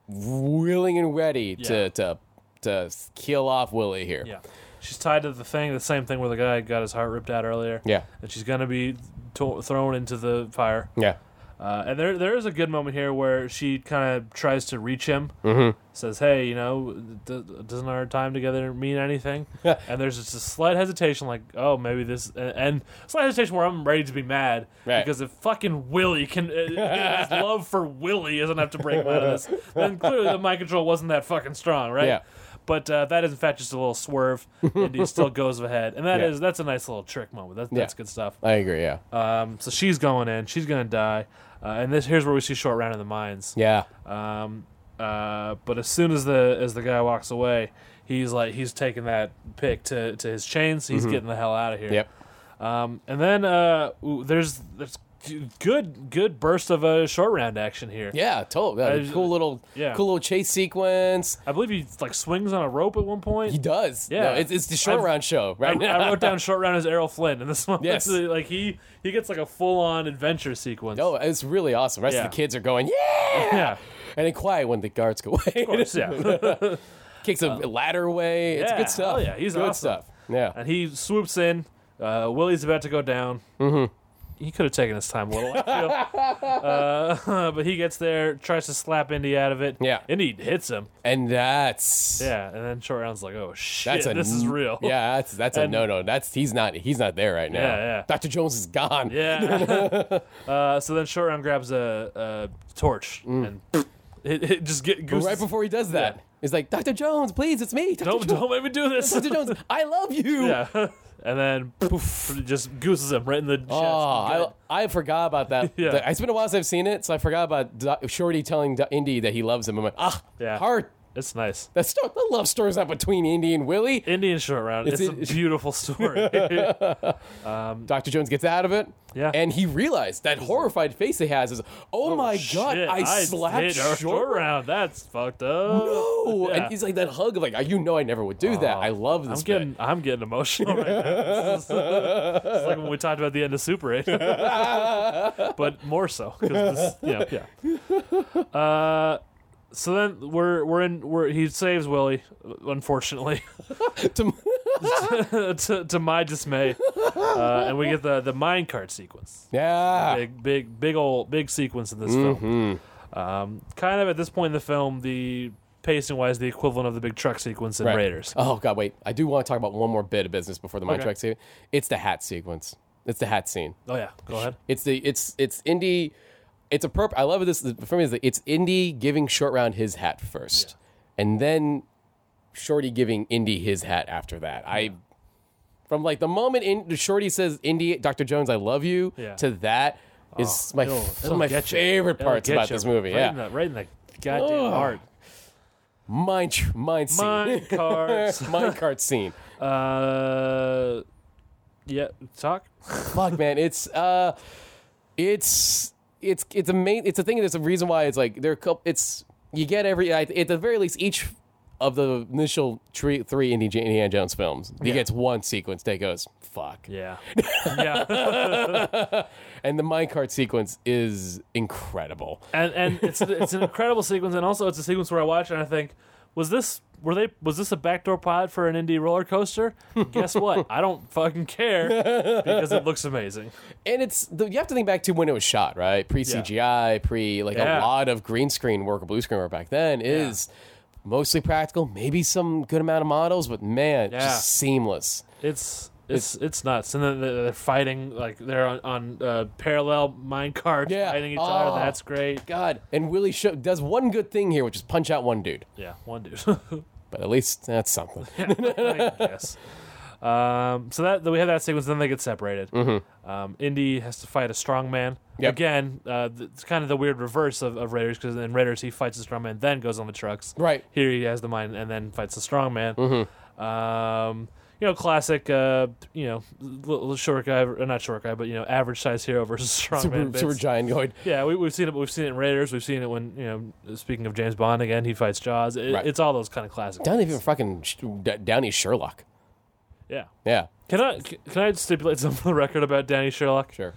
[SPEAKER 3] willing and ready
[SPEAKER 2] Yeah.
[SPEAKER 3] to to to kill off Willie here.
[SPEAKER 2] yeah, she's tied to the thing, the same thing where the guy got his heart ripped out earlier.
[SPEAKER 3] Yeah.
[SPEAKER 2] and she's gonna be to- thrown into the fire.
[SPEAKER 3] Yeah.
[SPEAKER 2] Uh, and there, there is a good moment here where she kind of tries to reach him, mm-hmm. says, "Hey, you know, d- doesn't our time together mean anything?" and there's just a slight hesitation, like, "Oh, maybe this," and, and slight hesitation where I'm ready to be mad
[SPEAKER 3] Right.
[SPEAKER 2] because if fucking Willie can, uh, if his love for Willie isn't enough to break him out of this, then clearly the mind control wasn't that fucking strong, right?
[SPEAKER 3] Yeah.
[SPEAKER 2] But uh, that is in fact just a little swerve, and he still goes ahead, and that
[SPEAKER 3] Yeah.
[SPEAKER 2] is- that's a nice little trick moment. That's, that's good stuff.
[SPEAKER 3] I agree. Yeah.
[SPEAKER 2] Um, so she's going in. She's going to die. Uh, and this here's where we see Short Round in the mines.
[SPEAKER 3] yeah.
[SPEAKER 2] Um, uh, but as soon as the as the guy walks away, he's like he's taking that pick to, to his chains. He's getting the hell out of here.
[SPEAKER 3] Mm-hmm. Yep.
[SPEAKER 2] Um, and then uh, ooh, there's there's good good burst of a uh, Short Round action here.
[SPEAKER 3] Yeah. Total.
[SPEAKER 2] I just-
[SPEAKER 3] cool little.
[SPEAKER 2] yeah.
[SPEAKER 3] Cool little chase sequence.
[SPEAKER 2] I believe he like swings on a rope at one point.
[SPEAKER 3] He does.
[SPEAKER 2] Yeah.
[SPEAKER 3] No, it's, it's the short
[SPEAKER 2] I've-
[SPEAKER 3] round show
[SPEAKER 2] I,
[SPEAKER 3] right now.
[SPEAKER 2] I wrote down short round as Errol Flynn, and this one,
[SPEAKER 3] Yes.
[SPEAKER 2] like he he gets like a full on adventure sequence.
[SPEAKER 3] Oh, it's really awesome. The rest
[SPEAKER 2] Yeah.
[SPEAKER 3] of the kids are going, yeah,
[SPEAKER 2] yeah,
[SPEAKER 3] and then quiet when the guards go away.
[SPEAKER 2] of course, yeah. Uh,
[SPEAKER 3] Kicks a ladder away. it's
[SPEAKER 2] yeah,
[SPEAKER 3] good stuff.
[SPEAKER 2] hell yeah, he's
[SPEAKER 3] good
[SPEAKER 2] awesome.
[SPEAKER 3] stuff. Yeah.
[SPEAKER 2] and he swoops in. Uh, Willie's about to go down. Mm-hmm. He could have taken his time a little, I feel. uh, but he gets there, tries to slap Indy out of it.
[SPEAKER 3] Yeah.
[SPEAKER 2] Indy hits him.
[SPEAKER 3] and that's
[SPEAKER 2] Yeah, and then Short Round's like, "Oh shit,
[SPEAKER 3] That's a,
[SPEAKER 2] this is real."
[SPEAKER 3] Yeah, that's that's
[SPEAKER 2] And-
[SPEAKER 3] a no no. That's he's not he's not there right now.
[SPEAKER 2] Yeah, yeah.
[SPEAKER 3] Doctor Jones is gone.
[SPEAKER 2] yeah. uh, so then Short Round grabs a, a torch and it, it just get
[SPEAKER 3] Mm. But
[SPEAKER 2] goose.
[SPEAKER 3] right before he does that,
[SPEAKER 2] Yeah.
[SPEAKER 3] he's like, Doctor Jones, please, it's me. Doctor
[SPEAKER 2] don't
[SPEAKER 3] Jones,
[SPEAKER 2] don't make me do this.
[SPEAKER 3] Doctor Jones, I love you.
[SPEAKER 2] yeah, and then poof, just gooses him right in the chest.
[SPEAKER 3] Oh, I, I forgot about that.
[SPEAKER 2] Yeah.
[SPEAKER 3] Like, It's been a while since I've seen it, so I forgot about Do- Shorty telling Do- Indy that he loves him. I'm like, ah,
[SPEAKER 2] Yeah.
[SPEAKER 3] heart.
[SPEAKER 2] it's nice.
[SPEAKER 3] The, sto- the love story's not between Indy and Willie.
[SPEAKER 2] Indian short round. It's,
[SPEAKER 3] It's
[SPEAKER 2] a
[SPEAKER 3] in-
[SPEAKER 2] beautiful story.
[SPEAKER 3] Dr. Jones gets out of it.
[SPEAKER 2] Yeah.
[SPEAKER 3] And he realized that horrified face he has is, oh, my God,
[SPEAKER 2] Shit,
[SPEAKER 3] I, slapped
[SPEAKER 2] did a short
[SPEAKER 3] Shorty.
[SPEAKER 2] round. That's fucked up.
[SPEAKER 3] no.
[SPEAKER 2] Yeah.
[SPEAKER 3] And he's like that hug of like, you know, I never would do that. I love this.
[SPEAKER 2] I'm getting, I'm getting emotional right now. This is- it's like when we talked about the end of Super 8, but more so 'cause this- yeah, yeah. Uh, so then we're we're in we're he saves Willie, unfortunately,
[SPEAKER 3] bit. To-
[SPEAKER 2] to, to my dismay, uh, and we get the the mine cart sequence.
[SPEAKER 3] yeah.
[SPEAKER 2] big big big old big sequence in this film.
[SPEAKER 3] Mm-hmm.
[SPEAKER 2] Um, kind of at this point in the film, the pacing wise, the equivalent of the big truck sequence in
[SPEAKER 3] Right.
[SPEAKER 2] Raiders.
[SPEAKER 3] Oh God, wait. I do want to talk about one more bit of business before the mind
[SPEAKER 2] Okay.
[SPEAKER 3] track sequence. It's the hat sequence. It's the hat scene.
[SPEAKER 2] Oh yeah, go ahead.
[SPEAKER 3] It's the it's it's indie. It's a perp. I love this for me. Is that it's indie giving short round his hat first, and then Shorty giving indie his hat after that. I from like the moment in, Shorty says indie Dr. Jones I love you
[SPEAKER 2] Yeah. Oh,
[SPEAKER 3] to that is my
[SPEAKER 2] It'll-
[SPEAKER 3] one
[SPEAKER 2] it'll
[SPEAKER 3] of my
[SPEAKER 2] get you.
[SPEAKER 3] favorite
[SPEAKER 2] It'll
[SPEAKER 3] parts
[SPEAKER 2] get
[SPEAKER 3] about
[SPEAKER 2] you
[SPEAKER 3] this movie.
[SPEAKER 2] Right
[SPEAKER 3] Yeah,
[SPEAKER 2] in the, right in the goddamn
[SPEAKER 3] Ugh.
[SPEAKER 2] heart.
[SPEAKER 3] mind tr- mind scene,
[SPEAKER 2] Mine cards.
[SPEAKER 3] mind cart scene.
[SPEAKER 2] Uh, yeah, talk.
[SPEAKER 3] fuck man it's uh it's it's it's a main it's a thing there's a reason why it's like there are couple it's you get every I- at the very least each of the initial three, three Indi- Indiana Jones films, he gets one sequence that goes fuck,
[SPEAKER 2] Yeah, yeah,
[SPEAKER 3] and the minecart sequence is incredible.
[SPEAKER 2] and and it's it's an incredible sequence, and also it's a sequence where I watch and I think, was this were they was this a backdoor pod for an indie roller coaster? Guess what? I don't fucking care because it looks amazing.
[SPEAKER 3] And it's the, you have to think back to when it was shot, right? Pre CGI, pre like
[SPEAKER 2] Yeah.
[SPEAKER 3] a lot of green screen work, blue screen work back then is mostly practical, maybe some good amount of models, but man,
[SPEAKER 2] Yeah.
[SPEAKER 3] just seamless.
[SPEAKER 2] It's. It's, it's nuts, and then they're they're fighting like they're on, on uh, parallel mine carts
[SPEAKER 3] Yeah.
[SPEAKER 2] fighting each
[SPEAKER 3] Oh.
[SPEAKER 2] other. That's great.
[SPEAKER 3] God. And Willie Sho does one good thing here, which is punch out one dude.
[SPEAKER 2] Yeah, one dude.
[SPEAKER 3] But at least that's something.
[SPEAKER 2] I guess. Um, so that, that we have that sequence, then they get separated. Um, Indy has to fight a strong man
[SPEAKER 3] Mm-hmm. Yep.
[SPEAKER 2] again. Uh, th- it's kind of the weird reverse of, of Raiders because in Raiders he fights the strong man, then goes on the trucks.
[SPEAKER 3] Right. Mm-hmm.
[SPEAKER 2] here he has the mine and then fights the strong man. Um, you know, classic. Uh, you know, little short guy, or not short guy, but you know, average size hero versus strong man.
[SPEAKER 3] super,
[SPEAKER 2] bits.
[SPEAKER 3] super giant going.
[SPEAKER 2] Yeah, we, we've seen it. We've seen it in Raiders. We've seen it when you know. Speaking of James Bond again, he fights Jaws. It,
[SPEAKER 3] Right.
[SPEAKER 2] It's all those kind of classic.
[SPEAKER 3] Down
[SPEAKER 2] things.
[SPEAKER 3] even fucking Sh- D- Downey Sherlock.
[SPEAKER 2] Yeah.
[SPEAKER 3] Yeah.
[SPEAKER 2] Can I c- can I stipulate something on the record about Danny Sherlock?
[SPEAKER 3] Sure.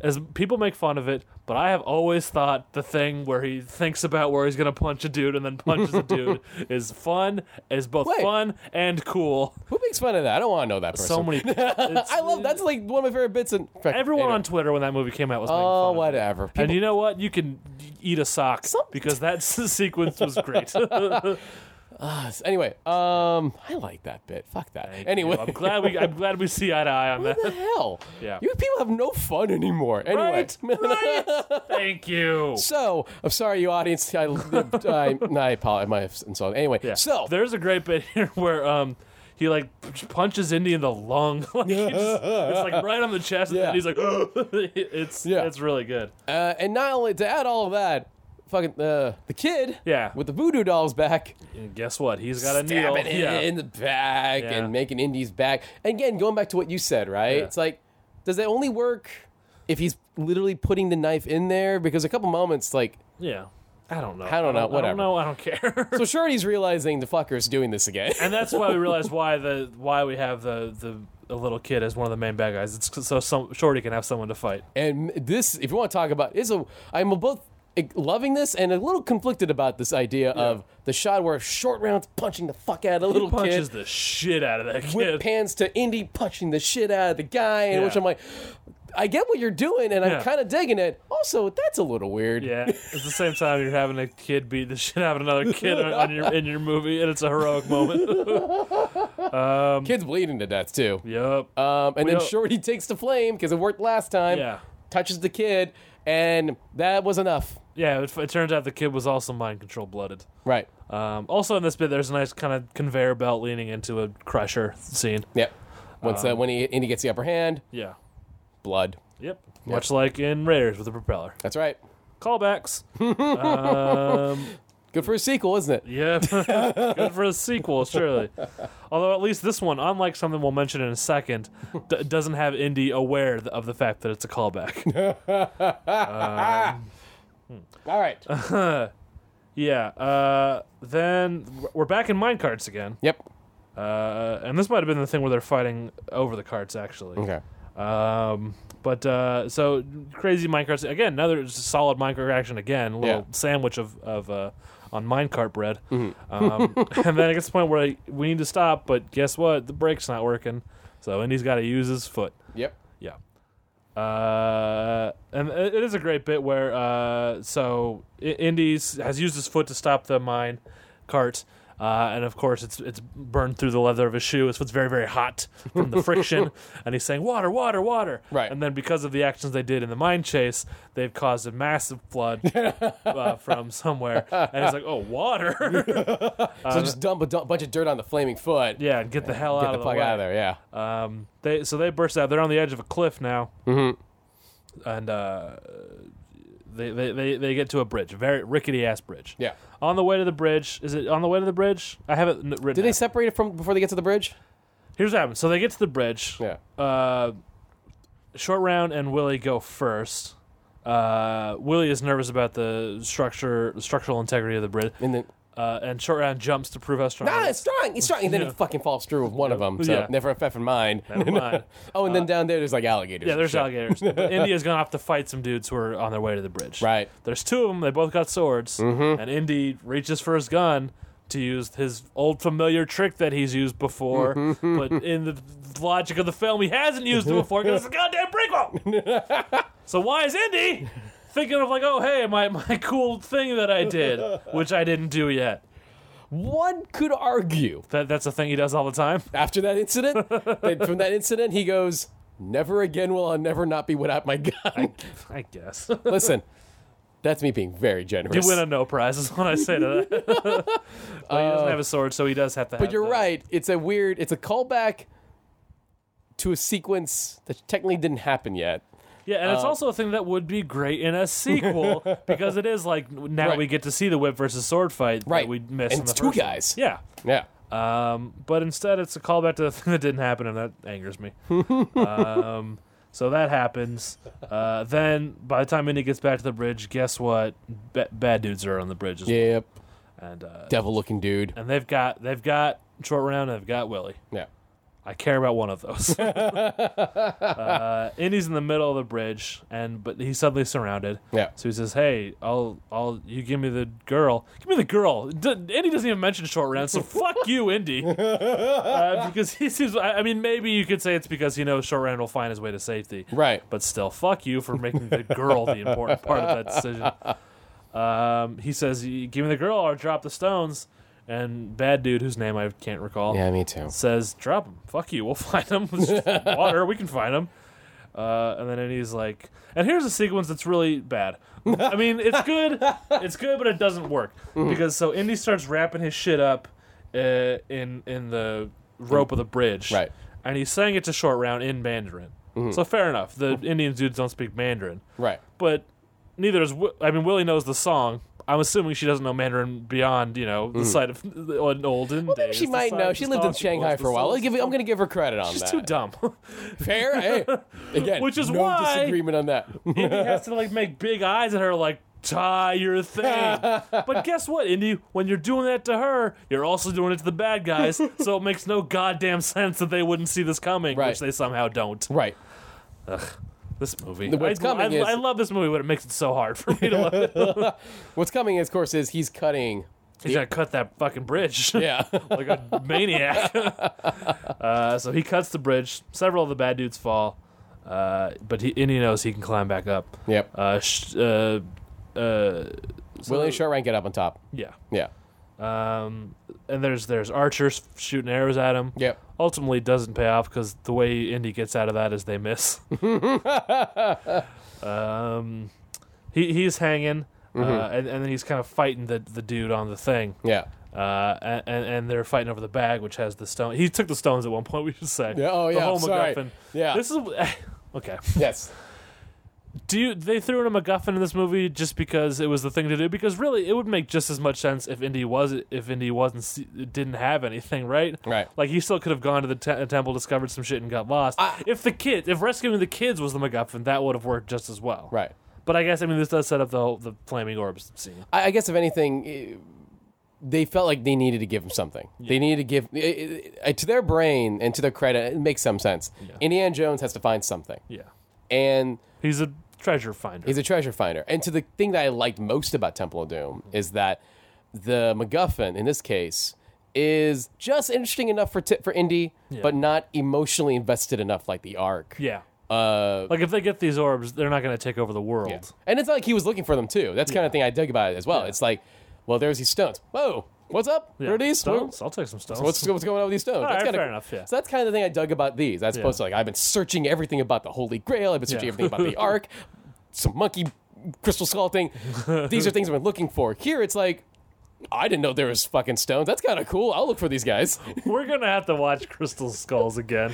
[SPEAKER 2] As people make fun of it, but I have always thought the thing where he thinks about where he's gonna punch a dude and then punches a dude is fun, is both
[SPEAKER 3] Wait.
[SPEAKER 2] fun and cool.
[SPEAKER 3] Who makes fun of that? I don't want to know that person.
[SPEAKER 2] So many. it's-
[SPEAKER 3] I love that's like one of my favorite bits. In fact,
[SPEAKER 2] everyone
[SPEAKER 3] anyway.
[SPEAKER 2] on Twitter when that movie came out was making
[SPEAKER 3] Oh,
[SPEAKER 2] fun of it.
[SPEAKER 3] whatever.
[SPEAKER 2] And
[SPEAKER 3] People-
[SPEAKER 2] you know what? You can eat a sock
[SPEAKER 3] Some-
[SPEAKER 2] because that s- sequence was great.
[SPEAKER 3] Anyway, um, I like that bit. Fuck that. anyway,
[SPEAKER 2] I'm glad we I'm glad we see eye to eye on that.
[SPEAKER 3] what the hell?
[SPEAKER 2] Yeah.
[SPEAKER 3] You people have no fun anymore. Anyway.
[SPEAKER 2] Right, right. Thank you.
[SPEAKER 3] So, I'm sorry, you audience. I, I, I apologize. My insult. Anyway,
[SPEAKER 2] Yeah.
[SPEAKER 3] so
[SPEAKER 2] there's a great bit here where um he like p- punches Indy in the lung. like he just, it's like right on the chest,
[SPEAKER 3] Yeah.
[SPEAKER 2] and he's like, it's
[SPEAKER 3] Yeah.
[SPEAKER 2] it's really good.
[SPEAKER 3] Uh, and not only to add all of that, fucking uh, the kid,
[SPEAKER 2] Yeah.
[SPEAKER 3] with the voodoo dolls back,
[SPEAKER 2] And guess what? He's got a needle.
[SPEAKER 3] stabbing it
[SPEAKER 2] yeah.
[SPEAKER 3] in the back
[SPEAKER 2] Yeah.
[SPEAKER 3] and making Indy's back. And again, going back to what you said, right?
[SPEAKER 2] Yeah.
[SPEAKER 3] It's like, does that only work if he's literally putting the knife in there? Because a couple moments, like,
[SPEAKER 2] yeah. I don't know.
[SPEAKER 3] I don't know,
[SPEAKER 2] I
[SPEAKER 3] whatever.
[SPEAKER 2] don't know. I don't care.
[SPEAKER 3] so Shorty's realizing the fucker's doing this again.
[SPEAKER 2] and that's why we realize why the why we have the the. A little kid as one of the main bad guys. It's c- so some, Shorty can have someone to fight.
[SPEAKER 3] And this, if you want to talk about, is a I'm both eh, loving this and a little conflicted about this idea of the shot where short rounds punching the fuck out of a little
[SPEAKER 2] he punches
[SPEAKER 3] kid.
[SPEAKER 2] the shit out of that kid.
[SPEAKER 3] whip pans to Indy punching the shit out of the guy, in which
[SPEAKER 2] Yeah.
[SPEAKER 3] I'm like, I get what you're doing, and I'm
[SPEAKER 2] Yeah.
[SPEAKER 3] kind of digging it. Also, that's a little weird.
[SPEAKER 2] Yeah, it's the same time you're having a kid beat the shit out of another kid on, on your in your movie, and it's a heroic moment. Um,
[SPEAKER 3] Kids bleeding to death too.
[SPEAKER 2] yep.
[SPEAKER 3] Um, and then
[SPEAKER 2] don't-
[SPEAKER 3] Shorty takes the flame because it worked last time.
[SPEAKER 2] Yeah.
[SPEAKER 3] Touches the kid, and that was enough.
[SPEAKER 2] yeah. It, it turns out the kid was also mind control blooded.
[SPEAKER 3] Right.
[SPEAKER 2] Um, also in this bit, there's a nice kind of conveyor belt leaning into a crusher scene.
[SPEAKER 3] Yep. Once
[SPEAKER 2] Um,
[SPEAKER 3] uh, when he Indy gets the upper hand,
[SPEAKER 2] Yeah.
[SPEAKER 3] blood.
[SPEAKER 2] Yep. Much like in Raiders with the propeller.
[SPEAKER 3] That's right.
[SPEAKER 2] Callbacks.
[SPEAKER 3] Good for a sequel, isn't it?
[SPEAKER 2] Yeah. Good for a sequel, surely. Although at least this one, unlike something we'll mention in a second, d- doesn't have Indy aware th- of the fact that it's a callback.
[SPEAKER 3] All right.
[SPEAKER 2] Yeah. Uh, then we're back in mine carts again,
[SPEAKER 3] yep.
[SPEAKER 2] uh, and this might have been the thing where they're fighting over the carts actually.
[SPEAKER 3] Okay.
[SPEAKER 2] Um, but uh, so crazy mine carts again. Another solid mine cart action again. A little
[SPEAKER 3] Yeah.
[SPEAKER 2] sandwich of of uh, on mine cart bread. Um, and then it gets to the point where we need to stop, but guess what? The brake's not working, so Indy's got to use his foot.
[SPEAKER 3] Yep.
[SPEAKER 2] Yeah. Uh, and it it is a great bit where uh, so I- Indy's has used his foot to stop the mine cart. Uh, and of course, it's it's burned through the leather of his shoe. It's what's very very hot from the friction. and he's saying water, water, water.
[SPEAKER 3] Right.
[SPEAKER 2] And then because of the actions they did in the mine chase, they've caused a massive flood uh, from somewhere. And he's like, oh, water.
[SPEAKER 3] So just dump a dump, bunch of dirt on the flaming foot.
[SPEAKER 2] Um, yeah, and get the hell
[SPEAKER 3] Get
[SPEAKER 2] out
[SPEAKER 3] the
[SPEAKER 2] of
[SPEAKER 3] fuck
[SPEAKER 2] way.
[SPEAKER 3] out of there. Yeah.
[SPEAKER 2] Um, they so they burst out. They're on the edge of a cliff now, mm-hmm. and uh, they, they they they get to a bridge, a very rickety ass bridge.
[SPEAKER 3] Yeah.
[SPEAKER 2] On the way to the bridge, is it on the way to the bridge? I have it n- written.
[SPEAKER 3] Did they
[SPEAKER 2] out.
[SPEAKER 3] separate it from before they get to the bridge?
[SPEAKER 2] Here's what happens. So they get to the bridge.
[SPEAKER 3] Yeah.
[SPEAKER 2] Uh, Short Round and Willie go first. Uh, Willie is nervous about the structure, structural integrity of the bridge,
[SPEAKER 3] And then
[SPEAKER 2] uh, and Short Round jumps to prove how strong.
[SPEAKER 3] ah,
[SPEAKER 2] it is.
[SPEAKER 3] it's strong. It's strong. And then it fucking falls through with one of them. So
[SPEAKER 2] Yeah.
[SPEAKER 3] never a effing mind.
[SPEAKER 2] Never mind. Uh,
[SPEAKER 3] oh, and then down there there's like alligators.
[SPEAKER 2] Yeah,
[SPEAKER 3] and
[SPEAKER 2] there's
[SPEAKER 3] shit.
[SPEAKER 2] alligators. But India's gonna have to fight some dudes who are on their way to the bridge.
[SPEAKER 3] Right. Mm-hmm.
[SPEAKER 2] There's two of them. They both got swords, and Indy reaches for his gun to use his old familiar trick that he's used before,
[SPEAKER 3] Mm-hmm.
[SPEAKER 2] but in the logic of the film, he hasn't used it before because it's a goddamn prequel. so why is Indy thinking of like, oh hey, my my cool thing that I did, which I didn't do yet?
[SPEAKER 3] One could argue
[SPEAKER 2] That that's a thing he does all the time.
[SPEAKER 3] after that incident, that from that incident he goes, "Never again will I never not be without my gun."
[SPEAKER 2] I guess.
[SPEAKER 3] Listen, that's me being very generous.
[SPEAKER 2] You win a no prize is what I say to that. well, he doesn't have a sword, so he does have to.
[SPEAKER 3] Uh, But you're right. It's a weird. It's a callback to a sequence that technically didn't happen yet.
[SPEAKER 2] Yeah, and
[SPEAKER 3] Um,
[SPEAKER 2] it's also a thing that would be great in a sequel because it is like now
[SPEAKER 3] Right.
[SPEAKER 2] we get to see the whip versus sword fight that we missed.
[SPEAKER 3] And
[SPEAKER 2] in the
[SPEAKER 3] it's two
[SPEAKER 2] first one.
[SPEAKER 3] guys.
[SPEAKER 2] Yeah.
[SPEAKER 3] Yeah.
[SPEAKER 2] Um, but instead, it's a callback to the thing that didn't happen, and that angers me. um, so that happens. Uh, then, by the time Indy gets back to the bridge, guess what? Ba- bad dudes are on the bridge, as well.
[SPEAKER 3] Yep.
[SPEAKER 2] and uh,
[SPEAKER 3] Devil-looking dude.
[SPEAKER 2] and they've got they've got short round, and they've got Willie.
[SPEAKER 3] Yeah.
[SPEAKER 2] I care about one of those. uh, Indy's in the middle of the bridge, and but he's suddenly surrounded.
[SPEAKER 3] Yeah.
[SPEAKER 2] So he says, "Hey, I'll, I'll, you give me the girl. Give me the girl." D- Indy doesn't even mention short round, so fuck you, Indy, uh, because he seems. I I mean, maybe you could say it's because he knows short round will find his way to safety.
[SPEAKER 3] Right.
[SPEAKER 2] But still, fuck you for making the girl the important part of that decision. Um, he says, "You "Give me the girl, or drop the stones." And bad dude, whose name I can't recall
[SPEAKER 3] Yeah, me too.
[SPEAKER 2] says, "Drop him. Fuck you. We'll find him. It's just water. We can find him." Uh, and then Indy's like, "And here's a sequence that's really bad. I mean, it's good. It's good, but it doesn't work
[SPEAKER 3] Mm-hmm.
[SPEAKER 2] because so Indy starts wrapping his shit up uh, in in the rope of the bridge,
[SPEAKER 3] Right. Mm-hmm.
[SPEAKER 2] And he's saying it's a short round in Mandarin. So fair enough. The Indian dudes don't speak Mandarin,
[SPEAKER 3] Right.
[SPEAKER 2] but neither is Wi- I mean Willie knows the song. I'm assuming she doesn't know Mandarin beyond you know the side of the old- olden
[SPEAKER 3] Well, maybe
[SPEAKER 2] days,
[SPEAKER 3] she
[SPEAKER 2] the
[SPEAKER 3] might
[SPEAKER 2] side
[SPEAKER 3] know.
[SPEAKER 2] of
[SPEAKER 3] She lived in
[SPEAKER 2] Wisconsin,
[SPEAKER 3] Shanghai for a while. I'll give, I'm going to give her credit on
[SPEAKER 2] She's
[SPEAKER 3] that.
[SPEAKER 2] too dumb.
[SPEAKER 3] Fair. Hey, again,
[SPEAKER 2] Which is
[SPEAKER 3] no
[SPEAKER 2] why-
[SPEAKER 3] disagreement on that.
[SPEAKER 2] Indy has to like make big eyes at her, like tie your thing. but guess what, Indy? When you're doing that to her, you're also doing it to the bad guys. so it makes no goddamn sense that they wouldn't see this coming,
[SPEAKER 3] Right.
[SPEAKER 2] which they somehow don't.
[SPEAKER 3] right.
[SPEAKER 2] This movie,
[SPEAKER 3] What's
[SPEAKER 2] I,
[SPEAKER 3] coming
[SPEAKER 2] I,
[SPEAKER 3] is-
[SPEAKER 2] I love this movie, but it makes it so hard for me to. Love it.
[SPEAKER 3] What's coming, of course, is he's cutting.
[SPEAKER 2] He's gonna cut that fucking bridge.
[SPEAKER 3] Yeah.
[SPEAKER 2] like a maniac. uh, so he cuts the bridge. Several of the bad dudes fall, uh, but he, Indy knows he can climb back up.
[SPEAKER 3] yep.
[SPEAKER 2] Uh, sh- uh, uh,
[SPEAKER 3] Willie and Shortrank get up on top.
[SPEAKER 2] yeah.
[SPEAKER 3] Yeah.
[SPEAKER 2] Um, and there's there's archers shooting arrows at him.
[SPEAKER 3] Yep.
[SPEAKER 2] Ultimately, doesn't pay off because the way Indy gets out of that is they miss. um, he he's hanging, uh,
[SPEAKER 3] Mm-hmm.
[SPEAKER 2] and, and then he's kind of fighting the the dude on the thing.
[SPEAKER 3] Yeah.
[SPEAKER 2] Uh, and, and- and they're fighting over the bag, which has the stone. He took the stones at one point. We should say,
[SPEAKER 3] Yeah, oh,
[SPEAKER 2] the
[SPEAKER 3] yeah,
[SPEAKER 2] whole
[SPEAKER 3] I'm sorry.
[SPEAKER 2] MacGuffin.
[SPEAKER 3] Yeah.
[SPEAKER 2] this is okay.
[SPEAKER 3] Yes.
[SPEAKER 2] Do you, they threw in a MacGuffin in this movie just because it was the thing to do? Because really, it would make just as much sense if Indy was if Indy wasn't se- didn't have anything, right?
[SPEAKER 3] Right.
[SPEAKER 2] Like he still could have gone to the te- temple, discovered some shit, and got lost. if the kid, if rescuing the kids was the MacGuffin, that would have worked just as well.
[SPEAKER 3] Right.
[SPEAKER 2] But I guess I mean this does set up the whole, the flaming orbs scene.
[SPEAKER 3] I, I guess if anything, eh, they felt like they needed to give him something. They needed to give eh, eh, eh, to their brain and to their credit. It makes some sense. Indiana Jones has to find something,
[SPEAKER 2] Yeah,
[SPEAKER 3] and
[SPEAKER 2] he's a treasure finder.
[SPEAKER 3] he's a treasure finder. And to the thing that I liked most about Temple of Doom is that the MacGuffin in this case is just interesting enough for t- for Indy, but not emotionally invested enough like the Ark.
[SPEAKER 2] yeah.
[SPEAKER 3] Uh,
[SPEAKER 2] like if they get these orbs, they're not going to take over the world.
[SPEAKER 3] And it's not like he was looking for them too. That's the kind of thing I dig about it as well. It's like, well, there's these stones. Whoa, What's up?
[SPEAKER 2] Yeah,
[SPEAKER 3] There it is.
[SPEAKER 2] Stones? I'll take some stones.
[SPEAKER 3] What's, what's going on with these stones?
[SPEAKER 2] right,
[SPEAKER 3] kinda-
[SPEAKER 2] fair enough, yeah.
[SPEAKER 3] So that's kind of the thing I dug about these. As opposed to like I've been searching everything about the Holy Grail. I've been
[SPEAKER 2] Yeah.
[SPEAKER 3] searching everything about the Ark, some monkey crystal skull thing. these are things I've been looking for. Here it's like I didn't know there was fucking stones. That's kind of cool. I'll look for these guys.
[SPEAKER 2] We're gonna have to watch Crystal Skulls again.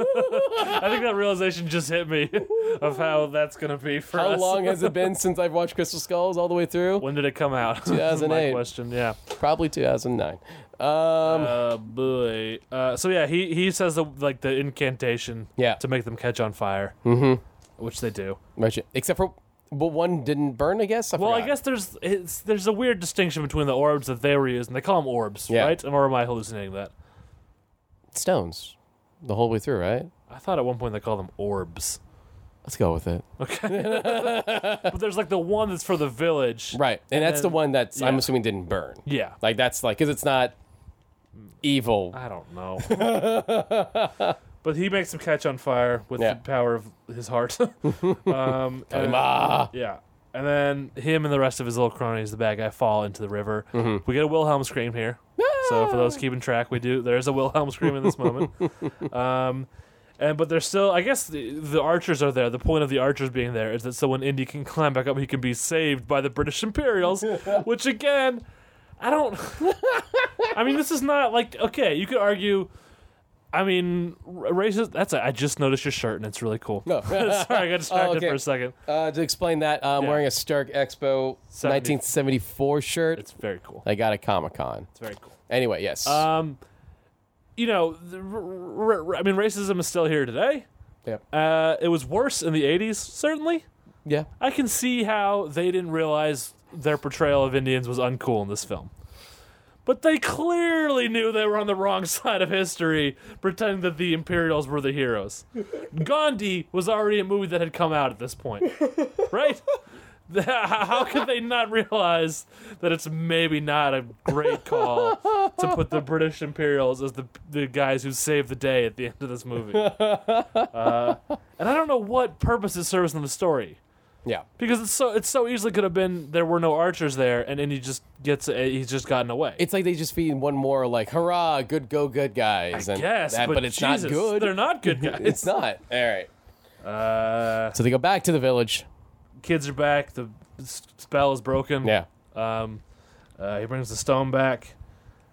[SPEAKER 2] I think that realization just hit me of how that's gonna be for
[SPEAKER 3] How
[SPEAKER 2] us.
[SPEAKER 3] long has it been since I've watched Crystal Skulls all the way through?
[SPEAKER 2] When did it come out?
[SPEAKER 3] 2008.
[SPEAKER 2] My question. Yeah.
[SPEAKER 3] Probably 2009. Um,
[SPEAKER 2] Uh, boy. Uh, so yeah, he he says the like the incantation.
[SPEAKER 3] Yeah.
[SPEAKER 2] To make them catch on fire. Mm-hmm. Which they do.
[SPEAKER 3] Right, Except for, but one didn't burn, I guess.
[SPEAKER 2] Well, I
[SPEAKER 3] forgot.
[SPEAKER 2] guess there's it's, there's a weird distinction between the orbs that they were using. They call them orbs,
[SPEAKER 3] Yeah.
[SPEAKER 2] right? Or am I hallucinating that?
[SPEAKER 3] stones the whole way through, right?
[SPEAKER 2] I thought at one point they called them orbs.
[SPEAKER 3] Let's go with it.
[SPEAKER 2] But there's like the one that's for the village.
[SPEAKER 3] Right, and, that's the
[SPEAKER 2] then-
[SPEAKER 3] one that's I'm
[SPEAKER 2] yeah.
[SPEAKER 3] assuming didn't burn.
[SPEAKER 2] Yeah.
[SPEAKER 3] like that's like because it's not evil.
[SPEAKER 2] I don't know. but he makes them catch on fire with
[SPEAKER 3] Yeah.
[SPEAKER 2] the power of his heart. um, and-
[SPEAKER 3] Ah,
[SPEAKER 2] yeah. And then him and the rest of his little cronies, the bad guy, fall into the river.
[SPEAKER 3] Mm-hmm.
[SPEAKER 2] We get a Wilhelm scream here. So for those keeping track, we do. There's a Wilhelm scream in this moment. um, and but there's still, I guess, the, the archers are there. The point of the archers being there is that so when Indy can climb back up, he can be saved by the British Imperials. which again, I don't. I mean, this is not like okay. You could argue. I mean, r- racist. That's. A, I just noticed your shirt, and it's really cool.
[SPEAKER 3] No. Oh,
[SPEAKER 2] Sorry, I got distracted
[SPEAKER 3] okay.
[SPEAKER 2] for a second.
[SPEAKER 3] uh, to explain that, I'm
[SPEAKER 2] Yeah.
[SPEAKER 3] wearing a Stark Expo 1974 shirt.
[SPEAKER 2] It's very cool.
[SPEAKER 3] I got a Comic Con.
[SPEAKER 2] It's very cool.
[SPEAKER 3] Anyway, yes,
[SPEAKER 2] Um, you know, the, r- r- r- I mean, racism is still here today.
[SPEAKER 3] yep.
[SPEAKER 2] Uh, it was worse in the '80s, certainly.
[SPEAKER 3] yeah,
[SPEAKER 2] I can see how they didn't realize their portrayal of Indians was uncool in this film. But they clearly knew they were on the wrong side of history, pretending that the Imperials were the heroes. Gandhi was already a movie that had come out at this point, right? How could they not realize that it's maybe not a great call to put the British Imperials as the the guys who saved the day at the end of this movie? Uh, and I don't know what purpose it serves in the story
[SPEAKER 3] yeah.
[SPEAKER 2] because it's so it's so easily could have been there were no archers there and then he just gets he's just gotten away.
[SPEAKER 3] It's like they just feed one more like hurrah, good go, good guys. and
[SPEAKER 2] yes,
[SPEAKER 3] that-
[SPEAKER 2] but,
[SPEAKER 3] it's
[SPEAKER 2] Jesus,
[SPEAKER 3] not good.
[SPEAKER 2] They're not good guys.
[SPEAKER 3] It's not. All right.
[SPEAKER 2] Uh,
[SPEAKER 3] So they go back to the village.
[SPEAKER 2] kids are back. The s- spell is broken.
[SPEAKER 3] Yeah.
[SPEAKER 2] Um, uh, he brings the stone back,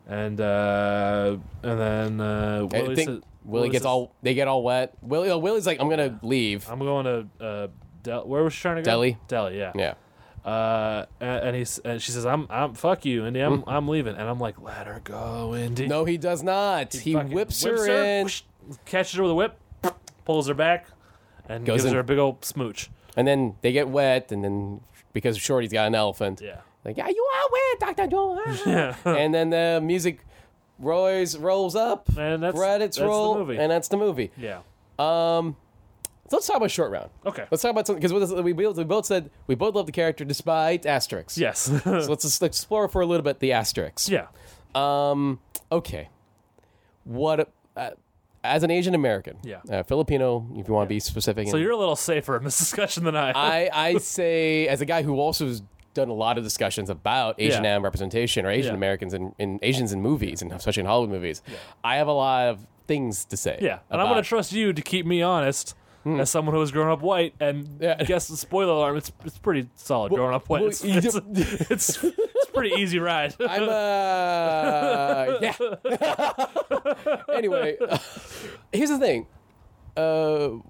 [SPEAKER 2] and uh, and then uh,
[SPEAKER 3] I
[SPEAKER 2] Willie,
[SPEAKER 3] think
[SPEAKER 2] says-
[SPEAKER 3] Willie gets
[SPEAKER 2] says,
[SPEAKER 3] all they get all wet. Willie oh, Willie's like I'm gonna leave.
[SPEAKER 2] I'm going to uh, Del- where was she trying to go?
[SPEAKER 3] Delhi.
[SPEAKER 2] Delhi. Yeah.
[SPEAKER 3] yeah.
[SPEAKER 2] Uh, and, and he's and she says, "I'm I'm fuck you, Indy. I'm
[SPEAKER 3] Mm.
[SPEAKER 2] I'm leaving." And I'm like, "Let her go, Indy."
[SPEAKER 3] No, he does not. He,
[SPEAKER 2] fucking
[SPEAKER 3] whips, her in,
[SPEAKER 2] whoosh, catches her with a whip, pulls her back, and
[SPEAKER 3] Goes
[SPEAKER 2] gives
[SPEAKER 3] in.
[SPEAKER 2] her a big old smooch.
[SPEAKER 3] and then they get wet, and then because Shorty's got an elephant,
[SPEAKER 2] Yeah.
[SPEAKER 3] like yeah, you are wet, Doctor Joe. ah." and then the music rolls rolls up,
[SPEAKER 2] And that's-
[SPEAKER 3] credits
[SPEAKER 2] that's the
[SPEAKER 3] roll,
[SPEAKER 2] movie.
[SPEAKER 3] and that's the movie.
[SPEAKER 2] Yeah.
[SPEAKER 3] So let's talk about short round.
[SPEAKER 2] Okay.
[SPEAKER 3] Let's talk about something because we both, we both said we both love the character despite asterisks.
[SPEAKER 2] Yes.
[SPEAKER 3] So let's just explore for a little bit the asterisks.
[SPEAKER 2] yeah.
[SPEAKER 3] Um. Okay. What? a- Uh, as an Asian American,
[SPEAKER 2] Yeah.
[SPEAKER 3] uh, Filipino, if you want to be specific.
[SPEAKER 2] So
[SPEAKER 3] and-
[SPEAKER 2] you're a little safer in this discussion than I. am.
[SPEAKER 3] I I say as a guy who also has done a lot of discussions about Asian
[SPEAKER 2] Yeah.
[SPEAKER 3] Am representation or Asian
[SPEAKER 2] Yeah.
[SPEAKER 3] Americans in, in Asians in movies and especially in Hollywood movies, I have a lot of things to say.
[SPEAKER 2] yeah. And I'm going
[SPEAKER 3] about-
[SPEAKER 2] to trust you to keep me honest. As someone who has grown up white, and
[SPEAKER 3] Hmm. Yeah.
[SPEAKER 2] guess the spoiler alarm, it's it's pretty solid. growing up white,
[SPEAKER 3] well,
[SPEAKER 2] it's,
[SPEAKER 3] you
[SPEAKER 2] it's,
[SPEAKER 3] don't-
[SPEAKER 2] it's, it's pretty easy ride.
[SPEAKER 3] I'm uh yeah. anyway, here's the thing. Uh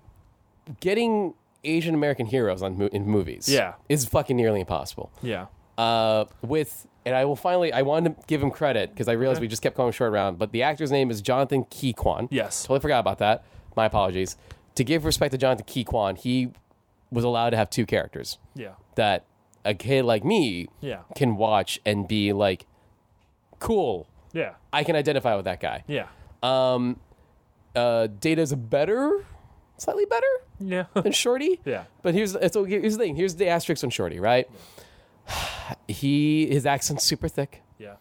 [SPEAKER 3] getting Asian American heroes on mo- in movies
[SPEAKER 2] Yeah.
[SPEAKER 3] is fucking nearly impossible.
[SPEAKER 2] yeah,
[SPEAKER 3] uh, with and I will finally I wanted to give him credit because I realized we just kept calling him short round, but the actor's name is Jonathan Keyquan.
[SPEAKER 2] Yes.
[SPEAKER 3] Totally forgot about that. My apologies. To give respect to Jonathan Keyquan, he was allowed to have two characters
[SPEAKER 2] yeah,
[SPEAKER 3] that a kid like me
[SPEAKER 2] Yeah.
[SPEAKER 3] can watch and be like, cool.
[SPEAKER 2] yeah,
[SPEAKER 3] I can identify with that guy.
[SPEAKER 2] yeah,
[SPEAKER 3] Um, uh, Data's better, slightly better
[SPEAKER 2] yeah,
[SPEAKER 3] than Shorty.
[SPEAKER 2] Yeah.
[SPEAKER 3] But here's so here's the thing. Here's the asterisk on Shorty, right? He his accent's super thick.
[SPEAKER 2] yeah.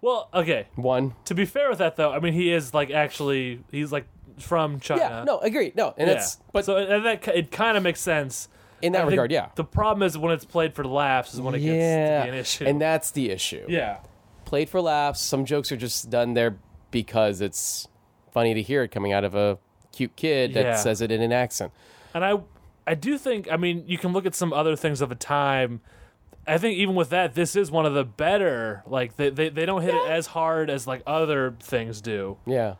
[SPEAKER 2] Well, okay.
[SPEAKER 3] One.
[SPEAKER 2] To be fair with that, though, I mean he is like actually he's like from China.
[SPEAKER 3] Yeah. No. Agreed. No. And it's
[SPEAKER 2] but
[SPEAKER 3] but
[SPEAKER 2] so and that ki- it kind of makes sense
[SPEAKER 3] in
[SPEAKER 2] I
[SPEAKER 3] that
[SPEAKER 2] think
[SPEAKER 3] regard, yeah.
[SPEAKER 2] The problem is when it's played for laughs is when it gets to
[SPEAKER 3] yeah.
[SPEAKER 2] be an issue.
[SPEAKER 3] And that's the issue.
[SPEAKER 2] yeah,
[SPEAKER 3] played for laughs. Some jokes are just done there because it's funny to hear it coming out of a cute kid that
[SPEAKER 2] Yeah.
[SPEAKER 3] says it in an accent.
[SPEAKER 2] And I I do think I mean you can look at some other things of the time. I think even with that, this is one of the better. Like they they, they don't hit it as hard as like other things do.
[SPEAKER 3] Yeah.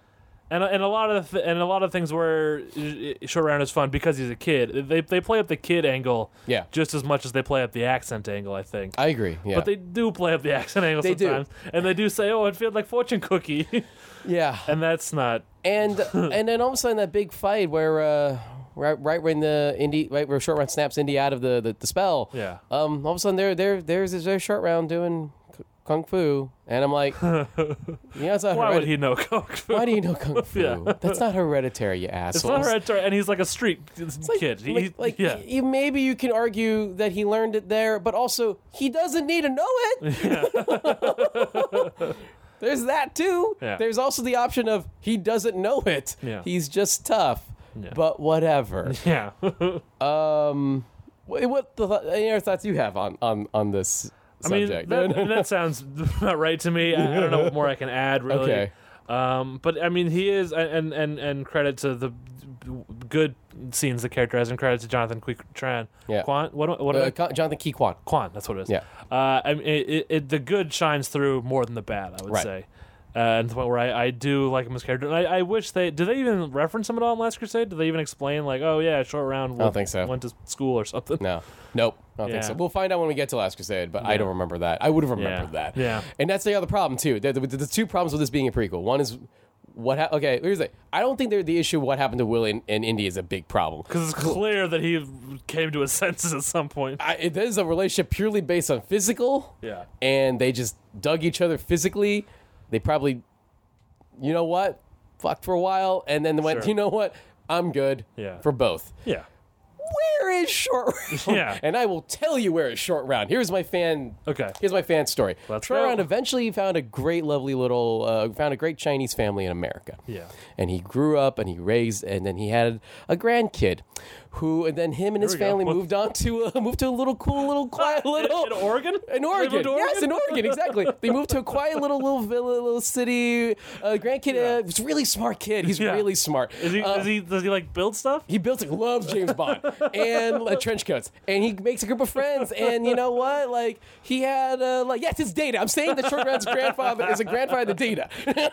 [SPEAKER 2] And and a lot of th- and a lot of things where uh, short round is fun because he's a kid. They they play up the kid angle
[SPEAKER 3] Yeah.
[SPEAKER 2] just as much as they play up the accent angle. I think.
[SPEAKER 3] I agree. Yeah.
[SPEAKER 2] But they do play up the accent angle
[SPEAKER 3] They do.
[SPEAKER 2] sometimes, and they do say, "Oh, it feels like fortune cookie,"
[SPEAKER 3] yeah.
[SPEAKER 2] and that's not.
[SPEAKER 3] and and then all of a sudden that big fight where uh, right right when the Indy right where short round snaps Indy out of the, the, the spell.
[SPEAKER 2] Yeah.
[SPEAKER 3] Um. All of a sudden there there there's there's short round doing k- kung fu, and I'm like, you know, it's not
[SPEAKER 2] Why would
[SPEAKER 3] heredi-
[SPEAKER 2] he know Coke?
[SPEAKER 3] Why do you know kung fu?
[SPEAKER 2] Yeah.
[SPEAKER 3] That's not hereditary, you asshole.
[SPEAKER 2] It's not hereditary, and he's like a street kid. He-
[SPEAKER 3] like, like,
[SPEAKER 2] yeah.
[SPEAKER 3] y- maybe you can argue that he learned it there, but also he doesn't need to know it. There's that too.
[SPEAKER 2] Yeah.
[SPEAKER 3] There's also the option of he doesn't know it.
[SPEAKER 2] Yeah.
[SPEAKER 3] He's just tough.
[SPEAKER 2] Yeah.
[SPEAKER 3] But whatever.
[SPEAKER 2] yeah.
[SPEAKER 3] um, wh- what the th- any other thoughts you have on on on this
[SPEAKER 2] I mean,
[SPEAKER 3] subject?
[SPEAKER 2] that, that sounds not right to me. I, I don't know what more I can add, really.
[SPEAKER 3] Okay.
[SPEAKER 2] Um, but I mean, he is, and and and credit to the good scenes the character has, and credit to Jonathan Quick Tran.
[SPEAKER 3] Yeah.
[SPEAKER 2] Quan, what? do- What? do I-
[SPEAKER 3] uh, Con- Jonathan Key Kwan.
[SPEAKER 2] Quan, that's what it is.
[SPEAKER 3] Yeah.
[SPEAKER 2] Uh, I mean, it, it, it, the good shines through more than the bad, I would
[SPEAKER 3] Right.
[SPEAKER 2] say. Uh, and to the point where I, I do like him as a character. And I, I wish they. Do they even reference him at all in Last Crusade? Do they even explain, like, oh, yeah, short round went,
[SPEAKER 3] think so.
[SPEAKER 2] went to school or something?
[SPEAKER 3] No. Nope. I don't think
[SPEAKER 2] Yeah.
[SPEAKER 3] so. We'll find out when we get to Last Crusade, but I don't remember that. I would have remembered
[SPEAKER 2] Yeah.
[SPEAKER 3] that.
[SPEAKER 2] Yeah.
[SPEAKER 3] And that's the other problem, too. The, the, the two problems with this being a prequel. One is what hap okay, here's the I don't think they're the issue of what happened to Will and, and Indy is a big problem.
[SPEAKER 2] Because it's clear that he came to his senses at some point.
[SPEAKER 3] I, it is a relationship purely based on physical.
[SPEAKER 2] Yeah.
[SPEAKER 3] And they just dug each other physically. They probably, you know what, fucked for a while, and then went,
[SPEAKER 2] Sure.
[SPEAKER 3] you know what, I'm good
[SPEAKER 2] Yeah.
[SPEAKER 3] for both.
[SPEAKER 2] Yeah.
[SPEAKER 3] where is short round?
[SPEAKER 2] Yeah.
[SPEAKER 3] And I will tell you where is short round. Here's my fan.
[SPEAKER 2] Okay.
[SPEAKER 3] Here's my fan story.
[SPEAKER 2] Let's
[SPEAKER 3] short
[SPEAKER 2] go.
[SPEAKER 3] round eventually found a great, lovely little, uh, found a great Chinese family in America.
[SPEAKER 2] Yeah.
[SPEAKER 3] And he grew up and he raised and then he had a grandkid, who and then him and his
[SPEAKER 2] we go.
[SPEAKER 3] family moved on to a, moved to a little cool little quiet little
[SPEAKER 2] In, in Oregon?
[SPEAKER 3] in
[SPEAKER 2] They
[SPEAKER 3] Oregon.
[SPEAKER 2] moved to
[SPEAKER 3] Yes, in Oregon, exactly. They moved to a quiet little little villa, little city. Uh, grandkid uh, was a really smart kid. He's
[SPEAKER 2] Yeah.
[SPEAKER 3] really smart.
[SPEAKER 2] Is he,
[SPEAKER 3] Uh,
[SPEAKER 2] does he, does he, like, build stuff?
[SPEAKER 3] he built it, loves James Bond and uh, trench coats, and he makes a group of friends. And you know what? Like he had, uh, like yes, it's Data. I'm saying that Short Round's grandfather is a grandfather to Data.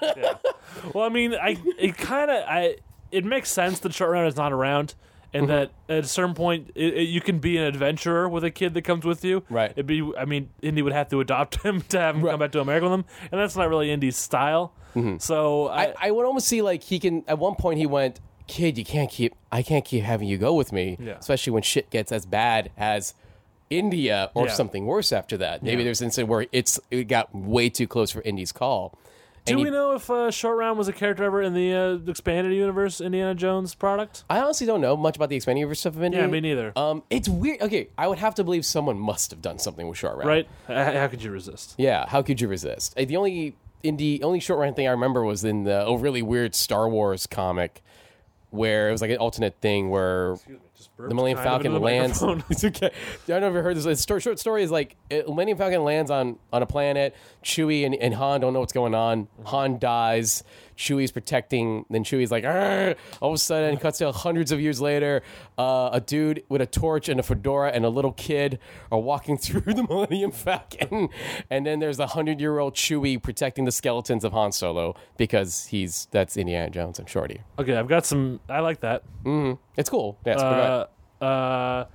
[SPEAKER 2] Well, I mean, I it kind of I it makes sense that short round is not around, and
[SPEAKER 3] Mm-hmm.
[SPEAKER 2] that at a certain point it, it, you can be an adventurer with a kid that comes with you.
[SPEAKER 3] Right.
[SPEAKER 2] It'd be I mean, Indy would have to adopt him to have him come back to America with him, and that's not really Indy's style. So I,
[SPEAKER 3] Mm-hmm. I, I would almost see like he can. At one point, he went, "Kid, you can't keep. I can't keep having you go with me,
[SPEAKER 2] Yeah.
[SPEAKER 3] especially when shit gets as bad as." India or
[SPEAKER 2] Yeah.
[SPEAKER 3] something worse after that. Maybe
[SPEAKER 2] Yeah.
[SPEAKER 3] there's an incident where it's it got way too close for Indy's call.
[SPEAKER 2] do
[SPEAKER 3] And he-
[SPEAKER 2] we know if uh, short round was a character ever in the uh, expanded universe Indiana Jones product?
[SPEAKER 3] I honestly don't know much about the expanding universe stuff of India.
[SPEAKER 2] Yeah, me neither.
[SPEAKER 3] Um, it's weird. Okay, I would have to believe someone must have done something with short round.
[SPEAKER 2] Right? H- How could you resist?
[SPEAKER 3] Yeah. How could you resist? Uh, The only indie, only short round thing I remember was in the oh really weird Star Wars comic where it was like an alternate thing where the Millennium
[SPEAKER 2] kind of
[SPEAKER 3] Falcon
[SPEAKER 2] into the
[SPEAKER 3] lands.
[SPEAKER 2] microphone.
[SPEAKER 3] It's okay. I don't know if you heard this. It's story, short story is like uh, Millennium Falcon lands on on a planet. Chewie and, and Han don't know what's going on. Han dies. Chewie's protecting. Then Chewie's like, "Arr!" all of a sudden, cuts to hundreds of years later. Uh, a dude with a torch and a fedora and a little kid are walking through the Millennium Falcon, and then there's a hundred year old Chewie protecting the skeletons of Han Solo because he's that's Indiana Jones and Shorty. Mm-hmm.
[SPEAKER 2] Okay, I've got some. I like that.
[SPEAKER 3] It's cool. Yes, but go ahead.
[SPEAKER 2] uh, uh,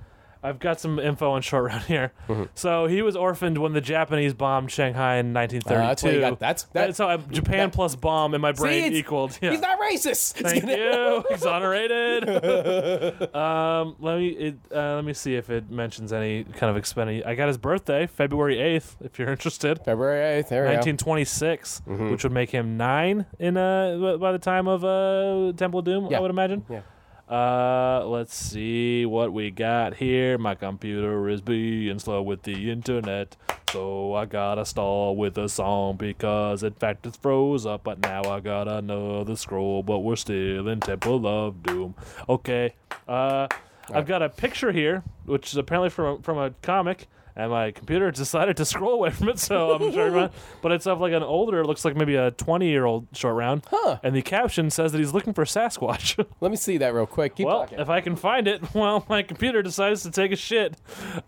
[SPEAKER 2] I've got some info on short round here.
[SPEAKER 3] Mm-hmm.
[SPEAKER 2] So he was orphaned when the Japanese bombed Shanghai in 1932.
[SPEAKER 3] Uh, that's where you got- that's- that-
[SPEAKER 2] so I- Japan plus bomb in my
[SPEAKER 3] See,
[SPEAKER 2] brain
[SPEAKER 3] it's-
[SPEAKER 2] equaled. Yeah.
[SPEAKER 3] He's not racist.
[SPEAKER 2] Thank you. Exonerated. um, let me it, uh, let me see if it mentions any kind of expending. I got his birthday, February 8th. If you're interested.
[SPEAKER 3] February 8th. There we go. Mm-hmm.
[SPEAKER 2] 1926, which would make him nine in uh by the time of uh Temple of Doom,
[SPEAKER 3] Yeah.
[SPEAKER 2] I would imagine.
[SPEAKER 3] Yeah.
[SPEAKER 2] Uh, let's see what we got here. My computer is being slow with the internet, so I gotta stall with a song because in fact it's froze up. But now I got another scroll, but we're still in Temple of Doom. Okay. Uh, I've got a picture here, which is apparently from a, from a comic. and my computer decided to scroll away from it, so I'm turning around. But it's of like an older, looks like maybe a 20 year old short round, huh. and the caption says that he's looking for Sasquatch.
[SPEAKER 3] Let me see that real quick. Keep
[SPEAKER 2] well,
[SPEAKER 3] talking.
[SPEAKER 2] if I can find it, well, my computer decides to take a shit.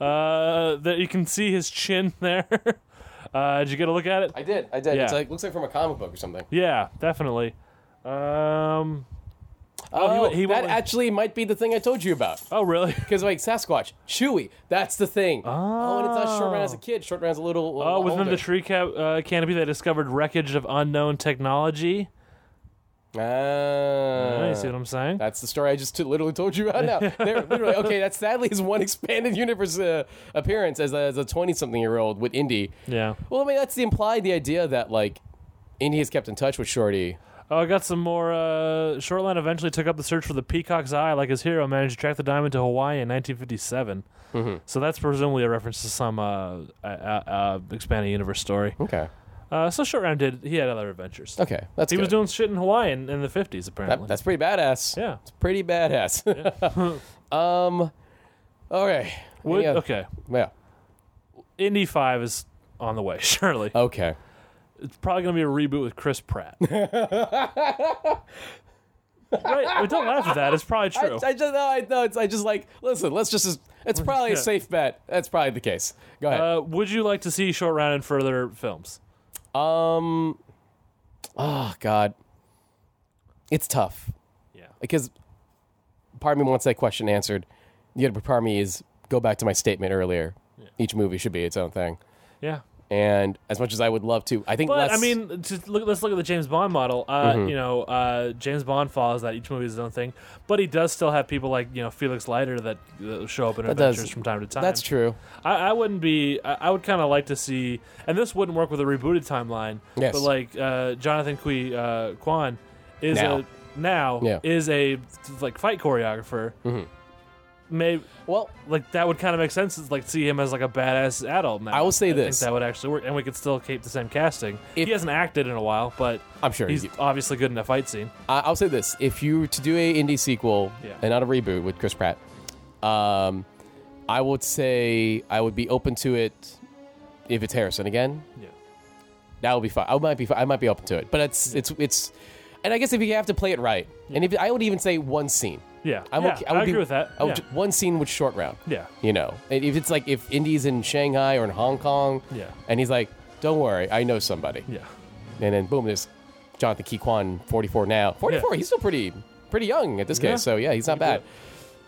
[SPEAKER 2] Uh, that you can see his chin there. Uh, did you get a look at it?
[SPEAKER 3] I did. I did.
[SPEAKER 2] Yeah.
[SPEAKER 3] It's like looks like from a comic book or something.
[SPEAKER 2] Yeah, definitely. Um, he
[SPEAKER 3] Oh,
[SPEAKER 2] went- he
[SPEAKER 3] that
[SPEAKER 2] went with-
[SPEAKER 3] actually might be the thing I told you about.
[SPEAKER 2] oh, really?
[SPEAKER 3] Because like Sasquatch, Chewy, that's the thing. and it's not short round as a
[SPEAKER 2] Oh.
[SPEAKER 3] kid. Short round's a little.
[SPEAKER 2] Oh,
[SPEAKER 3] uh,
[SPEAKER 2] within
[SPEAKER 3] older.
[SPEAKER 2] the tree cap, uh, canopy, they discovered wreckage of unknown technology.
[SPEAKER 3] Ah.
[SPEAKER 2] Uh, you see what I'm saying?
[SPEAKER 3] That's the story I just t- literally told you about now. They're literally okay. That's sadly his one expanded universe uh, appearance as a, as a twenty-something-year-old with Indy.
[SPEAKER 2] Yeah.
[SPEAKER 3] Well, I mean that's the implied the idea that like Indy has kept in touch with Shorty.
[SPEAKER 2] Oh, I got some more. Uh, Shortland eventually took up the search for the peacock's eye, like his hero managed to track the diamond to Hawaii in 1957. So that's presumably a reference to some uh, uh, uh, expanding universe story.
[SPEAKER 3] Okay.
[SPEAKER 2] Uh, so Short Round did. He had other adventures.
[SPEAKER 3] Okay. That's
[SPEAKER 2] He was
[SPEAKER 3] good.
[SPEAKER 2] doing shit in Hawaii in, in the 50s, apparently.
[SPEAKER 3] That- that's pretty badass.
[SPEAKER 2] yeah.
[SPEAKER 3] It's pretty badass. um. Okay.
[SPEAKER 2] Would-
[SPEAKER 3] Any other-
[SPEAKER 2] Okay.
[SPEAKER 3] Yeah.
[SPEAKER 2] Indy 5 is on the way, surely.
[SPEAKER 3] Okay.
[SPEAKER 2] It's probably going to be a reboot with Chris Pratt. right? We don't laugh at that. It's probably
[SPEAKER 3] I,
[SPEAKER 2] true.
[SPEAKER 3] I just no, I know it's I just like listen. Let's just. It's probably a
[SPEAKER 2] Yeah.
[SPEAKER 3] safe bet. That's probably the case. Go ahead.
[SPEAKER 2] uh, would you like to see Short Round in further films? Uh,
[SPEAKER 3] Um. Oh God, it's tough
[SPEAKER 2] Yeah.
[SPEAKER 3] because part of me wants that question answered. The other part of me is go back to my statement earlier. Each movie should be its own thing,
[SPEAKER 2] Yeah.
[SPEAKER 3] and as much as I would love to, I think.
[SPEAKER 2] But
[SPEAKER 3] less, Mm-hmm.
[SPEAKER 2] I mean, just look, let's look at the James Bond model. Uh, You know, uh, James Bond follows that each movie is his own thing, but he does still have people like you know Felix Leiter that, that show up in
[SPEAKER 3] does-
[SPEAKER 2] adventures from time to time.
[SPEAKER 3] that's true.
[SPEAKER 2] I, I wouldn't be. I, I would kind of like to see, and this wouldn't work with a rebooted timeline.
[SPEAKER 3] Yes.
[SPEAKER 2] But like uh, Jonathan Kui uh, Kwan is
[SPEAKER 3] Now.
[SPEAKER 2] a now
[SPEAKER 3] Yeah. Mm-hmm.
[SPEAKER 2] is a like fight choreographer. Maybe
[SPEAKER 3] Well,
[SPEAKER 2] like that would kind of make sense. Is like see him as like a badass adult. Now.
[SPEAKER 3] I will say
[SPEAKER 2] think
[SPEAKER 3] this.
[SPEAKER 2] that would actually work, and we could still keep the same casting.
[SPEAKER 3] If-
[SPEAKER 2] he hasn't acted in a while, but
[SPEAKER 3] I'm sure
[SPEAKER 2] he's
[SPEAKER 3] you-
[SPEAKER 2] obviously good in a fight scene.
[SPEAKER 3] I- I'll say this: if you were to do a indie sequel
[SPEAKER 2] Yeah.
[SPEAKER 3] and not a reboot with Chris Pratt, um, I would say I would be open to it if it's Harrison again.
[SPEAKER 2] Yeah.
[SPEAKER 3] that would be fine. I might be I might be open to it, but it's it's it's, and I guess if you have to play it right, and if I would even say one scene,
[SPEAKER 2] Yeah.
[SPEAKER 3] I'm
[SPEAKER 2] yeah,
[SPEAKER 3] okay. I, would
[SPEAKER 2] agree
[SPEAKER 3] be,
[SPEAKER 2] with that.
[SPEAKER 3] I would
[SPEAKER 2] yeah.
[SPEAKER 3] ju- one scene with short round.
[SPEAKER 2] Yeah.
[SPEAKER 3] you know, And if it's like if Indy's in Shanghai or in Hong Kong,
[SPEAKER 2] Yeah.
[SPEAKER 3] and he's like, "Don't worry, I know somebody,"
[SPEAKER 2] yeah.
[SPEAKER 3] and then boom, there's Jonathan Key Kwan, 44 now, 44.
[SPEAKER 2] Yeah.
[SPEAKER 3] He's still pretty pretty young at this
[SPEAKER 2] Yeah.
[SPEAKER 3] case, so yeah, he's not
[SPEAKER 2] You can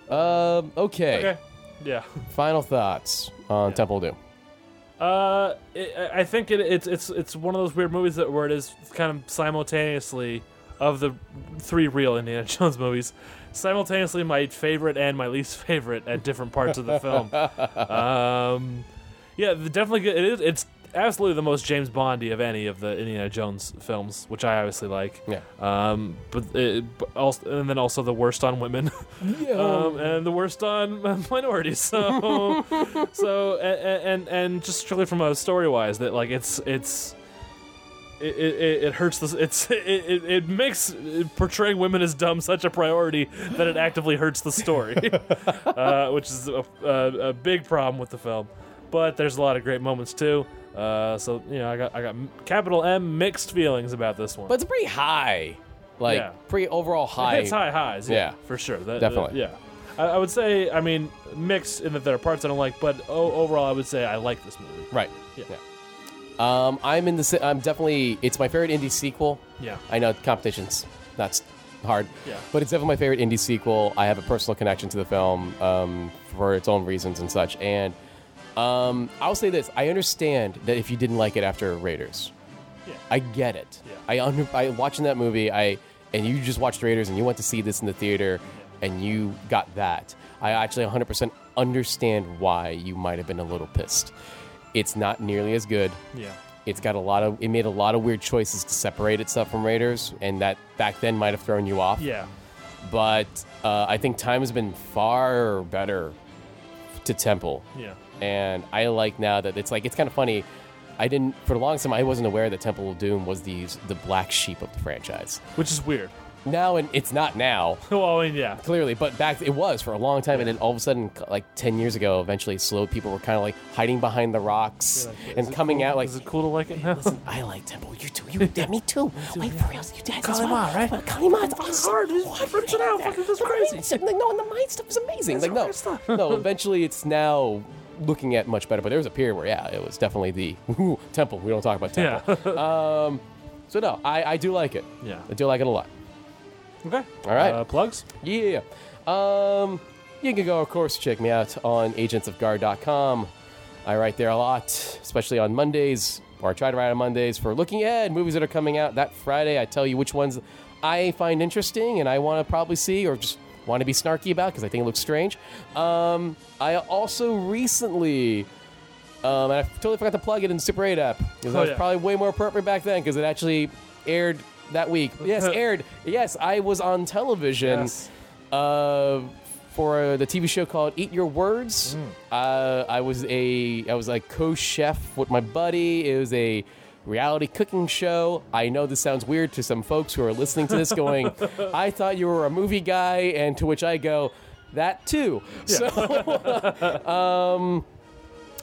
[SPEAKER 3] bad. Um, okay.
[SPEAKER 2] Okay. Yeah.
[SPEAKER 3] final thoughts on Temple Doom.
[SPEAKER 2] Uh, it, I- I think it, it's it's it's one of those weird movies that where it is kind of simultaneously of the three real Indiana Jones movies, simultaneously my favorite and my least favorite at different parts of the film. Um, yeah, the- definitely good. It is. It's absolutely the most James Bondy of any of the Indiana Jones films, which I obviously like.
[SPEAKER 3] Yeah.
[SPEAKER 2] Um, but, it, but also, and then also the worst on women. um, and the worst on minorities. So, so a- a- and and just strictly from a story wise, that like it's it's. It, it, it hurts this it's it, it, it makes portraying women as dumb such a priority that it actively hurts the story uh, which is a, a, a big problem with the film but there's a lot of great moments too uh, so you know i got i got capital m mixed feelings about this one
[SPEAKER 3] But it's pretty high, like
[SPEAKER 2] Yeah.
[SPEAKER 3] pretty overall high.
[SPEAKER 2] it's high highs, yeah,
[SPEAKER 3] Yeah.
[SPEAKER 2] for sure. That-
[SPEAKER 3] Definitely.
[SPEAKER 2] that- yeah, I, I would say, I mean, mixed in that there are parts I don't like, but o- overall, I would say I like this movie.
[SPEAKER 3] Right.
[SPEAKER 2] Yeah.
[SPEAKER 3] Um, I'm in the. si- I'm definitely. It's my favorite indie sequel.
[SPEAKER 2] Yeah.
[SPEAKER 3] I know competitions. That's hard.
[SPEAKER 2] Yeah.
[SPEAKER 3] But it's definitely my favorite indie sequel. I have a personal connection to the film um, for its own reasons and such. And um, I'll say this: I understand that if you didn't like it after Raiders,
[SPEAKER 2] Yeah.
[SPEAKER 3] I get it.
[SPEAKER 2] Yeah.
[SPEAKER 3] I under. I watching that movie. I and you just watched Raiders and you went to see this in the theater, and you got that. I actually 100% understand why you might have been a little pissed. It's not nearly as good.
[SPEAKER 2] Yeah,
[SPEAKER 3] It's got a lot of. It made a lot of weird choices to separate itself from Raiders, and that back then might have thrown you off.
[SPEAKER 2] yeah,
[SPEAKER 3] But uh, I think time has been far better to Temple,
[SPEAKER 2] yeah.
[SPEAKER 3] and I like now that it's like it's kind of funny. I didn't for the longest time I wasn't aware that Temple of Doom was the the black sheep of the franchise.
[SPEAKER 2] Which is weird.
[SPEAKER 3] now and it's not now
[SPEAKER 2] well, I mean, yeah.
[SPEAKER 3] clearly, but back it was for a long time, and then all of a sudden, like ten years ago, eventually, slow people were kind of like hiding behind the rocks and coming out like.
[SPEAKER 2] Is it cool to like it now?
[SPEAKER 3] I like Temple. You too. You yeah, me too. Wait for real. You dance.
[SPEAKER 2] Kalima, right?
[SPEAKER 3] Kalima, it's awesome.
[SPEAKER 2] hard. It's
[SPEAKER 3] What?
[SPEAKER 2] freaking it out.
[SPEAKER 3] Yeah.
[SPEAKER 2] Fucking- that's
[SPEAKER 3] Right.
[SPEAKER 2] crazy.
[SPEAKER 3] It's- like, No, and the mind stuff is amazing. like no,
[SPEAKER 2] hard stuff.
[SPEAKER 3] no. Eventually, it's now looking at much better. But there was a period where yeah, it was definitely the "Ooh, Temple. We don't talk about
[SPEAKER 2] Yeah.
[SPEAKER 3] Temple. So no, I I do like it.
[SPEAKER 2] Yeah.
[SPEAKER 3] I do like it a lot.
[SPEAKER 2] okay.
[SPEAKER 3] All right.
[SPEAKER 2] Uh, plugs.
[SPEAKER 3] Yeah. Um, you can go, of course, check me out on agentsofguard.com. I write there a lot, especially on Mondays, or I try to write on Mondays for looking at movies that are coming out that Friday. I tell you which ones I find interesting and I want to probably see or just want to be snarky about because I think it looks strange. Um, I also recently. Um, and I totally forgot to plug it in the Super 8 app because
[SPEAKER 2] Oh,
[SPEAKER 3] that was
[SPEAKER 2] yeah.
[SPEAKER 3] probably way more appropriate back then because it actually aired that week. Yes, aired. Yes, I was on television
[SPEAKER 2] Yes.
[SPEAKER 3] uh, for the TV show called Eat Your Words. Uh, I was a I was like co-chef with my buddy. It was a reality cooking show. I know this sounds weird to some folks who are listening to this, going, "I thought you were a movie guy," and to which I go, "That too." So. um,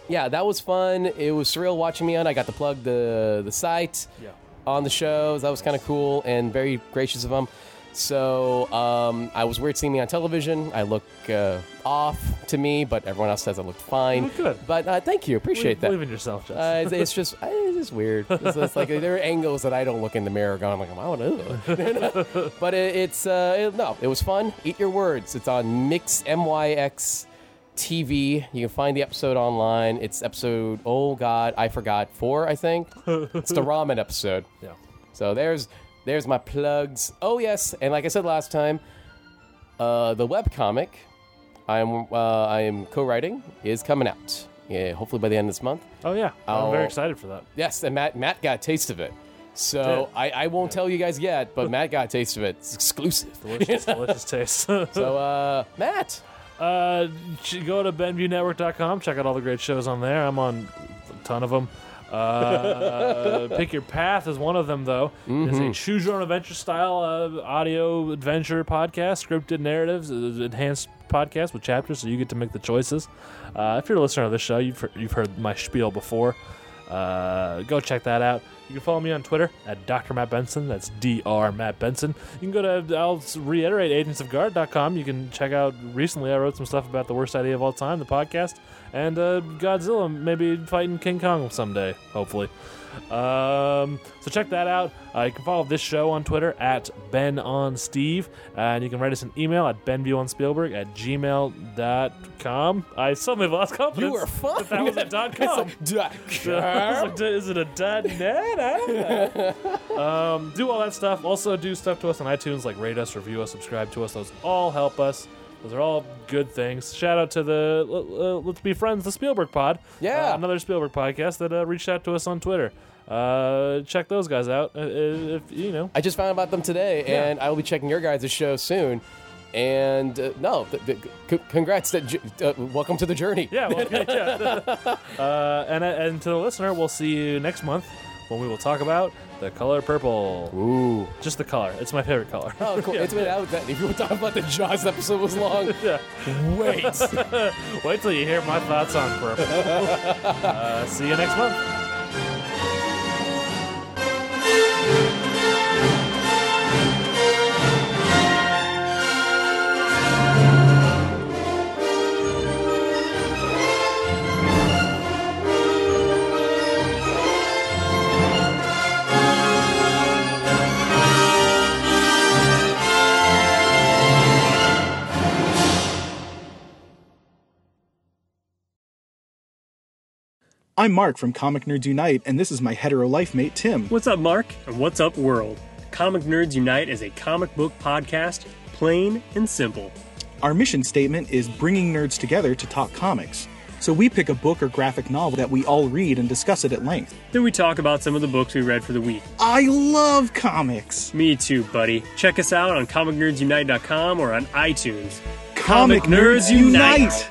[SPEAKER 3] Yeah, that was fun. It was surreal watching me on. I got to plug the the site
[SPEAKER 2] Yeah.
[SPEAKER 3] on the shows. That was kind of cool and very gracious of them. So um, I was weird seeing me on television. I look uh, off to me, but everyone else says I looked fine.
[SPEAKER 2] look Oh, good.
[SPEAKER 3] But uh, thank you,
[SPEAKER 2] Believe-
[SPEAKER 3] appreciate that.
[SPEAKER 2] Believe in yourself, Justin.
[SPEAKER 3] Uh, it's, it's just uh, it's just weird. It's, it's like there are angles that I don't look in the mirror going like I don't know. but it, it's uh, it- no, it was fun. Eat your words. It's on Mix M Y X TV. You can find the episode online. It's episode oh god I forgot four I think. It's the ramen episode.
[SPEAKER 2] yeah.
[SPEAKER 3] So there's there's my plugs. Oh yes, and like I said last time, uh, the webcomic I am uh, I am co-writing is coming out. Yeah, hopefully by the end of this month.
[SPEAKER 2] Oh yeah. I'm
[SPEAKER 3] I'll-
[SPEAKER 2] very excited for that.
[SPEAKER 3] Yes, and Matt Matt got a taste of it. So
[SPEAKER 2] Did.
[SPEAKER 3] I, I won't tell you guys yet, but Matt got a taste of it. It's exclusive.
[SPEAKER 2] Delicious, delicious taste.
[SPEAKER 3] So uh, Matt,
[SPEAKER 2] Uh, ch- go to BenviewNetwork.com. Check out all the great shows on there. I'm on a ton of them. Uh, Pick Your Path is one of them, though. It's a choose your own adventure style uh, audio adventure podcast, scripted narratives, uh, enhanced podcast with chapters, so you get to make the choices. Uh, if you're a listener of this show, you've, he- you've heard my spiel before. Uh, go check that out. You can follow me on Twitter at Dr. Matt Benson. That's Dr. Matt Benson. You can go to, I'll s- reiterate, agentsofguard.com. You can check out, recently I wrote some stuff about the worst idea of all time, the podcast, and uh, Godzilla maybe fighting King Kong someday, hopefully. Um, so check that out. Uh, you can follow this show on Twitter at BenOnSteve, and you can write us an email at BenViewOnSpielberg at gmail.com. I suddenly lost confidence.
[SPEAKER 3] you were fun.
[SPEAKER 2] That was a dot com.
[SPEAKER 3] It's a dot
[SPEAKER 2] I
[SPEAKER 3] com.
[SPEAKER 2] was like, is it a dot net? I don't know. um, do all that stuff. Also, do stuff to us on iTunes, like rate us, review us, subscribe to us. Those all help us. Those are all good things. Shout out to the uh, Let's Be Friends, the Spielberg Pod.
[SPEAKER 3] Yeah.
[SPEAKER 2] Uh, another Spielberg podcast that uh, reached out to us on Twitter. Uh, check those guys out. Uh, if you know,
[SPEAKER 3] I just found out about them today,
[SPEAKER 2] Yeah.
[SPEAKER 3] and I will be checking your guys' show soon. And uh, no, th- th- c- congrats. That j- uh, welcome to the journey.
[SPEAKER 2] Yeah, well, okay, yeah. uh, and, and to the listener, we'll see you next month when we will talk about the color purple.
[SPEAKER 3] Ooh.
[SPEAKER 2] Just the color. It's my favorite color.
[SPEAKER 3] Oh, cool.
[SPEAKER 2] Yeah.
[SPEAKER 3] It's been out. That, if you were talking about the Jaws episode was long,
[SPEAKER 2] Yeah.
[SPEAKER 3] wait.
[SPEAKER 2] Wait till you hear my thoughts on purple. uh, see you next month.
[SPEAKER 4] I'm Mark from Comic Nerds Unite, and this is my hetero life mate, Tim.
[SPEAKER 5] What's up, Mark? And what's up, world? Comic Nerds Unite is a comic book podcast, plain and simple.
[SPEAKER 4] Our mission statement is bringing nerds together to talk comics. So we pick a book or graphic novel that we all read and discuss it at length.
[SPEAKER 5] Then we talk about some of the books we read for the week.
[SPEAKER 4] I love comics!
[SPEAKER 5] Me too, buddy. Check us out on comicnerdsunite.com or on iTunes.
[SPEAKER 4] Comic, Nerds, Unite.